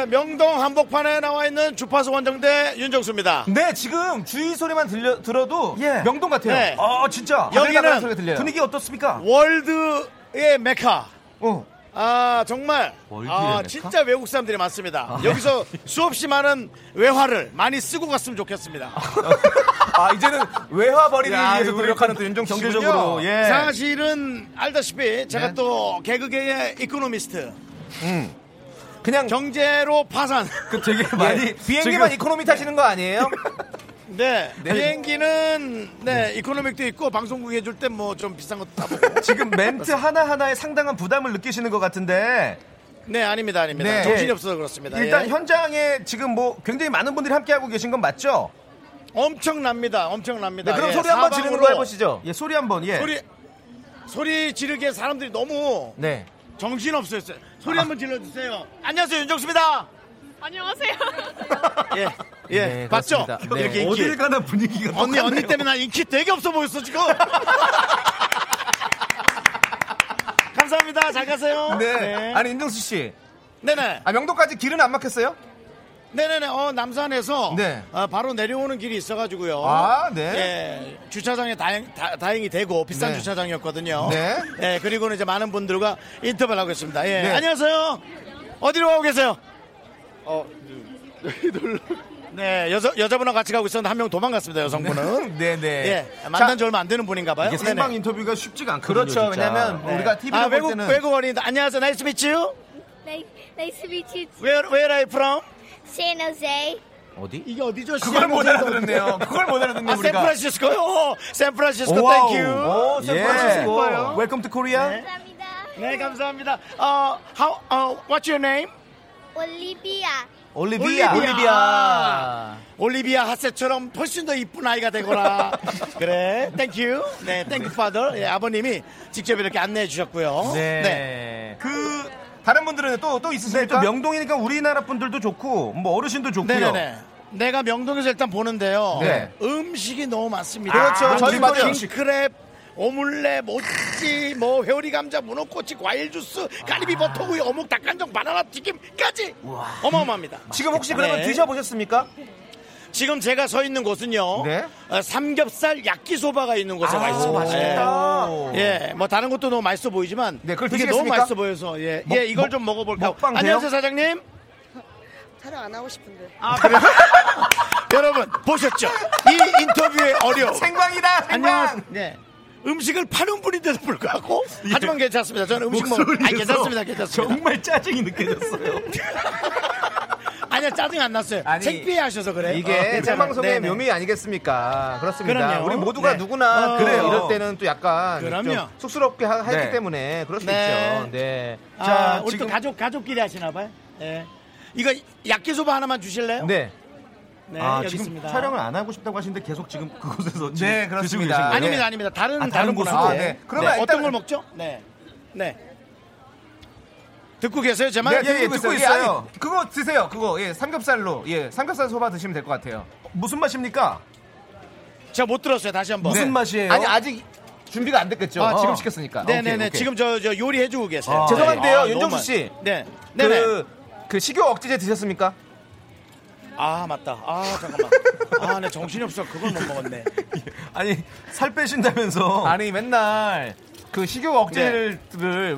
[SPEAKER 2] 에, 명동 한복판에 나와 있는 주파수 원정대 윤정수입니다.
[SPEAKER 3] 음.
[SPEAKER 1] 네, 지금 주위 소리만 들려, 들어도
[SPEAKER 3] 예.
[SPEAKER 1] 명동 같아요.
[SPEAKER 2] 네.
[SPEAKER 3] 아, 진짜.
[SPEAKER 2] 여기는
[SPEAKER 1] *laughs*
[SPEAKER 3] 나가는
[SPEAKER 1] 소리가 들려요.
[SPEAKER 3] 분위기 어떻습니까?
[SPEAKER 2] 월드의 메카.
[SPEAKER 1] 어.
[SPEAKER 2] 아, 정말.
[SPEAKER 7] 월드의
[SPEAKER 2] 아,
[SPEAKER 7] 메카? 아.
[SPEAKER 2] 진짜 외국 사람들이 많습니다. 여기서 수없이 많은 외화를 많이 쓰고 갔으면 좋겠습니다.
[SPEAKER 1] 아, 이제는 외화 버리기
[SPEAKER 7] 야,
[SPEAKER 1] 위해서
[SPEAKER 7] 우리
[SPEAKER 1] 노력하는 또 윤정수 씨군요.
[SPEAKER 7] 경제적으로, 예.
[SPEAKER 2] 사실은 알다시피 제가
[SPEAKER 1] 네.
[SPEAKER 2] 또 개그계의 이코노미스트.
[SPEAKER 1] 그냥
[SPEAKER 3] 음.
[SPEAKER 2] 경제로 파산.
[SPEAKER 7] 되게 많이
[SPEAKER 3] *laughs* 그
[SPEAKER 1] 비행기만
[SPEAKER 3] 예,
[SPEAKER 7] 지금
[SPEAKER 1] 이코노미 타시는 거 아니에요?
[SPEAKER 2] 네, 비행기는 네 이코노믹도 있고 방송국 해줄 때 뭐 좀 비싼 것도
[SPEAKER 3] *laughs*
[SPEAKER 2] 따보고.
[SPEAKER 3] 지금 멘트 하나하나에 상당한 부담을 느끼시는 것 같은데
[SPEAKER 2] 네, 아닙니다, 아닙니다.
[SPEAKER 3] 네.
[SPEAKER 2] 정신이 없어서 그렇습니다.
[SPEAKER 3] 일단
[SPEAKER 2] 예.
[SPEAKER 3] 현장에 지금 뭐 굉장히 많은 분들이 함께하고 계신 건 맞죠?
[SPEAKER 2] 엄청납니다, 엄청납니다.
[SPEAKER 3] 네, 그럼
[SPEAKER 2] 예,
[SPEAKER 3] 소리 한번
[SPEAKER 2] 사방으로
[SPEAKER 3] 지르는 거 해보시죠. 예, 소리 한번. 예.
[SPEAKER 2] 소리 소리 지르기에 사람들이 너무
[SPEAKER 3] 네.
[SPEAKER 2] 정신 없어요. 소리 한번 질러주세요. 안녕하세요, 윤정수입니다.
[SPEAKER 9] 안녕하세요.
[SPEAKER 2] *laughs* 예, 예,
[SPEAKER 3] 네,
[SPEAKER 2] 맞죠?
[SPEAKER 3] 그렇습니다. 네.
[SPEAKER 2] 이렇게 인기.
[SPEAKER 7] 어딜 가나 분위기가
[SPEAKER 3] *laughs*
[SPEAKER 2] 언니 언니 때문에 나 인기 되게 없어 보였어 지금. *laughs* 감사합니다. 잘 가세요.
[SPEAKER 3] 네. 아니 인정수 씨.
[SPEAKER 2] 네네.
[SPEAKER 3] 아 명동까지 길은 안 막혔어요?
[SPEAKER 2] 네네네. 어, 남산에서
[SPEAKER 3] 네.
[SPEAKER 2] 어, 바로 내려오는 길이 있어가지고요.
[SPEAKER 3] 아, 네.
[SPEAKER 2] 예, 주차장이 다행, 다, 행히 되고 비싼
[SPEAKER 3] 네.
[SPEAKER 2] 주차장이었거든요.
[SPEAKER 3] 네.
[SPEAKER 2] 예, 그리고는 이제 많은 분들과 인터뷰를 하고 있습니다. 예.
[SPEAKER 3] 네.
[SPEAKER 2] 안녕하세요. 어디로 가고 계세요? 어, 네, 여자, 여자분하고 같이 가고 있었는데 한 명 도망갔습니다, 여성분은.
[SPEAKER 3] *laughs* 네네.
[SPEAKER 2] 예, 만난 지 얼마 안 되는 분인가 봐요.
[SPEAKER 7] 이게
[SPEAKER 2] 네네.
[SPEAKER 7] 생방 인터뷰가 쉽지가 않거든요.
[SPEAKER 3] 그렇죠.
[SPEAKER 7] 진짜.
[SPEAKER 3] 왜냐면 우리가 TV로
[SPEAKER 2] 아,
[SPEAKER 3] 볼
[SPEAKER 2] 외국,
[SPEAKER 3] 때는
[SPEAKER 2] 외국어입니다. 안녕하세요. Nice to meet you.
[SPEAKER 9] Nice to meet you,
[SPEAKER 2] Where, where are you from?
[SPEAKER 9] San Jose.
[SPEAKER 3] 어디?
[SPEAKER 2] 이게 어디죠?
[SPEAKER 3] 그걸 못 *laughs* 알아들었네요. 그걸 못 알아듣네
[SPEAKER 2] 아,
[SPEAKER 3] 우리가.
[SPEAKER 2] 샌프란시스코요? 오, 샌프란시스코,
[SPEAKER 3] 와우.
[SPEAKER 2] 땡큐.
[SPEAKER 3] 예. 오,
[SPEAKER 2] 샌프란시스코요.
[SPEAKER 3] 웰컴 투 코리아.
[SPEAKER 9] 감사합니다.
[SPEAKER 2] 네, 감사합니다. 어, how, 어, what's your name?
[SPEAKER 9] 올리비아.
[SPEAKER 3] 올리비아.
[SPEAKER 2] 올리비아. 올리비아 하세처럼 훨씬 더 이쁜 아이가
[SPEAKER 3] *laughs*
[SPEAKER 2] 되거라. 그래, 땡큐. 네, 땡큐 파더. 예, 아버님이 직접 이렇게 안내해 주셨고요.
[SPEAKER 3] 네. 그 다른 분들은 또 네, 또 있으세요? 명동이니까 우리나라 분들도 좋고 뭐 어르신도 좋고요.
[SPEAKER 2] 네네네. 내가 명동에서 일단 보는데요.
[SPEAKER 3] 네.
[SPEAKER 2] 음식이 너무 많습니다.
[SPEAKER 3] 그렇죠.
[SPEAKER 2] 아,
[SPEAKER 3] 저희
[SPEAKER 2] 김밥,
[SPEAKER 3] 거는
[SPEAKER 2] 킹크랩, 오믈렛, 모찌, 뭐 회오리 감자, 문어꼬치, 과일 주스, 가리비 버터구이, 어묵, 닭간장, 바나나 튀김까지 어마어마합니다.
[SPEAKER 3] 지금 혹시 그러면
[SPEAKER 2] 네.
[SPEAKER 3] 드셔보셨습니까?
[SPEAKER 2] 지금 제가 서 있는 곳은요.
[SPEAKER 3] 네. 아,
[SPEAKER 2] 어, 삼겹살 야끼소바가 있는
[SPEAKER 1] 아,
[SPEAKER 2] 곳에 와 있습니다. 예. 예, 뭐 다른 것도 너무 맛있어 보이지만
[SPEAKER 3] 네, 그걸
[SPEAKER 2] 이게 너무
[SPEAKER 3] 드시겠습니까?
[SPEAKER 2] 맛있어 보여서 예,
[SPEAKER 3] 먹-
[SPEAKER 2] 예 이걸
[SPEAKER 3] 먹-
[SPEAKER 2] 좀 먹어볼까.
[SPEAKER 3] 먹방 돼요?
[SPEAKER 2] 안녕하세요 사장님.
[SPEAKER 4] 촬영 안 하고 싶은데.
[SPEAKER 2] 아, 그래요? *laughs* 여러분 보셨죠? 이 인터뷰의 어려움.
[SPEAKER 3] 생방이다.
[SPEAKER 2] 안녕.
[SPEAKER 3] 생방.
[SPEAKER 2] 네. 음식을 파는 분인데도 불구하고
[SPEAKER 3] 예.
[SPEAKER 2] 하지만 괜찮습니다. 저는 음식 먹. 아 괜찮습니다. 괜찮습니다.
[SPEAKER 7] 정말 짜증이 느껴졌어요.
[SPEAKER 2] 아니야 짜증 안 났어요.
[SPEAKER 3] 아니,
[SPEAKER 2] 창피해 하셔서
[SPEAKER 3] 네.
[SPEAKER 2] 어, 그래.
[SPEAKER 1] 이게
[SPEAKER 3] 아,
[SPEAKER 1] 생방송의 묘미 아니겠습니까? 그렇습니다.
[SPEAKER 2] 그럼요.
[SPEAKER 1] 우리 모두가
[SPEAKER 2] 네.
[SPEAKER 1] 누구나
[SPEAKER 2] 어.
[SPEAKER 1] 그래요. 이럴 때는 또 약간
[SPEAKER 2] 그럼요.
[SPEAKER 1] 좀 쑥스럽게 하, 했기
[SPEAKER 3] 네. 아,
[SPEAKER 1] 때문에 그럴 수
[SPEAKER 2] 네.
[SPEAKER 1] 있죠. 네.
[SPEAKER 2] 자,
[SPEAKER 3] 자,
[SPEAKER 2] 우리
[SPEAKER 3] 지금-
[SPEAKER 2] 또 가족 가족끼리 하시나 봐요. 예. 이거 약기소바 하나만 주실래요?
[SPEAKER 1] 네.
[SPEAKER 2] 네,
[SPEAKER 7] 아,
[SPEAKER 2] 여기
[SPEAKER 7] 지금
[SPEAKER 2] 있습니다.
[SPEAKER 7] 촬영을 안 하고 싶다고 하시는데 계속 지금 그곳에서 지금
[SPEAKER 3] 네, 그렇습니다.
[SPEAKER 7] 드시고 계신 거예요?
[SPEAKER 3] 아니,
[SPEAKER 2] 아닙니다,
[SPEAKER 3] 네.
[SPEAKER 2] 아닙니다. 다른
[SPEAKER 3] 다른
[SPEAKER 2] 다른
[SPEAKER 3] 곳으로.
[SPEAKER 2] 분한테.
[SPEAKER 3] 아, 네. 그러면 일단은-
[SPEAKER 2] 어떤 걸 먹죠? 네, 네. 듣고 계세요, 제
[SPEAKER 3] 네,
[SPEAKER 2] 말?
[SPEAKER 3] 예, 예, 듣고 있어요.
[SPEAKER 1] 아니, 그거 드세요. 그거 예, 삼겹살로 예, 삼겹살 소바 드시면 될 것 같아요.
[SPEAKER 3] 무슨 맛입니까?
[SPEAKER 2] 제가 예. 못 들었어요. 다시 한번.
[SPEAKER 3] 무슨 맛이에요?
[SPEAKER 1] 아니 아직 준비가 안 됐겠죠.
[SPEAKER 3] 아,
[SPEAKER 1] 지금
[SPEAKER 3] 어.
[SPEAKER 1] 시켰으니까.
[SPEAKER 2] 네,
[SPEAKER 1] 오케이,
[SPEAKER 2] 네, 네.
[SPEAKER 1] 오케이.
[SPEAKER 2] 지금 저, 저 요리 해주고 계세요.
[SPEAKER 3] 아,
[SPEAKER 2] 네.
[SPEAKER 1] 죄송한데요,
[SPEAKER 2] 아, 너무
[SPEAKER 1] 윤정수
[SPEAKER 2] 많-
[SPEAKER 1] 씨.
[SPEAKER 2] 네, 네, 네.
[SPEAKER 1] 그, 그 식욕 억제제 드셨습니까?
[SPEAKER 2] 아 맞다. 아 잠깐만. 아, 내 정신이 없어. 그걸 못 먹었네.
[SPEAKER 3] 아니 *laughs* 살 빼신다면서.
[SPEAKER 1] 어. 아니 맨날 그 식욕 억제를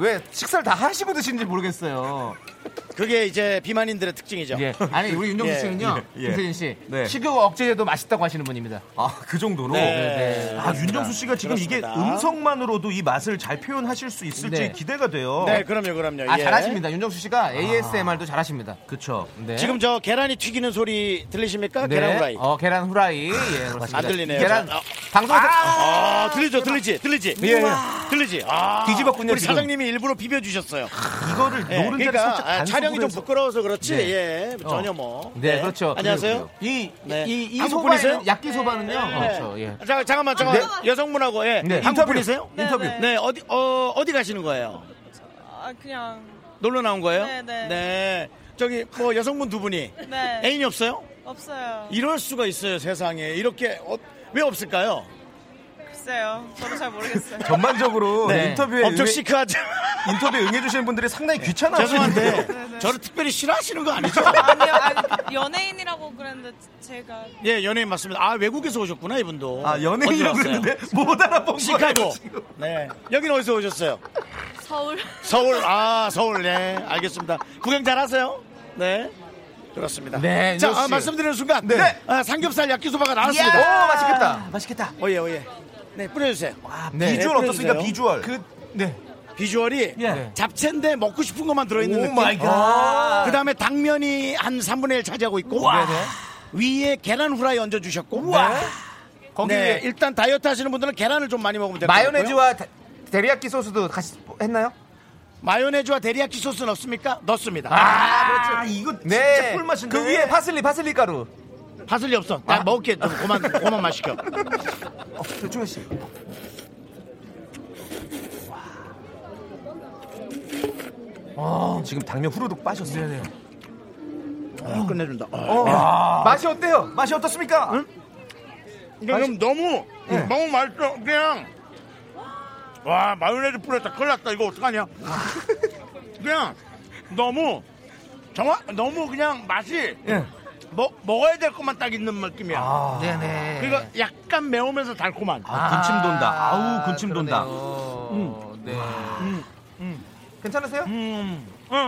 [SPEAKER 1] 왜 식사를 다 하시고 드시는지 모르겠어요.
[SPEAKER 2] 그게 이제 비만인들의 특징이죠.
[SPEAKER 1] 예. 아니 우리 윤정수
[SPEAKER 2] 예.
[SPEAKER 1] 씨는요,
[SPEAKER 7] 예.
[SPEAKER 1] 김세진 씨
[SPEAKER 7] 네.
[SPEAKER 1] 식욕 억제제도 맛있다고 하시는 분입니다.
[SPEAKER 7] 아, 그 정도로.
[SPEAKER 2] 네.
[SPEAKER 7] 아, 윤정수 씨가 지금 이게
[SPEAKER 2] 그렇습니다.
[SPEAKER 3] 음성만으로도 이 맛을 잘 표현하실 수 있을지
[SPEAKER 1] 네.
[SPEAKER 3] 기대가 돼요.
[SPEAKER 2] 네, 그럼요, 그럼요.
[SPEAKER 1] 아
[SPEAKER 2] 예.
[SPEAKER 1] 잘하십니다. 윤정수 씨가 ASMR도 잘하십니다.
[SPEAKER 3] 그렇죠.
[SPEAKER 1] 네.
[SPEAKER 2] 지금 저 계란이 튀기는 소리 들리십니까?
[SPEAKER 1] 네.
[SPEAKER 2] 계란 후라이.
[SPEAKER 1] 어 계란 후라이. 예, 그렇습니다.
[SPEAKER 2] 안 들리네요.
[SPEAKER 1] 계란
[SPEAKER 2] 자, 어.
[SPEAKER 1] 방송에서
[SPEAKER 2] 아, 들리죠, 들리지, 들리지.
[SPEAKER 3] 예.
[SPEAKER 2] 들리지. 아,
[SPEAKER 3] 뒤집었군요,
[SPEAKER 2] 우리
[SPEAKER 3] 지금.
[SPEAKER 2] 사장님이 일부러 비벼주셨어요.
[SPEAKER 3] 이거를
[SPEAKER 2] 예,
[SPEAKER 3] 노른자를
[SPEAKER 2] 그러니까
[SPEAKER 3] 살짝
[SPEAKER 2] 아,
[SPEAKER 3] 반숙으로
[SPEAKER 2] 촬영이 좀
[SPEAKER 3] 해서- 네. 어.
[SPEAKER 2] 부끄러워서 그렇지. 예, 전혀 뭐.
[SPEAKER 1] 네, 그렇죠.
[SPEAKER 2] 안녕하세요.
[SPEAKER 1] 이,
[SPEAKER 2] 네.
[SPEAKER 1] 이, 이
[SPEAKER 2] 한국
[SPEAKER 1] 소바는
[SPEAKER 2] 분이세요?
[SPEAKER 1] 약기 소바는요.
[SPEAKER 2] 네.
[SPEAKER 1] 그렇죠. 예.
[SPEAKER 2] 자, 잠깐만, 잠깐만. 여성분하고 예.
[SPEAKER 1] 네.
[SPEAKER 2] 한국 분이세요?
[SPEAKER 3] 아, 인터뷰.
[SPEAKER 2] 네. 어디 어, 어디 가시는 거예요?
[SPEAKER 9] 아 그냥
[SPEAKER 2] 놀러 나온 거예요?
[SPEAKER 9] 네, 네.
[SPEAKER 2] 네. 저기 뭐 여성분 두 분이
[SPEAKER 9] 네.
[SPEAKER 2] 애인이 없어요?
[SPEAKER 9] 없어요.
[SPEAKER 2] 이럴 수가 있어요 세상에 이렇게 어- 왜 없을까요?
[SPEAKER 9] 글쎄요. 저도 잘 모르겠어요.
[SPEAKER 3] 전반적으로
[SPEAKER 2] 네.
[SPEAKER 3] 인터뷰에
[SPEAKER 2] 엄청
[SPEAKER 3] 응해,
[SPEAKER 2] 시크하죠.
[SPEAKER 3] 인터뷰 응해주시는 분들이
[SPEAKER 1] 네.
[SPEAKER 3] 상당히 귀찮아하시는데 *laughs* 네.
[SPEAKER 2] 죄송한데 저를 특별히 싫어하시는 거 아니죠?
[SPEAKER 9] *laughs* 아니요, 아니, 연예인이라고 그랬는데 제가
[SPEAKER 2] 예, 연예인 맞습니다. 아, 외국에서 오셨구나, 이분도.
[SPEAKER 3] 아 연예인이라고
[SPEAKER 2] 어디서 왔어요?
[SPEAKER 3] 그랬는데 뭐 못 알아본 *laughs*
[SPEAKER 2] 시카고.
[SPEAKER 3] 거예요. 지금.
[SPEAKER 2] 네. 여기는 어디서 오셨어요?
[SPEAKER 9] 서울.
[SPEAKER 2] 서울. 아, 서울. 네. 알겠습니다. 구경 잘 하세요. 네. 그렇습니다.
[SPEAKER 1] 네,
[SPEAKER 2] 자,
[SPEAKER 1] 윤정
[SPEAKER 2] 아,
[SPEAKER 1] 씨.
[SPEAKER 2] 말씀드리는 순간.
[SPEAKER 3] 네.
[SPEAKER 2] 네. 아, 삼겹살 야끼소바가 나왔습니다.
[SPEAKER 1] 오 맛있겠다.
[SPEAKER 3] 맛있겠다.
[SPEAKER 2] 오예, 오예. 아, 네, 뿌려주세요. 와,
[SPEAKER 1] 네. 그
[SPEAKER 3] 비주얼 어떻습니까?
[SPEAKER 2] 뿌려주세요.
[SPEAKER 3] 비주얼.
[SPEAKER 2] 비주얼이
[SPEAKER 3] 예.
[SPEAKER 2] 잡채인데 먹고 싶은 것만 들어있는
[SPEAKER 3] 오
[SPEAKER 2] 느낌. 아.
[SPEAKER 3] 마이 갓.
[SPEAKER 1] 네,
[SPEAKER 2] 그 다음에 당면이 한 3분의 1 차지하고 있고. 위에 계란 후라이 얹어 주셨고.
[SPEAKER 1] 우와. 네. 거기
[SPEAKER 2] 네,
[SPEAKER 1] 위에.
[SPEAKER 2] 일단 다이어트 하시는 분들은 계란을 좀 많이 먹으면 될것 같고요.
[SPEAKER 1] 마요네즈와 데- 데리야끼 소스도 같이 했나요?
[SPEAKER 2] 마요네즈와 데리야끼 소스는 없습니까? 넣습니다.
[SPEAKER 1] 아,
[SPEAKER 2] 그렇죠. 이거
[SPEAKER 1] 네. 그 위에 파슬리, 파슬리 가루.
[SPEAKER 2] 파슬리 없어.
[SPEAKER 1] 아.
[SPEAKER 2] 나 먹을게. 좀 그만 그만 마시켜.
[SPEAKER 1] 어, 조충현 씨.
[SPEAKER 3] 지금 당면 후루룩 빠졌어요.
[SPEAKER 2] 아, 끝내준다. 아.
[SPEAKER 1] 어. 맛이 어때요? 맛이 어떻습니까?
[SPEAKER 2] 이거 그럼 너무
[SPEAKER 1] 예.
[SPEAKER 2] 너무 맛있어 그냥 와 마요네즈 뿌렸다 큰일 났다 이거 어떡하냐 그냥 너무 정말 너무 그냥 맛이
[SPEAKER 1] 예. 아,
[SPEAKER 2] 먹, 먹어야 될 것만 딱 있는 느낌이야
[SPEAKER 1] 네네.
[SPEAKER 2] 그러니까 약간 매우면서 달콤한
[SPEAKER 3] 아, 군침 돈다. 아우, 군침 돈다. 음.
[SPEAKER 1] 그러네요. 네. 괜찮으세요?
[SPEAKER 2] 응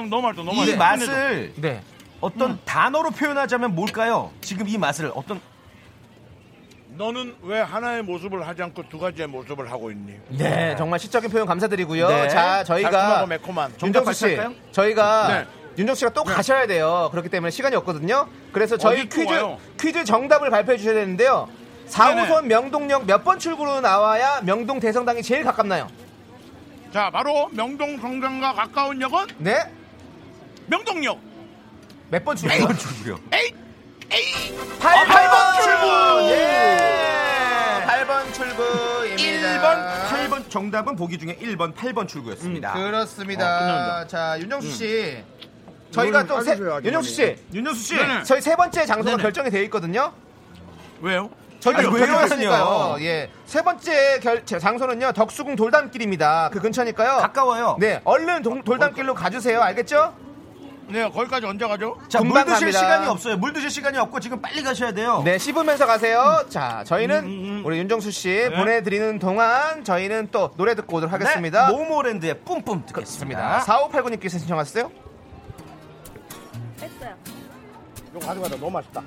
[SPEAKER 2] 너무 맛있어 너무
[SPEAKER 3] 이
[SPEAKER 2] 맛있어
[SPEAKER 3] 맛을
[SPEAKER 1] 네.
[SPEAKER 3] 어떤 단어로 표현하자면 뭘까요? 지금 이 맛을 어떤
[SPEAKER 2] 너는 왜 하나의 모습을 하지 않고 두 가지의 모습을 하고 있니
[SPEAKER 1] 네, 정말 시적인 표현 감사드리고요.
[SPEAKER 2] 네.
[SPEAKER 1] 자, 저희가
[SPEAKER 2] 달콤하고 매콤한 정답
[SPEAKER 1] 윤정수 씨,
[SPEAKER 2] 발표할까요?
[SPEAKER 1] 저희가
[SPEAKER 2] 네.
[SPEAKER 1] 윤정수 씨가 또 가셔야 돼요. 그렇기 때문에 시간이 없거든요. 그래서 저희
[SPEAKER 2] 어디 또
[SPEAKER 1] 퀴즈
[SPEAKER 2] 와요?
[SPEAKER 1] 퀴즈 정답을 발표해 주셔야 되는데요. 4호선 명동역 몇 번 출구로 나와야 명동 대성당이 제일 가깝나요?
[SPEAKER 2] 자 바로 명동 성당과 가까운 역은
[SPEAKER 1] 네,
[SPEAKER 2] 명동역
[SPEAKER 1] 몇 번 출구?
[SPEAKER 3] 주고요.
[SPEAKER 2] 에잇 에잇
[SPEAKER 1] 8번,
[SPEAKER 2] 번 출구!
[SPEAKER 1] 예, 8번 출구입니다.
[SPEAKER 3] 1번, 8번 정답은 보기 중에 1번, 8번 출구였습니다.
[SPEAKER 2] 음, 그 어,
[SPEAKER 1] 그렇습니다. 자, 윤정수 씨. 저희가 또 세,
[SPEAKER 2] 알려줘요, 음. 아주
[SPEAKER 1] 윤정수 씨,
[SPEAKER 3] 윤현수 씨.
[SPEAKER 2] 네네.
[SPEAKER 1] 저희 세 번째 장소가 결정이 되어 있거든요.
[SPEAKER 2] 왜요?
[SPEAKER 1] 저희가
[SPEAKER 3] 아니,
[SPEAKER 1] 왜
[SPEAKER 3] 왜요?
[SPEAKER 1] 결정했으니요 예. 세 번째 결, 제 장소는요. 덕수궁 돌담길입니다. 그 근처니까요.
[SPEAKER 3] 가까워요.
[SPEAKER 1] 네. 얼른 동- 돌담길로 가주세요. 알겠죠?
[SPEAKER 2] 네 거기까지 언제 가죠?
[SPEAKER 3] 자, 물
[SPEAKER 1] 금방
[SPEAKER 3] 드실
[SPEAKER 1] 갑니다.
[SPEAKER 3] 시간이 없어요. 물 드실 시간이 없고 지금 빨리 가셔야 돼요.
[SPEAKER 1] 네. 씹으면서 가세요. 자, 저희는 우리 윤정수 씨 보내드리는 동안 저희는 또 노래 듣고 오도록 하겠습니다.
[SPEAKER 3] 네, 모모랜드의 뿜뿜 듣겠습니다.
[SPEAKER 1] 4589님께서 신청하셨어요?
[SPEAKER 4] 했어요.
[SPEAKER 2] 이거 가져가자 너무 맛있다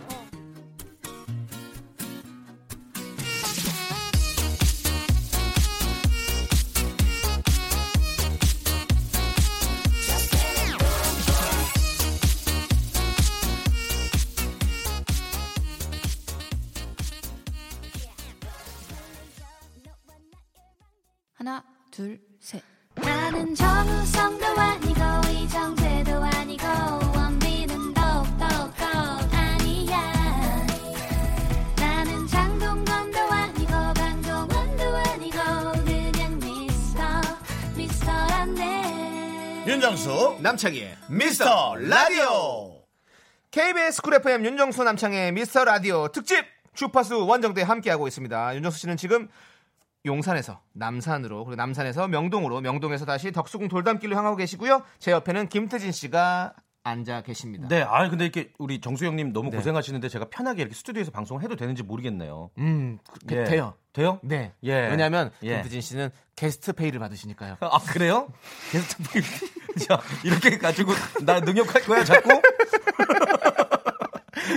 [SPEAKER 5] 하나 둘셋
[SPEAKER 10] 나는 정우성도 아니고 이정재도 아니고 원빈은 더욱더 아니야 나는 장동건도 아니고 강동원도 아니고 그냥 미스터 미스터란데
[SPEAKER 2] 윤정수
[SPEAKER 1] 남창희의
[SPEAKER 2] 미스터 라디오
[SPEAKER 1] KBS 쿨 FM 윤정수 남창의 미스터 라디오 특집 주파수 원정대 함께하고 있습니다. 윤정수 씨는 지금 용산에서 남산으로 그리고 남산에서 명동으로 명동에서 다시 덕수궁 돌담길로 향하고 계시고요. 제 옆에는 김태진 씨가 앉아 계십니다.
[SPEAKER 3] 네, 아 근데 이렇게 우리 정수 형님 너무 고생하시는데 제가 편하게 이렇게 스튜디오에서 방송을 해도 되는지 모르겠네요.
[SPEAKER 1] 음, 그- 그-
[SPEAKER 3] 예.
[SPEAKER 1] 돼요.
[SPEAKER 3] 돼요?
[SPEAKER 1] 네.
[SPEAKER 3] 예.
[SPEAKER 1] 왜냐하면
[SPEAKER 3] 예.
[SPEAKER 1] 김태진 씨는 게스트 페이를 받으시니까요.
[SPEAKER 3] 아 그래요? 게스트 분이- 자 이렇게 가지고 나 능력할 거야 자꾸? *laughs*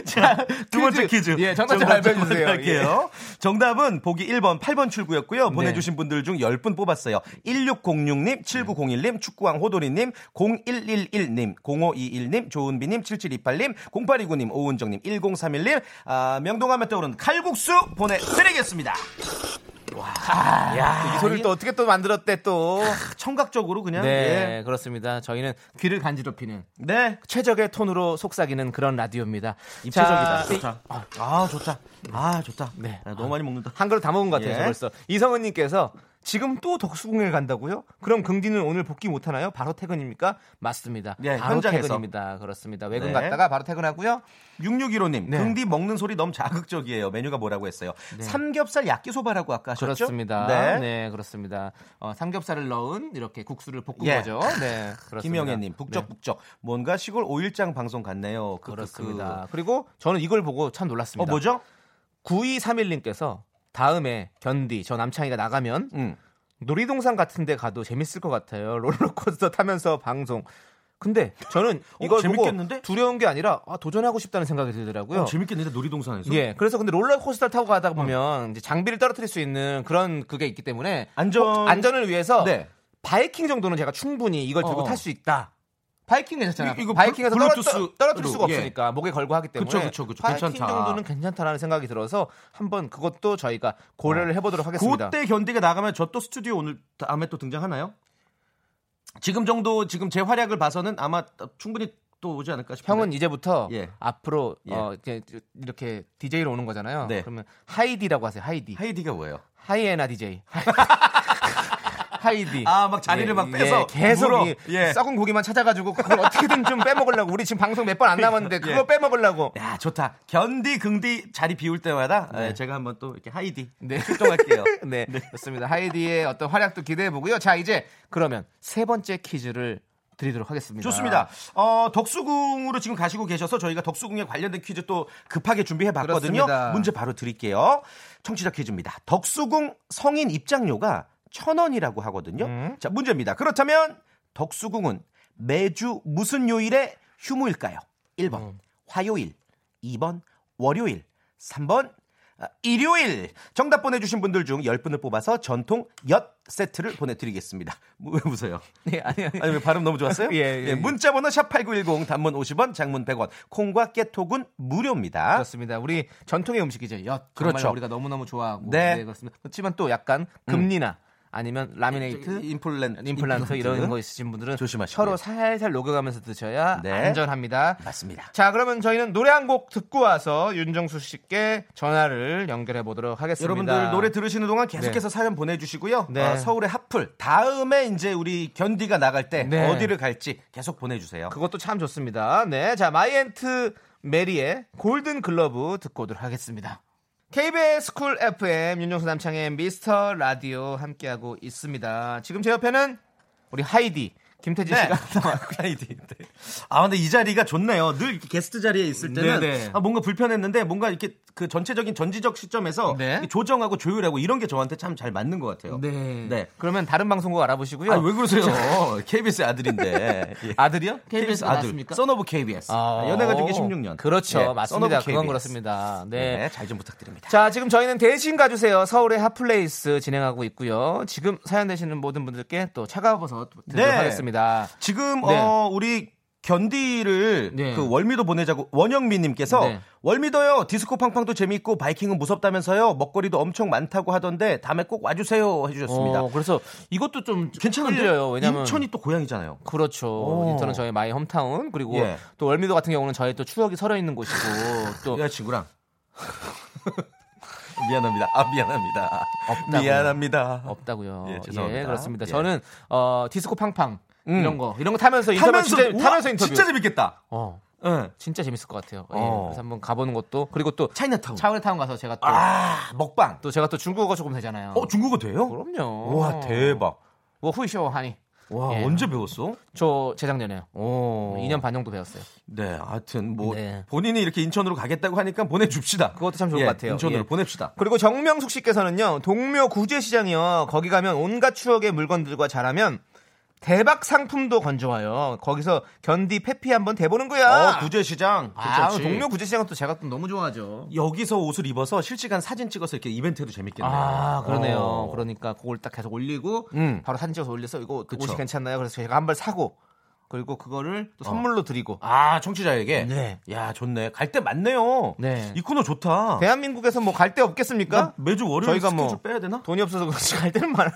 [SPEAKER 3] 자, 두 번째
[SPEAKER 1] 퀴즈.
[SPEAKER 3] 퀴즈.
[SPEAKER 1] 예, 정답
[SPEAKER 3] 두
[SPEAKER 1] 좀
[SPEAKER 3] 번째
[SPEAKER 1] 발표해 주세요. 예.
[SPEAKER 3] 발표할게요. 정답은 보기 1번, 8번
[SPEAKER 1] 네.
[SPEAKER 3] 출구였고요. 보내주신 분들 중 10분 뽑았어요. 1606님, 7901님, 축구왕 호돌이님, 0111님, 0521님, 조은비님, 7728님, 0829님, 오은정님, 1031님, 아, 명동하면 떠오른 칼국수 보내드리겠습니다. 아,
[SPEAKER 1] 야, 이 소리를 또 어떻게 또 만들었대 또.
[SPEAKER 3] 청각적으로 그냥.
[SPEAKER 1] 네,
[SPEAKER 3] 네.
[SPEAKER 1] 그렇습니다. 저희는 귀를 간지럽히는
[SPEAKER 3] 네.
[SPEAKER 1] 최적의 톤으로 속삭이는 그런 라디오입니다.
[SPEAKER 3] 입체적이다.
[SPEAKER 1] 자,
[SPEAKER 3] 좋다. 아, 좋다. 아, 좋다.
[SPEAKER 1] 네.
[SPEAKER 3] 아, 너무 많이 먹는다.
[SPEAKER 1] 한 그릇 다 먹은 것 같아요,
[SPEAKER 3] 예.
[SPEAKER 1] 저 벌써. 이성은님께서 지금 또 덕수궁에 간다고요? 그럼 긍디는 오늘 복귀 못 하나요? 바로 퇴근입니까? 맞습니다.
[SPEAKER 3] 예,
[SPEAKER 1] 바로
[SPEAKER 3] 현장에서.
[SPEAKER 1] 퇴근입니다. 그렇습니다. 외근
[SPEAKER 3] 네.
[SPEAKER 1] 갔다가 바로 퇴근하고요.
[SPEAKER 3] 6615님,
[SPEAKER 1] 네.
[SPEAKER 3] 긍디 먹는 소리 너무 자극적이에요. 메뉴가 뭐라고 했어요? 삼겹살 야끼소바라고 아까 하셨죠?
[SPEAKER 1] 그렇습니다. 네,
[SPEAKER 3] 네.
[SPEAKER 1] 그렇습니다. 어, 삼겹살을 넣은 이렇게 국수를 볶은
[SPEAKER 3] 예.
[SPEAKER 1] 거죠. 네, 그렇습니다.
[SPEAKER 3] *laughs* 김영애님,
[SPEAKER 1] 네,
[SPEAKER 3] 북적북적. 뭔가 시골 5일장 방송 같네요. 그,
[SPEAKER 1] 그렇습니다. 그리고 저는 이걸 보고 참
[SPEAKER 3] 어,
[SPEAKER 1] 놀랐습니다.
[SPEAKER 3] 뭐죠?
[SPEAKER 1] 9231님께서 다음에 견디 저 남창이가 나가면
[SPEAKER 3] 음.
[SPEAKER 1] 놀이동산 같은 데 가도 재밌을 것 같아요. *laughs* 롤러코스터 타면서 방송. 근데 저는
[SPEAKER 3] 어,
[SPEAKER 1] 이걸 보고
[SPEAKER 3] 재밌겠는데?
[SPEAKER 1] 두려운 게 아니라 아, 도전하고 싶다는 생각이 들더라고요.
[SPEAKER 3] 어, 재밌겠는데, 놀이동산에서?
[SPEAKER 1] 예, 그래서 근데 롤러코스터 타고 가다 보면 이제 장비를 떨어뜨릴 수 있는 그런 그게 있기 때문에
[SPEAKER 3] 안전-
[SPEAKER 1] 혹- 안전을 위해서
[SPEAKER 3] 네.
[SPEAKER 1] 바이킹 정도는 제가 충분히 이걸 들고
[SPEAKER 3] 어, 어.
[SPEAKER 1] 탈 수 있다. 바이킹 괜찮잖아.
[SPEAKER 3] 이거
[SPEAKER 1] 바이킹에서
[SPEAKER 3] 블루-
[SPEAKER 1] 떨어뜨-
[SPEAKER 3] 블루투스로,
[SPEAKER 1] 떨어뜨릴 수가
[SPEAKER 3] 예.
[SPEAKER 1] 없으니까 목에 걸고 하기 때문에
[SPEAKER 3] 그쵸, 그쵸, 그쵸.
[SPEAKER 1] 바이킹
[SPEAKER 3] 괜찮다.
[SPEAKER 1] 정도는 괜찮다라는 생각이 들어서 한번 그것도 저희가 고려를 해보도록 하겠습니다.
[SPEAKER 3] 어. 그때 견디가 나가면 저 또 스튜디오 오늘 다음에 또 등장하나요? 지금 정도 지금 제 활약을 봐서는 아마 충분히 또 오지 않을까 싶어요.
[SPEAKER 1] 형은 이제부터
[SPEAKER 3] 예.
[SPEAKER 1] 앞으로
[SPEAKER 3] 예.
[SPEAKER 1] 어, 이렇게, 이렇게 DJ로 오는 거잖아요.
[SPEAKER 3] 네.
[SPEAKER 1] 그러면 하이디라고 하세요. 하이디.
[SPEAKER 3] 하이디가 뭐예요?
[SPEAKER 1] 하이에나
[SPEAKER 3] *laughs*
[SPEAKER 1] DJ. 하이디. 예,
[SPEAKER 3] 아, 막 자리를 막 빼서
[SPEAKER 1] 계속
[SPEAKER 3] 물어.
[SPEAKER 1] 이
[SPEAKER 3] 예.
[SPEAKER 1] 썩은 고기만 찾아가지고 그걸 어떻게든 좀 빼먹으려고 우리 지금 방송 몇 번 안 남았는데 그거
[SPEAKER 3] *laughs* 예.
[SPEAKER 1] 빼먹으려고.
[SPEAKER 3] 야 좋다. 견디 긍디 자리 비울 때마다 예, 제가 한번 또 이렇게 하이디 *laughs* 출동할게요.
[SPEAKER 1] 네, 좋습니다. 하이디의 어떤 활약도 기대해 보고요. 자, 이제 그러면 세 번째 퀴즈를 드리도록 하겠습니다.
[SPEAKER 3] 좋습니다. 어, 덕수궁으로 지금 가시고 계셔서 저희가 덕수궁에 관련된 퀴즈 또 급하게 준비해 봤거든요.
[SPEAKER 1] 그렇습니다.
[SPEAKER 3] 문제 바로 드릴게요. 청취자 퀴즈입니다. 덕수궁 성인 입장료가 천 원이라고 하거든요.
[SPEAKER 1] 음.
[SPEAKER 3] 자, 문제입니다. 그렇다면 덕수궁은 매주 무슨 요일에 휴무일까요? 1번
[SPEAKER 1] 음.
[SPEAKER 3] 화요일, 2번 월요일, 3번 아, 일요일 정답 보내주신 분들 중 10분을 뽑아서 전통 엿 세트를 보내드리겠습니다. *laughs* 왜 웃어요?
[SPEAKER 1] 네, 아니, 아니.
[SPEAKER 3] 아니 왜 발음 너무 *laughs* 좋았어요?
[SPEAKER 1] 예, 예,
[SPEAKER 3] 네,
[SPEAKER 1] 예.
[SPEAKER 3] 문자 번호 샵8910 단문 50원 장문 100원 콩과 깨톡은 무료입니다.
[SPEAKER 1] 그렇습니다. 우리 전통의 음식이죠. 엿.
[SPEAKER 3] 그렇죠.
[SPEAKER 1] 정말 우리가 너무너무 좋아하고.
[SPEAKER 3] 네. 음.
[SPEAKER 1] 그렇습니다. 그렇지만 또 약간 금리나 아니면 라미네이트
[SPEAKER 3] 임플랜
[SPEAKER 1] 임플란트 이런 거 있으신 분들은
[SPEAKER 3] 조심하시고요.
[SPEAKER 1] 혀로 살살 녹여가면서 드셔야
[SPEAKER 3] 네.
[SPEAKER 1] 안전합니다.
[SPEAKER 3] 맞습니다.
[SPEAKER 1] 자, 그러면 저희는 노래 한 곡 듣고 와서 윤정수 씨께 전화를 연결해 보도록 하겠습니다.
[SPEAKER 3] 여러분들 노래 들으시는 동안 계속해서 사연 보내주시고요.
[SPEAKER 1] 네.
[SPEAKER 3] 어, 서울의 핫플 다음에 이제 우리 견디가 나갈 때
[SPEAKER 1] 네.
[SPEAKER 3] 어디를 갈지 계속 보내주세요.
[SPEAKER 1] 그것도 참 좋습니다. 네, 자 마이앤트 메리의 골든 글러브 듣고 오도록 하겠습니다. KBS 쿨 FM 윤종수 남창의 미스터 라디오 함께하고 있습니다. 지금 제 옆에는 우리 하이디 김태진
[SPEAKER 3] 네.
[SPEAKER 1] 씨가 *laughs* 나와.
[SPEAKER 3] *laughs* 아이디인데. 아 근데 이 자리가 좋네요. 늘 이렇게 게스트 자리에 있을 때는
[SPEAKER 1] 네네.
[SPEAKER 3] 아, 뭔가 불편했는데 뭔가 이렇게 그 전체적인 전지적 시점에서
[SPEAKER 1] 네.
[SPEAKER 3] 이렇게 조정하고 조율하고 이런 게 저한테 참 잘 맞는 것 같아요. 네.
[SPEAKER 1] 그러면 다른 방송국 알아보시고요.
[SPEAKER 3] 아왜 그러세요? *laughs* KBS 아들인데 예.
[SPEAKER 1] 아들이요?
[SPEAKER 3] KBS
[SPEAKER 1] KBS
[SPEAKER 3] 아들
[SPEAKER 1] 나왔습니까?
[SPEAKER 3] 썬오브 KBS
[SPEAKER 1] 아,
[SPEAKER 3] 연애가 되게 16년
[SPEAKER 1] 그렇죠,
[SPEAKER 3] 예,
[SPEAKER 1] 맞습니다.
[SPEAKER 3] 썬오브
[SPEAKER 1] 그건
[SPEAKER 3] KBS.
[SPEAKER 1] 그렇습니다.
[SPEAKER 3] 네,
[SPEAKER 1] 네.
[SPEAKER 3] 잘 좀 부탁드립니다
[SPEAKER 1] 자, 지금 저희는 대신 가주세요. 서울의 핫플레이스 진행하고 있고요. 지금 사연 되시는 모든 분들께 또 차가워 버섯 드리도록
[SPEAKER 3] 네.
[SPEAKER 1] 하겠습니다.
[SPEAKER 3] 지금
[SPEAKER 1] 네.
[SPEAKER 3] 어, 우리 견디를
[SPEAKER 1] 네.
[SPEAKER 3] 그 월미도 보내자고 원영미님께서
[SPEAKER 1] 네.
[SPEAKER 3] 월미도요 디스코 팡팡도 재밌고 바이킹은 무섭다면서요 먹거리도 엄청 많다고 하던데 다음에 꼭 와주세요 해주셨습니다
[SPEAKER 1] 어, 그래서 이것도 좀
[SPEAKER 3] 괜찮은데
[SPEAKER 1] 끌려요. 왜냐면
[SPEAKER 3] 인천이 또 고향이잖아요
[SPEAKER 1] 그렇죠.
[SPEAKER 3] 오.
[SPEAKER 1] 인천은 저희 마이 홈타운 그리고
[SPEAKER 3] 예.
[SPEAKER 1] 또 월미도 같은 경우는 저희 또 추억이 서려 있는
[SPEAKER 3] *laughs*
[SPEAKER 1] 곳이고 또
[SPEAKER 3] 여자친구랑 *laughs* 미안합니다 아 미안합니다
[SPEAKER 1] 없다고요.
[SPEAKER 3] 미안합니다
[SPEAKER 1] 없다고요.
[SPEAKER 3] 예, 죄송합니다.
[SPEAKER 1] 그렇습니다.
[SPEAKER 3] 예.
[SPEAKER 1] 저는 어 디스코 팡팡
[SPEAKER 3] 음.
[SPEAKER 1] 이런 거 이런 거 타면서 인터뷰
[SPEAKER 3] 타면서
[SPEAKER 1] 진짜,
[SPEAKER 3] 우와,
[SPEAKER 1] 타면서 인터뷰
[SPEAKER 3] 진짜 재밌겠다
[SPEAKER 1] 어
[SPEAKER 3] 예.
[SPEAKER 1] 진짜 재밌을 것 같아요. 예,
[SPEAKER 3] 어.
[SPEAKER 1] 그래서 한번 가보는 것도 그리고 또
[SPEAKER 3] 차이나타운
[SPEAKER 1] 차이나타운 가서 제가 또 또
[SPEAKER 3] 아 먹방
[SPEAKER 1] 제가 또 중국어가 조금 되잖아요.
[SPEAKER 3] 어 중국어 돼요?
[SPEAKER 1] 그럼요.
[SPEAKER 3] 와 대박
[SPEAKER 1] 뭐 후이쇼 하니
[SPEAKER 3] 와
[SPEAKER 1] 예.
[SPEAKER 3] 언제 배웠어?
[SPEAKER 1] 저 재작년에요.
[SPEAKER 3] 어. 오.
[SPEAKER 1] 2년 반 정도 배웠어요.
[SPEAKER 3] 네, 하여튼 뭐
[SPEAKER 1] 네.
[SPEAKER 3] 본인이 이렇게 인천으로 가겠다고 하니까 보내줍시다.
[SPEAKER 1] 그것도 참 좋을
[SPEAKER 3] 예,
[SPEAKER 1] 것 같아요.
[SPEAKER 3] 인천으로
[SPEAKER 1] 예.
[SPEAKER 3] 보냅시다.
[SPEAKER 1] 그리고 정명숙 씨께서는요 동묘 구제시장이요 거기 가면 온갖 추억의 물건들과 자라면 대박 상품도 건져와요 거기서 견디 페피 한번 대보는 거야
[SPEAKER 3] 어, 구제시장.
[SPEAKER 1] 아,
[SPEAKER 3] 괜찮지.
[SPEAKER 1] 동묘 구제시장은 또 제가 또 너무 좋아하죠
[SPEAKER 3] 여기서 옷을 입어서 실시간 사진 찍어서 이렇게 이벤트도 재밌겠네요.
[SPEAKER 1] 아 그러네요
[SPEAKER 3] 어.
[SPEAKER 1] 그러니까 그걸 딱 계속 올리고
[SPEAKER 3] 음.
[SPEAKER 1] 바로 사진 찍어서 올려서 이거
[SPEAKER 3] 그쵸.
[SPEAKER 1] 옷이 괜찮나요 그래서 제가 한 벌 사고 그리고 그거를 또 선물로 드리고
[SPEAKER 3] 아, 청취자에게.
[SPEAKER 1] 네.
[SPEAKER 3] 야, 좋네. 갈 때 많네요.
[SPEAKER 1] 네.
[SPEAKER 3] 이 코너 좋다.
[SPEAKER 1] 대한민국에서 뭐 갈 데
[SPEAKER 3] 나
[SPEAKER 1] 없겠습니까
[SPEAKER 3] 매주 월요일
[SPEAKER 1] 저희가
[SPEAKER 3] 스케줄
[SPEAKER 1] 뭐-
[SPEAKER 3] 빼야 되나?
[SPEAKER 1] 돈이 없어서 그렇지 갈 데는 많아요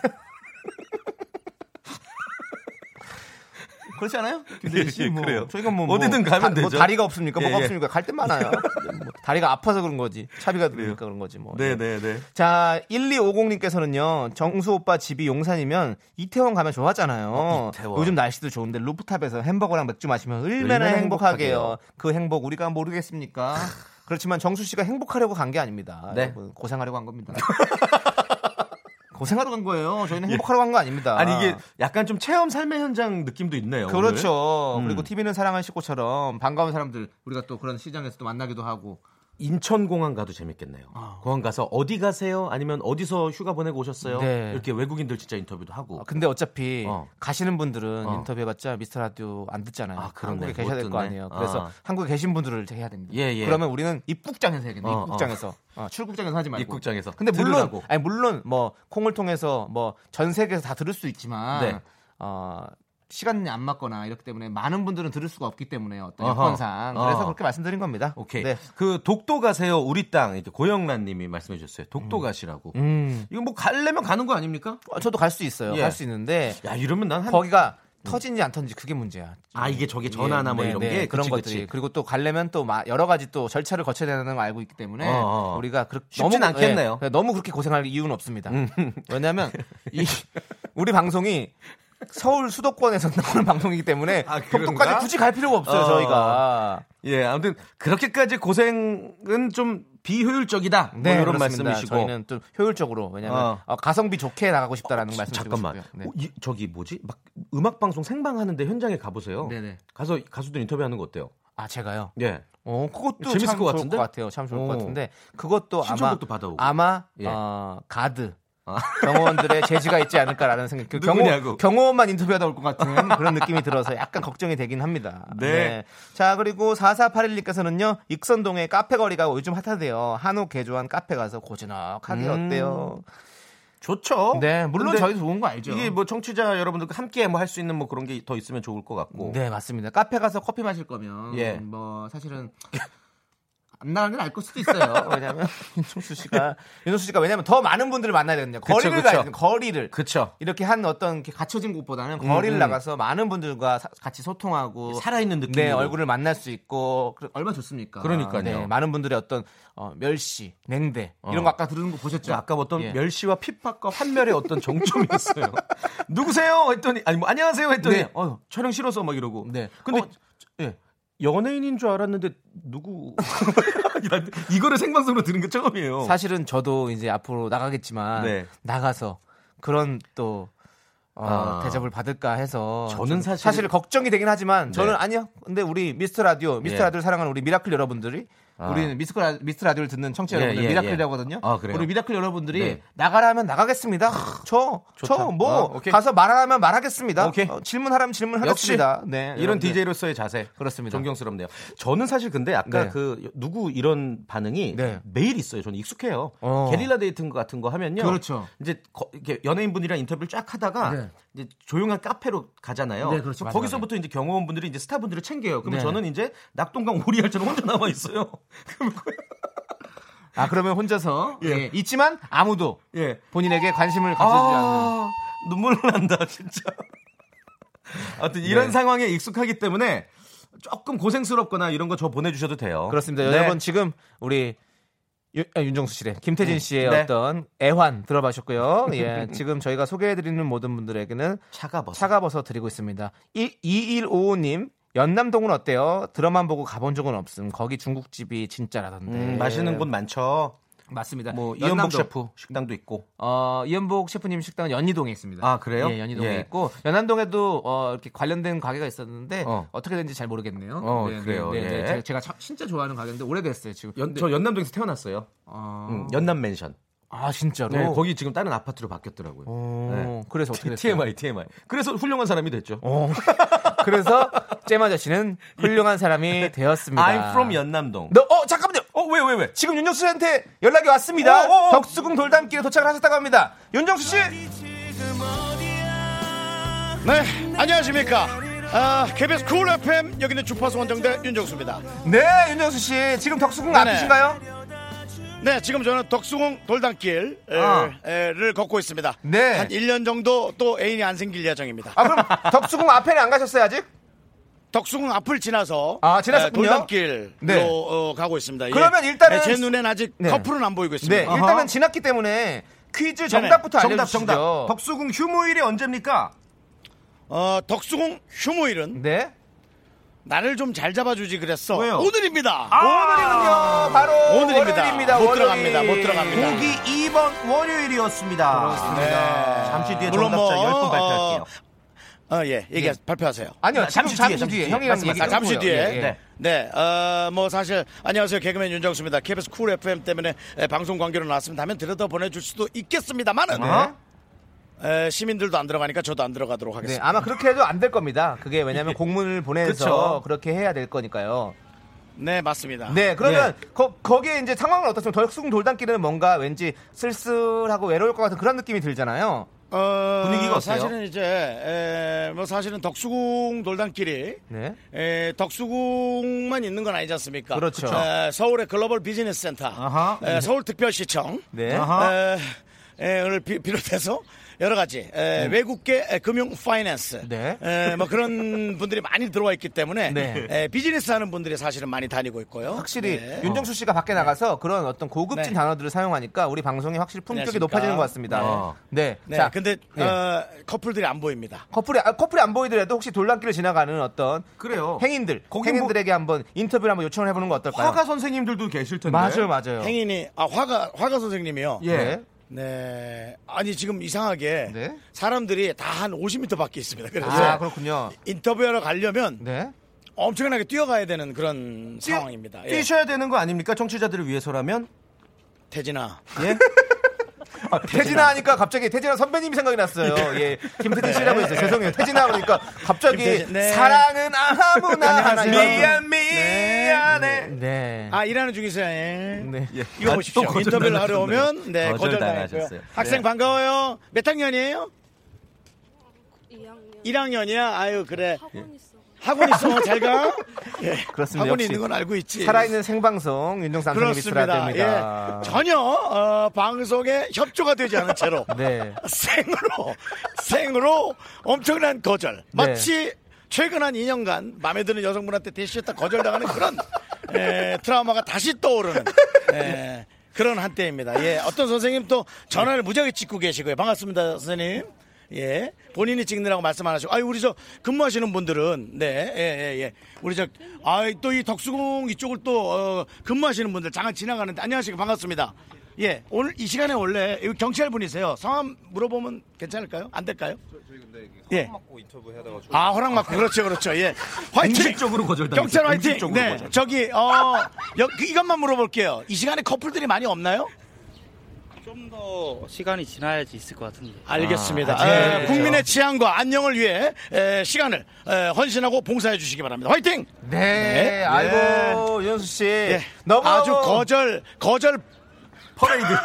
[SPEAKER 1] 그렇지 *laughs* 않아요?
[SPEAKER 3] 예, *laughs* 예, 그래요.
[SPEAKER 1] 저희가 뭐
[SPEAKER 3] 어디든
[SPEAKER 1] 뭐
[SPEAKER 3] 가면
[SPEAKER 1] 다- 뭐
[SPEAKER 3] 되죠.
[SPEAKER 1] 다리가 없습니까?
[SPEAKER 3] 예,
[SPEAKER 1] 뭐가
[SPEAKER 3] 예.
[SPEAKER 1] 없습니까? 갈 때 많아요.
[SPEAKER 3] *laughs*
[SPEAKER 1] 뭐 다리가 아파서 그런 거지. 차비가 들으니까 그런 거지 뭐.
[SPEAKER 3] 네, 네, 네.
[SPEAKER 1] 자, 1250님께서는요. 정수 오빠 집이 용산이면 이태원 가면 좋았잖아요.
[SPEAKER 3] 어, 이태원.
[SPEAKER 1] 요즘 날씨도 좋은데 루프탑에서 햄버거랑 맥주 마시면 얼마나
[SPEAKER 3] 얼마나
[SPEAKER 1] 행복하게요.
[SPEAKER 3] 행복하게요.
[SPEAKER 1] 그 행복 우리가 모르겠습니까? 그렇지만 정수 씨가 행복하려고 간 게 아닙니다.
[SPEAKER 3] 네.
[SPEAKER 1] 여러분, 고생하려고 한 겁니다. *laughs* 고생하러 간 거예요. 저희는 행복하려고 한 거 아닙니다.
[SPEAKER 3] 아니, 이게 약간 좀 체험 삶의 현장 느낌도 있네요. 오늘.
[SPEAKER 1] 그렇죠.
[SPEAKER 3] 음.
[SPEAKER 1] 그리고 TV는 사랑할 식구처럼 반가운 사람들 우리가 또 그런 시장에서 또 만나기도 하고.
[SPEAKER 3] 인천공항 가도 재밌겠네요.
[SPEAKER 1] 아.
[SPEAKER 3] 공항 가서 어디 가세요? 아니면 어디서 휴가 보내고 오셨어요?
[SPEAKER 1] 네.
[SPEAKER 3] 이렇게 외국인들 진짜 인터뷰도 하고.
[SPEAKER 1] 아, 근데
[SPEAKER 2] 예.
[SPEAKER 1] 어차피
[SPEAKER 3] 어.
[SPEAKER 1] 가시는 분들은
[SPEAKER 3] 어.
[SPEAKER 1] 인터뷰해봤자 미스터 라디오 안 듣잖아요.
[SPEAKER 3] 아, 그러네.
[SPEAKER 1] 한국에
[SPEAKER 3] 못
[SPEAKER 1] 계셔야 될 거
[SPEAKER 3] 듣네.
[SPEAKER 1] 아니에요. 그래서
[SPEAKER 3] 아.
[SPEAKER 1] 한국에 계신 분들을 해야 됩니다.
[SPEAKER 3] 예, 예.
[SPEAKER 1] 그러면 우리는 입국장에서 해야겠네.
[SPEAKER 3] 어, 어.
[SPEAKER 1] 입국장에서 어, 출국장에서 하지 말고.
[SPEAKER 3] 입국장에서.
[SPEAKER 1] 근데 물론
[SPEAKER 3] 들으라고.
[SPEAKER 1] 아니 물론 뭐 콩을 통해서 뭐 전 세계에서 다 들을 수 있지만
[SPEAKER 3] 네.
[SPEAKER 1] 어, 시간이 안 맞거나 이렇기 때문에 많은 분들은 들을 수가 없기 때문에 어떤
[SPEAKER 3] 어허.
[SPEAKER 1] 여건상 그래서
[SPEAKER 3] 어.
[SPEAKER 1] 그렇게 말씀드린 겁니다.
[SPEAKER 3] 오케이.
[SPEAKER 1] 네.
[SPEAKER 3] 그 독도 가세요 우리 땅 이렇게 고영란님이 말씀해 주셨어요. 독도 가시라고.
[SPEAKER 1] 음.
[SPEAKER 3] 이거 뭐 갈려면 가는 거 아닙니까?
[SPEAKER 1] 어, 저도 갈 수 있어요.
[SPEAKER 3] 예.
[SPEAKER 1] 갈 수 있는데
[SPEAKER 3] 야 이러면 난 한.
[SPEAKER 1] 거기가 터진지 안 터진지 그게 문제야.
[SPEAKER 3] 아 이게 저게 전화나 뭐
[SPEAKER 1] 예,
[SPEAKER 3] 이런
[SPEAKER 1] 네,
[SPEAKER 3] 게
[SPEAKER 1] 네, 그런
[SPEAKER 3] 그치,
[SPEAKER 1] 것들이
[SPEAKER 3] 그치.
[SPEAKER 1] 그리고 또 가려면 또 마- 여러 가지 또 절차를 거쳐야 되는 걸 알고 있기 때문에
[SPEAKER 3] 어, 어.
[SPEAKER 1] 우리가 그렇게
[SPEAKER 3] 쉽진
[SPEAKER 1] 너무-
[SPEAKER 3] 않겠네요. 음.
[SPEAKER 1] 예, 너무 그렇게 고생할 이유는 없습니다. *laughs* 왜냐하면 이 *laughs* 우리 방송이 서울 수도권에서 *laughs* 나오는 방송이기 때문에
[SPEAKER 3] 아, 그런가?
[SPEAKER 1] 독도까지 굳이 갈 필요가 없어요
[SPEAKER 3] 어.
[SPEAKER 1] 저희가.
[SPEAKER 3] 예 아무튼 그렇게까지 고생은 좀 비효율적이다. 뭐 이런
[SPEAKER 1] 네, 그렇습니다.
[SPEAKER 3] 말씀이시고.
[SPEAKER 1] 저희는 좀 효율적으로 왜냐하면
[SPEAKER 3] 어.
[SPEAKER 1] 어, 가성비 좋게 나가고 싶다라는 말씀
[SPEAKER 3] 잠깐만.
[SPEAKER 1] 네.
[SPEAKER 3] 어, 이- 저기 뭐지? 막 음악 방송 생방 하는데 현장에 가보세요.
[SPEAKER 1] 네네.
[SPEAKER 3] 가서 가수들 인터뷰하는 거 어때요?
[SPEAKER 1] 아 제가요.
[SPEAKER 3] 예.
[SPEAKER 1] 어, 그것도
[SPEAKER 3] 재밌을
[SPEAKER 1] 참
[SPEAKER 3] 것
[SPEAKER 1] 좋을
[SPEAKER 3] 같은데?
[SPEAKER 1] 것 같아요. 참 좋을
[SPEAKER 3] 어.
[SPEAKER 1] 것 같은데 그것도 아마
[SPEAKER 3] 신청곡도 받아오고.
[SPEAKER 1] 아마
[SPEAKER 3] 예.
[SPEAKER 1] 어, 가드
[SPEAKER 3] 아.
[SPEAKER 1] 경호원들의 재지가 있지 않을까라는 생각. 그 경호
[SPEAKER 3] 누구냐고.
[SPEAKER 1] 경호원만 인터뷰하다 올 것 같은 그런 느낌이 들어서 약간 걱정이 되긴 합니다.
[SPEAKER 3] 네.
[SPEAKER 1] 자 그리고 4481님께서는요 익선동의 카페 거리가 요즘 핫하대요. 한옥 개조한 카페 가서 고즈넉하게
[SPEAKER 3] 음.
[SPEAKER 1] 어때요?
[SPEAKER 3] 좋죠.
[SPEAKER 1] 네, 물론
[SPEAKER 3] 근데
[SPEAKER 1] 저희 좋은 거 알죠.
[SPEAKER 3] 이게 뭐 청취자 여러분들과 함께 뭐 할 수 있는 뭐 그런 게 더 있으면 좋을 것 같고.
[SPEAKER 1] 네 맞습니다. 카페 가서 커피 마실 거면
[SPEAKER 3] 예.
[SPEAKER 1] 뭐 사실은 안 나가는 건 알걸 수도 있어요. *laughs* 왜냐면 윤종수
[SPEAKER 2] *laughs*
[SPEAKER 1] 씨가 윤종수 씨가 왜냐면 더 많은 분들을 만나야 되거든요.
[SPEAKER 3] 그쵸,
[SPEAKER 1] 거리를
[SPEAKER 3] 그쵸.
[SPEAKER 1] 가야 돼요. 거리를
[SPEAKER 3] 그렇죠.
[SPEAKER 1] 이렇게 한 어떤 이렇게 갇혀진 곳보다는 거리를
[SPEAKER 3] 음.
[SPEAKER 1] 나가서 많은 분들과 사- 같이 소통하고
[SPEAKER 3] 살아있는 느낌.
[SPEAKER 1] 네, 얼굴을 만날 수 있고 그- 얼마나 좋습니까?
[SPEAKER 3] 그러니까요.
[SPEAKER 1] 네, 많은 분들의 어떤 어, 멸시, 냉대 이런
[SPEAKER 3] 어.
[SPEAKER 1] 거 아까 들은 거 보셨죠?
[SPEAKER 3] 아까 어떤
[SPEAKER 1] 예.
[SPEAKER 3] 멸시와 핍박과 환멸의 어떤 정점이 있어요. *laughs* 누구세요? 했더니 아니 뭐 안녕하세요 했더니
[SPEAKER 1] 네.
[SPEAKER 3] 어, 촬영 싫어서 막 이러고.
[SPEAKER 1] 네.
[SPEAKER 3] 근데
[SPEAKER 1] 어,
[SPEAKER 3] 예. 연예인인 줄 알았는데 누구 *laughs* 이런- 이거를 생방송으로 들은 게 처음이에요.
[SPEAKER 1] 사실은 저도 이제 앞으로 나가겠지만
[SPEAKER 3] 어. 네.
[SPEAKER 1] 나가서 그런 또 어,
[SPEAKER 3] 아.
[SPEAKER 1] 대접을 받을까 해서
[SPEAKER 3] 저는
[SPEAKER 1] 좀
[SPEAKER 3] 사실-
[SPEAKER 1] 걱정이 되긴 하지만 저는
[SPEAKER 3] 네.
[SPEAKER 1] 아니요. 근데 우리 미스터 라디오, 미스터
[SPEAKER 3] 예.
[SPEAKER 1] 라디오를 사랑하는 우리 미라클 여러분들이
[SPEAKER 3] 아.
[SPEAKER 1] 우리는 미스터, 라, 미스터 라디오를 듣는 청취자
[SPEAKER 3] 예,
[SPEAKER 1] 여러분들
[SPEAKER 3] 예,
[SPEAKER 1] 미라클이라고 하거든요.
[SPEAKER 3] 아, 그래요?
[SPEAKER 1] 우리 미라클 여러분들이
[SPEAKER 3] 네.
[SPEAKER 1] 나가라면 나가겠습니다. 저,
[SPEAKER 3] 좋다.
[SPEAKER 1] 저 뭐
[SPEAKER 3] 아, 오케이.
[SPEAKER 1] 가서 말하라면 말하겠습니다.
[SPEAKER 3] 오케이.
[SPEAKER 1] 어, 질문하라면 질문하겠습니다. 네,
[SPEAKER 3] 이런
[SPEAKER 1] 여러분들.
[SPEAKER 3] DJ로서의 자세.
[SPEAKER 1] 그렇습니다.
[SPEAKER 3] 존경스럽네요. 저는 사실 근데 아까
[SPEAKER 1] 네.
[SPEAKER 3] 그 누구 이런 반응이
[SPEAKER 1] 네.
[SPEAKER 3] 매일 있어요. 저는 익숙해요.
[SPEAKER 1] 어.
[SPEAKER 3] 게릴라 데이트 같은 거 하면요.
[SPEAKER 1] 그렇죠.
[SPEAKER 3] 이제 거- 이렇게 연예인분들이랑 인터뷰를 쫙 하다가
[SPEAKER 1] 네.
[SPEAKER 3] 이제 조용한 카페로 가잖아요.
[SPEAKER 1] 네, 그렇죠.
[SPEAKER 3] 그럼
[SPEAKER 1] 맞아요.
[SPEAKER 3] 거기서부터 이제 경호원분들이 이제 스타분들을 챙겨요. 그러면
[SPEAKER 1] 네.
[SPEAKER 3] 저는 이제 낙동강 오리알처럼 혼자 남아 있어요. *laughs* 그러면 거의-
[SPEAKER 1] 아 그러면 혼자서
[SPEAKER 3] 예.
[SPEAKER 1] 예, 있지만 아무도
[SPEAKER 3] 예.
[SPEAKER 1] 본인에게 관심을 가져주지 않는
[SPEAKER 3] 아, 눈물 난다 진짜. *laughs* 아무튼 이런
[SPEAKER 1] 네.
[SPEAKER 3] 상황에 익숙하기 때문에 조금 고생스럽거나 이런 거 저 보내주셔도 돼요.
[SPEAKER 1] 그렇습니다.
[SPEAKER 3] 네.
[SPEAKER 1] 여러분 지금 우리 유- 아, 윤정수 씨래 김태진 씨의
[SPEAKER 3] 네.
[SPEAKER 1] 어떤 애환
[SPEAKER 3] *laughs*
[SPEAKER 1] 들어봐셨고요. 예, 지금 저희가 소개해드리는 모든 분들에게는
[SPEAKER 3] 차가버섯.
[SPEAKER 1] 차가버섯 드리고 있습니다. 2155님 연남동은 어때요? 드럼만 보고 가본 적은 없음. 거기 중국집이 진짜라던데.
[SPEAKER 3] 음, 맛있는 곳 많죠.
[SPEAKER 1] 맞습니다.
[SPEAKER 3] 뭐
[SPEAKER 1] 네. 연남동.
[SPEAKER 3] 이현복 셰프 식당도 있고.
[SPEAKER 1] 어, 이연복 셰프님 식당은 연희동에 있습니다.
[SPEAKER 3] 아, 그래요?
[SPEAKER 1] 예, 연희동에
[SPEAKER 3] 예.
[SPEAKER 1] 있고 연남동에도 어, 이렇게 관련된 가게가 있었는데
[SPEAKER 3] 어.
[SPEAKER 1] 어. 떻게 된지 잘 모르겠네요.
[SPEAKER 3] 어, 그래요.
[SPEAKER 1] 네, 네,
[SPEAKER 3] 예.
[SPEAKER 1] 제가, 제가 참- 진짜 좋아하는 가게인데 오래됐어요 지금.
[SPEAKER 3] 연-
[SPEAKER 1] 근데-
[SPEAKER 3] 저 연남동에서 태어났어요.
[SPEAKER 1] 아,
[SPEAKER 3] 음, 연남 맨션.
[SPEAKER 1] 아, 진짜로.
[SPEAKER 3] 네, 거기 지금 다른 아파트로 바뀌었더라고요.
[SPEAKER 1] 어,
[SPEAKER 3] 네.
[SPEAKER 1] 그래서 어떻게 됐어요?
[SPEAKER 3] TMI, TMI. 그래서 훌륭한 사람이 됐죠.
[SPEAKER 1] 어. 그래서 잼 아저씨는 훌륭한 사람이 되었습니다.
[SPEAKER 3] I'm from 연남동.
[SPEAKER 1] 음. 너, 어, 잠깐만요.
[SPEAKER 3] 어, 왜, 왜, 왜?
[SPEAKER 1] 지금 윤정수 씨한테 연락이 왔습니다.
[SPEAKER 3] 어, 어, 어.
[SPEAKER 1] 덕수궁 돌담길에 도착을 하셨다고 합니다. 윤정수 씨.
[SPEAKER 2] 네, 안녕하십니까. 아, KBS 쿨 FM 여기는 주파수 원정대 윤정수입니다.
[SPEAKER 1] 네, 윤정수 씨. 지금 덕수궁
[SPEAKER 2] 네네.
[SPEAKER 1] 앞이신가요?
[SPEAKER 2] 네, 지금 저는 덕수궁 돌담길을
[SPEAKER 1] 아.
[SPEAKER 2] 걷고 있습니다.
[SPEAKER 1] 네.
[SPEAKER 2] 한 1년 정도 또 애인이 안 생길 예정입니다.
[SPEAKER 1] 아, 그럼 덕수궁 앞에는 안 가셨어요, 아직?
[SPEAKER 2] 덕수궁 앞을 지나서
[SPEAKER 1] 아, 지나셨군요.
[SPEAKER 2] 돌담길로
[SPEAKER 1] 네.
[SPEAKER 2] 어, 가고 있습니다. 예.
[SPEAKER 1] 그러면 일단은
[SPEAKER 2] 네, 제 눈엔 아직
[SPEAKER 1] 네.
[SPEAKER 2] 커플은 안 보이고 있습니다.
[SPEAKER 1] 네, 일단은 지났기 때문에 퀴즈 정답부터
[SPEAKER 3] 네, 정답,
[SPEAKER 1] 알려주시죠.
[SPEAKER 3] 정답. 덕수궁 휴무일이 언제입니까?
[SPEAKER 2] 어, 덕수궁 휴무일은
[SPEAKER 1] 네.
[SPEAKER 2] 나를 좀 잘 잡아주지 그랬어.
[SPEAKER 3] 왜요?
[SPEAKER 2] 오늘입니다.
[SPEAKER 1] 아,
[SPEAKER 3] 어,
[SPEAKER 1] 오늘은요 바로
[SPEAKER 2] 오늘입니다.
[SPEAKER 1] 월요일입니다.
[SPEAKER 2] 못
[SPEAKER 1] 월요일.
[SPEAKER 2] 들어갑니다. 못 들어갑니다.
[SPEAKER 3] 보기 2번 월요일이었습니다. 그렇습니다. 잠시 뒤에
[SPEAKER 2] 물론
[SPEAKER 3] 정답자
[SPEAKER 2] 뭐,
[SPEAKER 3] 10분 발표할게요.
[SPEAKER 2] 어, 어, 예, 얘기
[SPEAKER 1] 예.
[SPEAKER 2] 발표하세요.
[SPEAKER 1] 아니요
[SPEAKER 3] 잠시
[SPEAKER 1] 잠시
[SPEAKER 3] 뒤에,
[SPEAKER 1] 뒤에 잠시 뒤에
[SPEAKER 3] 잠시
[SPEAKER 1] 형이랑
[SPEAKER 3] 말씀,
[SPEAKER 1] 얘기
[SPEAKER 2] 아, 잠시
[SPEAKER 1] 끊고요.
[SPEAKER 2] 뒤에.
[SPEAKER 1] 예, 예.
[SPEAKER 2] 네. 어, 뭐 사실 안녕하세요 개그맨 윤정수입니다. KBS 쿨 FM 때문에 에, 방송 관계로 나왔습니다. 하면 들여다 보내줄 수도 있겠습니다만은
[SPEAKER 1] 네.
[SPEAKER 2] 에, 시민들도 안 들어가니까 저도 안 들어가도록
[SPEAKER 1] 네,
[SPEAKER 2] 하겠습니다.
[SPEAKER 1] 아마 그렇게 해도 안 될 겁니다. 그게
[SPEAKER 3] *laughs*
[SPEAKER 1] 왜냐면 공문을 보내서
[SPEAKER 3] 그쵸.
[SPEAKER 1] 그렇게 해야 될 거니까요.
[SPEAKER 2] 네, 맞습니다.
[SPEAKER 1] 네, 그러면 거, 거기에 이제 상황은 어떻습니까? 덕수궁 돌담길은 뭔가 왠지 쓸쓸하고 외로울 것 같은 그런 느낌이 들잖아요.
[SPEAKER 2] 어,
[SPEAKER 7] 분위기가 어때요?
[SPEAKER 2] 사실은 이제 에, 뭐 사실은 덕수궁 돌담길이
[SPEAKER 7] 네.
[SPEAKER 2] 에, 덕수궁만 있는 건 아니지 않습니까?
[SPEAKER 7] 그렇죠.
[SPEAKER 2] 에, 서울의 글로벌 비즈니스 센터,
[SPEAKER 7] 아하.
[SPEAKER 2] 에, 서울특별시청,
[SPEAKER 7] 네.
[SPEAKER 2] 에, 에, 오늘 비, 비롯해서 여러 가지 에, 외국계 에, 금융 파이낸스,
[SPEAKER 7] 네.
[SPEAKER 2] 에, 뭐 그런 *laughs* 분들이 많이 들어와 있기 때문에
[SPEAKER 7] 네.
[SPEAKER 2] 에, 비즈니스 하는 분들이 사실은 많이 다니고 있고요.
[SPEAKER 1] 확실히
[SPEAKER 2] 네.
[SPEAKER 1] 윤정수 씨가 밖에 나가서 그런 어떤 고급진
[SPEAKER 2] 네.
[SPEAKER 1] 단어들을 사용하니까 우리 방송이 확실히 품격이
[SPEAKER 2] 안녕하십니까.
[SPEAKER 1] 높아지는 것 같습니다.
[SPEAKER 2] 네.
[SPEAKER 1] 어. 네.
[SPEAKER 2] 네,
[SPEAKER 1] 자,
[SPEAKER 2] 근데
[SPEAKER 7] 예.
[SPEAKER 1] 네.
[SPEAKER 2] 어, 커플들이 안 보입니다.
[SPEAKER 1] 커플이 아, 커플이 안 보이더라도 혹시 돌란길을 지나가는 어떤
[SPEAKER 7] 그래요.
[SPEAKER 1] 행인들,
[SPEAKER 7] 거기 뭐
[SPEAKER 1] 행인들에게 한번 인터뷰를 한번 요청을 해보는 거 어떨까요?
[SPEAKER 7] 화가 선생님들도 계실 텐데.
[SPEAKER 1] 맞아요, 맞아요.
[SPEAKER 2] 행인이 아 화가 화가 선생님이요.
[SPEAKER 1] 어. 예.
[SPEAKER 7] 네.
[SPEAKER 2] 네. 아니 지금 이상하게
[SPEAKER 1] 네.
[SPEAKER 2] 사람들이 다 한 50m 밖에 있습니다. 그래서
[SPEAKER 1] 아 그렇군요.
[SPEAKER 2] 인터뷰하러 가려면
[SPEAKER 1] 네.
[SPEAKER 2] 엄청나게 뛰어가야 되는 그런 상황입니다. 예.
[SPEAKER 7] 뛰셔야 되는 거 아닙니까? 청취자들을 위해서라면.
[SPEAKER 2] 태진아.
[SPEAKER 7] 예.
[SPEAKER 1] 아, 태진아 하니까 갑자기 태진아 선배님이 생각이 났어요. 예. 김태진 씨라고 했어요. 죄송해요. 태진아 그러니까 갑자기
[SPEAKER 2] 그러니까. 네. 김태진, 네.
[SPEAKER 1] 사랑은 아무나 하나
[SPEAKER 2] 안녕하세요.
[SPEAKER 1] 미안
[SPEAKER 2] 네.
[SPEAKER 1] 미안해. 네.
[SPEAKER 2] 아 일하는 중이세요. 예.
[SPEAKER 1] 네.
[SPEAKER 2] 이거
[SPEAKER 7] 아,
[SPEAKER 2] 보십시오.
[SPEAKER 7] 또 거절
[SPEAKER 2] 인터뷰를 하러
[SPEAKER 7] 당하셨네요.
[SPEAKER 2] 오면 네
[SPEAKER 7] 거절
[SPEAKER 2] 거절 당했고요.
[SPEAKER 7] 당하셨어요.
[SPEAKER 2] 학생 반가워요. 몇 학년이에요? 1학년이야. 아유 그래. 학원 있어. 잘 가. 예.
[SPEAKER 1] 그렇습니다. 역시
[SPEAKER 2] 학원이 있는 건 알고 있지.
[SPEAKER 1] 살아있는 생방송 윤정수 남성
[SPEAKER 2] 예. 그렇습니다.
[SPEAKER 1] 미스라드입니다.
[SPEAKER 2] 예. 전혀 어, 방송에 협조가 되지 않은 채로
[SPEAKER 1] *laughs* 네.
[SPEAKER 2] 생으로 생으로 엄청난 거절. 마치 최근 한 2년간 마음에 드는 여성분한테 대시했다 거절당하는 그런 에, 트라우마가 다시 떠오르는 에, 그런 한때입니다. 예, 어떤 선생님 또 전화를 무지하게 찍고 계시고요. 반갑습니다, 선생님. 예, 본인이 찍느라고 말씀 안 하시고, 아유 우리 저 근무하시는 분들은 네, 예, 예, 예, 우리 저, 아이 또 이 덕수궁 이쪽을 또 어, 근무하시는 분들 잠깐 지나가는데 안녕하시고 반갑습니다. 예, 오늘 이 시간에 원래 여기 경찰 분이세요. 성함 물어보면 괜찮을까요? 안 될까요? 예. 아 허락 맞고 그렇죠 그렇죠 예 화이팅
[SPEAKER 7] 공식적으로 거절당했어요.
[SPEAKER 2] 경찰 화이팅
[SPEAKER 7] 공식적으로
[SPEAKER 2] 네
[SPEAKER 7] 거절.
[SPEAKER 2] 저기 어 여, 그 이것만 물어볼게요 이 시간에 커플들이 많이 없나요?
[SPEAKER 11] 좀 더 시간이 지나야지 있을 것 같은데.
[SPEAKER 2] 알겠습니다
[SPEAKER 7] 아, 네,
[SPEAKER 2] 에,
[SPEAKER 7] 그렇죠.
[SPEAKER 2] 국민의 치안과 안녕을 위해 에, 시간을 에, 헌신하고 봉사해 주시기 바랍니다 화이팅
[SPEAKER 1] 네. 아이고, 윤정수 씨.
[SPEAKER 2] 예.
[SPEAKER 1] 너무
[SPEAKER 2] 아주 거절 거절
[SPEAKER 1] 퍼레이드.
[SPEAKER 2] *laughs*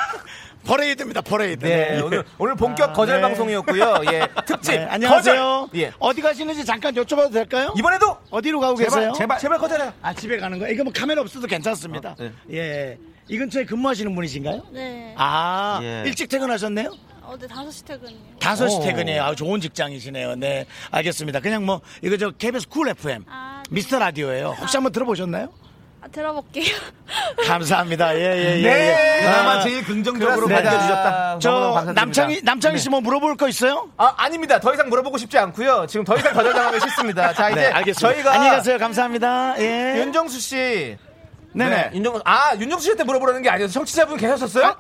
[SPEAKER 2] 퍼레이드입니다 퍼레이드
[SPEAKER 1] 네,
[SPEAKER 2] 예.
[SPEAKER 1] 오늘, 오늘 본격 거절
[SPEAKER 2] 네.
[SPEAKER 1] 방송이었고요. 예, 특집.
[SPEAKER 2] 네, 안녕하세요
[SPEAKER 1] 거절. 예.
[SPEAKER 2] 어디 가시는지 잠깐 여쭤봐도 될까요?
[SPEAKER 1] 이번에도
[SPEAKER 2] 어디로 가고
[SPEAKER 1] 제발,
[SPEAKER 2] 계세요?
[SPEAKER 1] 제발, 제발 거절해요.
[SPEAKER 2] 아 집에 가는 거예요? 이거 뭐 카메라 없어도 괜찮습니다. 예. 이 근처에 근무하시는 분이신가요?
[SPEAKER 4] 네.
[SPEAKER 2] 아
[SPEAKER 7] 예.
[SPEAKER 2] 일찍 퇴근하셨네요?
[SPEAKER 4] 어제 5시 퇴근이요.
[SPEAKER 2] 5시 퇴근이에요. 아 좋은 직장이시네요. 네 알겠습니다. 그냥 뭐 이거 저 KBS 쿨 FM
[SPEAKER 4] 아, 네.
[SPEAKER 2] 미스터 라디오예요. 혹시 한번 들어보셨나요?
[SPEAKER 4] 아, 들어볼게요. *laughs*
[SPEAKER 2] 감사합니다. 예예예. 아, 네.
[SPEAKER 1] 네.
[SPEAKER 7] 그나마 제일 긍정적으로
[SPEAKER 1] 그렇습니다.
[SPEAKER 7] 반겨주셨다. 너무너무
[SPEAKER 2] 저
[SPEAKER 7] 감사드립니다.
[SPEAKER 2] 남창희 남창희 씨 뭐 물어볼 거 있어요?
[SPEAKER 1] 아, 아닙니다. 더 이상 물어보고 싶지 않고요. 지금 더 이상 거절당하기 싫습니다. 자, 이제
[SPEAKER 2] 네, 알겠습니다.
[SPEAKER 1] 저희가
[SPEAKER 2] 안녕히 가세요. 감사합니다. 예.
[SPEAKER 1] 윤정수 씨.
[SPEAKER 2] 네네.
[SPEAKER 1] 윤정, 아, 윤정수 씨한테 물어보라는 게 아니어서 청취자분 계셨었어요?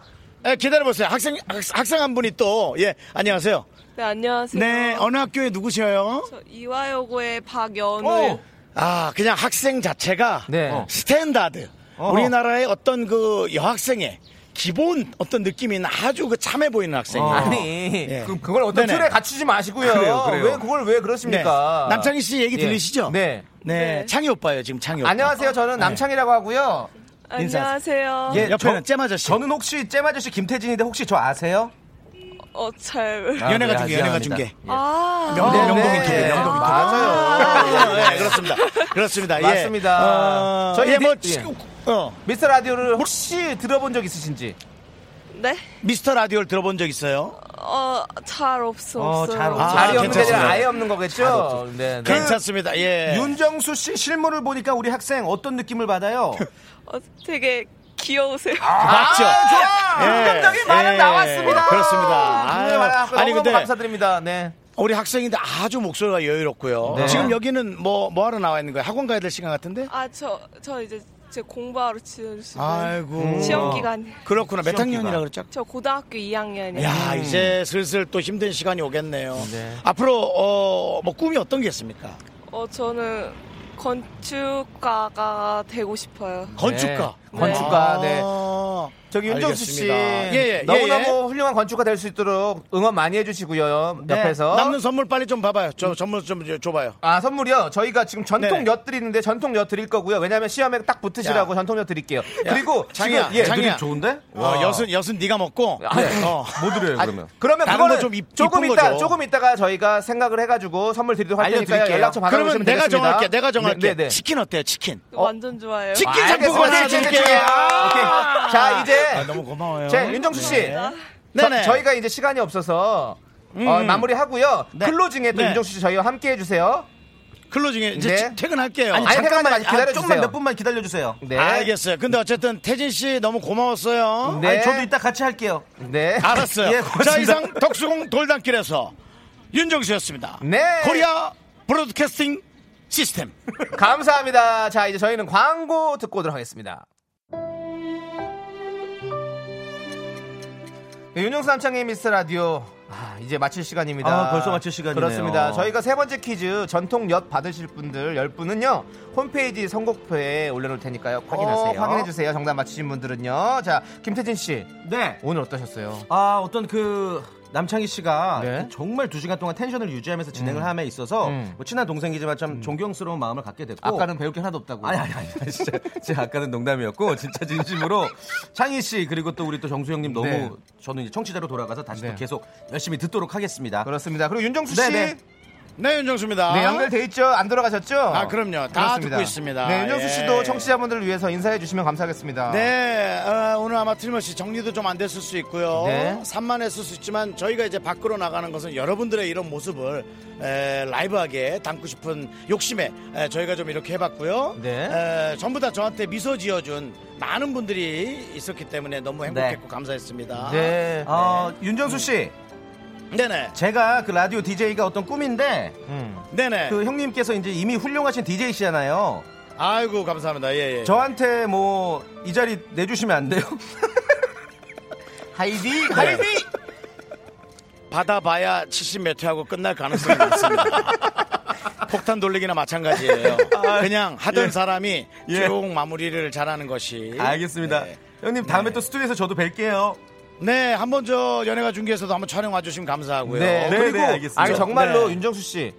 [SPEAKER 2] 예, 기다려보세요. 학생 학- 학생 한 분이 또 예 안녕하세요.
[SPEAKER 12] 네, 안녕하세요.
[SPEAKER 2] 네 어느 학교에 누구세요?
[SPEAKER 12] 저 이화여고의 박연우.
[SPEAKER 1] 오!
[SPEAKER 2] 아, 그냥 학생 자체가
[SPEAKER 1] 네.
[SPEAKER 2] 어. 스탠다드.
[SPEAKER 1] 어허.
[SPEAKER 2] 우리나라의 어떤 그 여학생의 기본 어떤 느낌이 있는 아주 그 참해 보이는 학생이에요.
[SPEAKER 1] 어. 아니,
[SPEAKER 2] 예.
[SPEAKER 1] 그, 그걸 어떤
[SPEAKER 2] 네네.
[SPEAKER 1] 틀에 갖추지 마시고요.
[SPEAKER 7] 그래요, 그래요.
[SPEAKER 1] 왜 그걸 왜
[SPEAKER 2] 네.
[SPEAKER 1] 그러십니까?
[SPEAKER 2] 남창희 씨 얘기
[SPEAKER 1] 예.
[SPEAKER 2] 들리시죠?
[SPEAKER 1] 네.
[SPEAKER 2] 네. 창희 오빠예요, 지금 창희 오빠.
[SPEAKER 1] 안녕하세요. 저는 남창이라고 하고요.
[SPEAKER 9] 어,
[SPEAKER 12] 안녕하세요.
[SPEAKER 2] 예, 옆에는
[SPEAKER 7] 저-
[SPEAKER 2] 잼 아저씨.
[SPEAKER 7] 저는 혹시 잼 아저씨 김태진인데 혹시 저 아세요?
[SPEAKER 9] 예.
[SPEAKER 12] 어, 잘.
[SPEAKER 7] 아,
[SPEAKER 2] 연애가
[SPEAKER 7] 네,
[SPEAKER 2] 중계, 연애가
[SPEAKER 7] 죄송합니다.
[SPEAKER 2] 중계.
[SPEAKER 12] 아,
[SPEAKER 2] 명동,
[SPEAKER 1] 예. 네,
[SPEAKER 2] 명동
[SPEAKER 1] 네.
[SPEAKER 2] 인터뷰, 명동 인터뷰.
[SPEAKER 1] 맞아요.
[SPEAKER 2] 네, 그렇습니다. 그렇습니다. 예.
[SPEAKER 1] 맞습니다.
[SPEAKER 2] 어,
[SPEAKER 1] 저희
[SPEAKER 2] 예, 뭐,
[SPEAKER 1] 디- 예.
[SPEAKER 2] 어,
[SPEAKER 1] 미스터 라디오를 혹시 들어본 적 있으신지?
[SPEAKER 12] 네?
[SPEAKER 2] 미스터 라디오를 들어본 적 있어요?
[SPEAKER 12] 어, 잘 없어.
[SPEAKER 7] 어,
[SPEAKER 12] 없어요.
[SPEAKER 7] 잘 없어.
[SPEAKER 2] 아,
[SPEAKER 1] 자리 없는 게 아니라
[SPEAKER 2] 괜찮습니다.
[SPEAKER 1] 아예 없는 거겠죠? 네, 네.
[SPEAKER 2] 괜찮습니다. 예.
[SPEAKER 7] 윤정수 씨 실물을 보니까 우리 학생 어떤 느낌을 받아요?
[SPEAKER 12] 어, 되게 귀여우세요.
[SPEAKER 2] 맞죠?
[SPEAKER 1] *laughs* 좋아! 긍정적인 반응 나왔습니다.
[SPEAKER 2] 그렇습니다.
[SPEAKER 1] 아유,
[SPEAKER 2] 아유,
[SPEAKER 1] 아니,
[SPEAKER 2] 아니
[SPEAKER 1] 너무
[SPEAKER 2] 근데
[SPEAKER 1] 감사드립니다. 네.
[SPEAKER 2] 우리 학생인데 아주 목소리가 여유롭고요.
[SPEAKER 1] 네.
[SPEAKER 2] 지금 여기는 뭐 뭐 하러 나와 있는 거예요? 학원 가야 될 시간 같은데?
[SPEAKER 12] 아, 저, 저 이제 제 공부하러 지어주시는
[SPEAKER 2] 아이고.
[SPEAKER 12] 시험 기간.
[SPEAKER 2] 그렇구나. 몇
[SPEAKER 7] 시험
[SPEAKER 2] 학년이라
[SPEAKER 7] 기간.
[SPEAKER 2] 그랬죠?
[SPEAKER 12] 저 고등학교
[SPEAKER 1] 네.
[SPEAKER 12] 2학년이에요.
[SPEAKER 2] 야 이제 슬슬 또 힘든 시간이 오겠네요. 앞으로 어, 뭐 꿈이 어떤 게 있습니까?
[SPEAKER 12] 어, 저는 건축가가 되고 싶어요.
[SPEAKER 2] 건축가.
[SPEAKER 1] 건축가. 네.
[SPEAKER 2] 아,
[SPEAKER 1] 저기 윤정수 씨
[SPEAKER 2] 알겠습니다. 예, 예, 예,
[SPEAKER 1] 너무너무
[SPEAKER 2] 예.
[SPEAKER 1] 훌륭한 건축가 될 수 있도록 응원 많이 해주시고요. 옆에서
[SPEAKER 2] 네, 남는 선물 빨리 좀 봐봐요. 저 선물 좀 이제 줘봐요.
[SPEAKER 1] 아 선물이요. 저희가 지금 전통
[SPEAKER 2] 네네.
[SPEAKER 1] 엿들이 있는데 전통 엿 드릴 거고요. 왜냐하면 시험에 딱 붙으시라고 전통 엿 드릴게요. 그리고
[SPEAKER 2] 장이야,
[SPEAKER 1] 지금 예, 드림
[SPEAKER 2] 장이야.
[SPEAKER 1] 좋은데?
[SPEAKER 2] 어, 여순 여순 네가 먹고.
[SPEAKER 1] 네.
[SPEAKER 2] 어.
[SPEAKER 3] 뭐 드려요
[SPEAKER 1] 아,
[SPEAKER 3] 그러면?
[SPEAKER 1] 그러면
[SPEAKER 2] 다른
[SPEAKER 1] 그거는
[SPEAKER 2] 거좀 입-
[SPEAKER 1] 조금
[SPEAKER 2] 입은
[SPEAKER 1] 이따
[SPEAKER 2] 거죠.
[SPEAKER 1] 조금 이따가 저희가 생각을 해가지고 선물 드리도록 할 테니까
[SPEAKER 2] 알려드릴게요.
[SPEAKER 1] 연락 좀 받아보시면
[SPEAKER 2] 그러면 내가
[SPEAKER 1] 되겠습니다.
[SPEAKER 2] 정할게. 내가
[SPEAKER 1] 네,
[SPEAKER 2] 정할게.
[SPEAKER 1] 네, 네.
[SPEAKER 2] 치킨 어때요? 치킨.
[SPEAKER 12] 완전 좋아요.
[SPEAKER 2] 치킨
[SPEAKER 1] 아,
[SPEAKER 2] 상품권 하나
[SPEAKER 1] 알겠습니다. 네.
[SPEAKER 2] 드릴게요.
[SPEAKER 1] 오케이. 자 이제
[SPEAKER 2] 아, 너무 고마워요.
[SPEAKER 1] 제 윤정수 씨.
[SPEAKER 2] 네.
[SPEAKER 1] 저,
[SPEAKER 2] 네네.
[SPEAKER 1] 저희가 이제 시간이 없어서
[SPEAKER 2] 음.
[SPEAKER 1] 어, 마무리하고요.
[SPEAKER 2] 네.
[SPEAKER 1] 클로징에 또
[SPEAKER 2] 네.
[SPEAKER 1] 윤정수 씨 저희와 함께 해주세요.
[SPEAKER 2] 클로징에 이제
[SPEAKER 1] 네.
[SPEAKER 2] 치- 퇴근할게요.
[SPEAKER 1] 아니, 잠깐만 아직 기다려주세요.
[SPEAKER 3] 조금만 몇 분만 기다려주세요.
[SPEAKER 1] 네.
[SPEAKER 2] 알겠어요. 근데 어쨌든 태진 씨 너무 고마웠어요.
[SPEAKER 1] 네.
[SPEAKER 3] 아니, 저도 이따 같이 할게요.
[SPEAKER 1] 네.
[SPEAKER 2] 알았어요.
[SPEAKER 3] 예, 고맙습니다.
[SPEAKER 2] 자 이상 덕수궁 돌담길에서 윤정수였습니다.
[SPEAKER 1] 네.
[SPEAKER 2] 코리아 브로드캐스팅 시스템.
[SPEAKER 1] 감사합니다. 자, 이제 저희는 광고 듣고 오도록 하겠습니다. 네, 윤영수 남창의 미스 라디오. 아, 이제 마칠 시간입니다.
[SPEAKER 3] 아, 벌써 마칠 시간이네요.
[SPEAKER 1] 그렇습니다. 저희가 세 번째 퀴즈 전통 엿 받으실 분들 10분은요. 홈페이지 선곡표에 올려놓을 테니까요. 확인하세요.
[SPEAKER 3] 어,
[SPEAKER 1] 확인해주세요. 정답 맞히신 분들은요. 자, 김태진 씨.
[SPEAKER 3] 네.
[SPEAKER 1] 오늘 어떠셨어요?
[SPEAKER 3] 아 어떤 그 남창희 씨가
[SPEAKER 1] 네.
[SPEAKER 3] 정말 두 시간 동안 텐션을 유지하면서 진행을 함에 있어서
[SPEAKER 1] 음.
[SPEAKER 3] 뭐 친한 동생이지만 참 존경스러운 마음을 갖게 됐고
[SPEAKER 1] 아까는 배울 게 하나도 없다고.
[SPEAKER 3] 아니 아니 아니 아니, *laughs* 진짜 제가 아까는 농담이었고 진짜 진심으로 창희 씨 그리고 또 우리 또 정수 형님 너무
[SPEAKER 1] 네.
[SPEAKER 3] 저는 이제 청취자로 돌아가서 다시
[SPEAKER 1] 네.
[SPEAKER 3] 또 계속 열심히 듣도록 하겠습니다.
[SPEAKER 1] 그렇습니다. 그리고 윤정수 씨.
[SPEAKER 3] 네네.
[SPEAKER 2] 네 윤정수입니다.
[SPEAKER 1] 네, 연결돼 있죠? 안 돌아가셨죠?
[SPEAKER 2] 아, 그럼요. 다 듣고 있습니다.
[SPEAKER 1] 네, 윤정수
[SPEAKER 2] 예.
[SPEAKER 1] 씨도 청취자분들을 위해서 인사해 주시면 감사하겠습니다.
[SPEAKER 2] 네, 어, 오늘 아마 틀림없이 정리도 좀 안 됐을 수 있고요.
[SPEAKER 1] 네.
[SPEAKER 2] 산만했을 수 있지만 저희가 이제 밖으로 나가는 것은 여러분들의 이런 모습을 에, 라이브하게 담고 싶은 욕심에 에, 저희가 좀 이렇게 해봤고요.
[SPEAKER 1] 네.
[SPEAKER 2] 에, 전부 다 저한테 미소 지어준 많은 분들이 있었기 때문에 너무 행복했고 감사했습니다.
[SPEAKER 1] 네.
[SPEAKER 3] 어, 윤정수 씨
[SPEAKER 2] 네네.
[SPEAKER 3] 제가 그 라디오 DJ가 어떤 꿈인데
[SPEAKER 1] 음.
[SPEAKER 2] 네네.
[SPEAKER 3] 그 형님께서 이제 이미 훌륭하신 DJ시잖아요.
[SPEAKER 2] 아이고 감사합니다. 예, 예.
[SPEAKER 3] 저한테 뭐 이 자리 내주시면 안 돼요? *laughs*
[SPEAKER 1] 하이디,
[SPEAKER 2] 네.
[SPEAKER 1] 하이디.
[SPEAKER 2] 받아봐야 70몇 회하고 끝날
[SPEAKER 1] *laughs*
[SPEAKER 2] 가능성이 많습니다. 폭탄 돌리기나 마찬가지예요.
[SPEAKER 1] 아,
[SPEAKER 2] 그냥
[SPEAKER 1] 예.
[SPEAKER 2] 하던 사람이 쭉 마무리를 잘하는 것이.
[SPEAKER 1] 아,
[SPEAKER 3] 알겠습니다.
[SPEAKER 2] 네.
[SPEAKER 3] 형님 다음에 또 스튜디오에서 저도 뵐게요.
[SPEAKER 2] 네, 한번 저 연예가 중계에서도 한번 촬영 와주시면 감사하고요.
[SPEAKER 1] 네,
[SPEAKER 3] 네,
[SPEAKER 1] 그리고
[SPEAKER 3] 네, 알겠습니다.
[SPEAKER 1] 아니 정말로
[SPEAKER 2] 네.
[SPEAKER 1] 윤정수 씨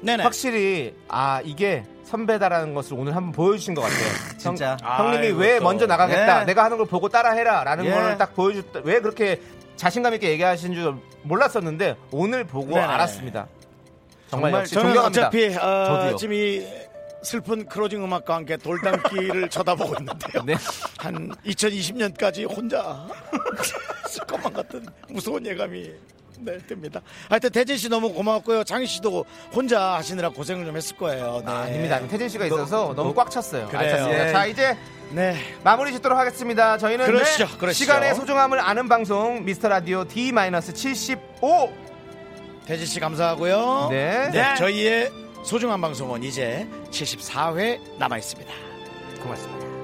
[SPEAKER 2] 네네.
[SPEAKER 1] 확실히 아 이게 선배다라는 것을 오늘 한번 보여주신 것 같아요.
[SPEAKER 3] 진짜.
[SPEAKER 1] 형, 님이
[SPEAKER 2] 아이고,
[SPEAKER 1] 왜
[SPEAKER 2] 또.
[SPEAKER 1] 먼저 나가겠다,
[SPEAKER 3] 네.
[SPEAKER 1] 내가 하는 걸 보고 따라해라라는
[SPEAKER 3] 예.
[SPEAKER 1] 걸 딱 보여줬다. 왜 그렇게 자신감 있게 얘기하신 줄 몰랐었는데 오늘 보고
[SPEAKER 2] 네네.
[SPEAKER 1] 알았습니다. 정말,
[SPEAKER 3] 정말
[SPEAKER 1] 네, 역시
[SPEAKER 2] 저는
[SPEAKER 1] 존경합니다.
[SPEAKER 2] 어차피 어,
[SPEAKER 3] 저도요.
[SPEAKER 2] 지금 이 슬픈 크로징 음악과 함께
[SPEAKER 1] *laughs*
[SPEAKER 2] 돌담길을 쳐다보고 있는데요.
[SPEAKER 1] 네.
[SPEAKER 2] 한 2020년까지 혼자 *laughs* 있을 것만 같은 무서운 예감이 네, 듭니다. 하여튼 대진 씨 너무 고마웠고요. 장희 씨도 혼자 하시느라 고생을 좀 했을 거예요. 네.
[SPEAKER 1] 아, 아닙니다. 태진 씨가 있어서 너무 꽉 찼어요.
[SPEAKER 2] 그래요.
[SPEAKER 1] 알겠습니다.
[SPEAKER 2] 예.
[SPEAKER 1] 자 이제
[SPEAKER 2] 네.
[SPEAKER 1] 마무리 짓도록 하겠습니다. 저희는
[SPEAKER 2] 그러시죠,
[SPEAKER 1] 네,
[SPEAKER 2] 그러시죠.
[SPEAKER 1] 시간의 소중함을 아는 방송 미스터 라디오 D-75
[SPEAKER 2] 대진 씨 감사하고요.
[SPEAKER 1] 네.
[SPEAKER 2] 네. 저희의 소중한 방송은 이제 74회 남아 있습니다.
[SPEAKER 1] 고맙습니다.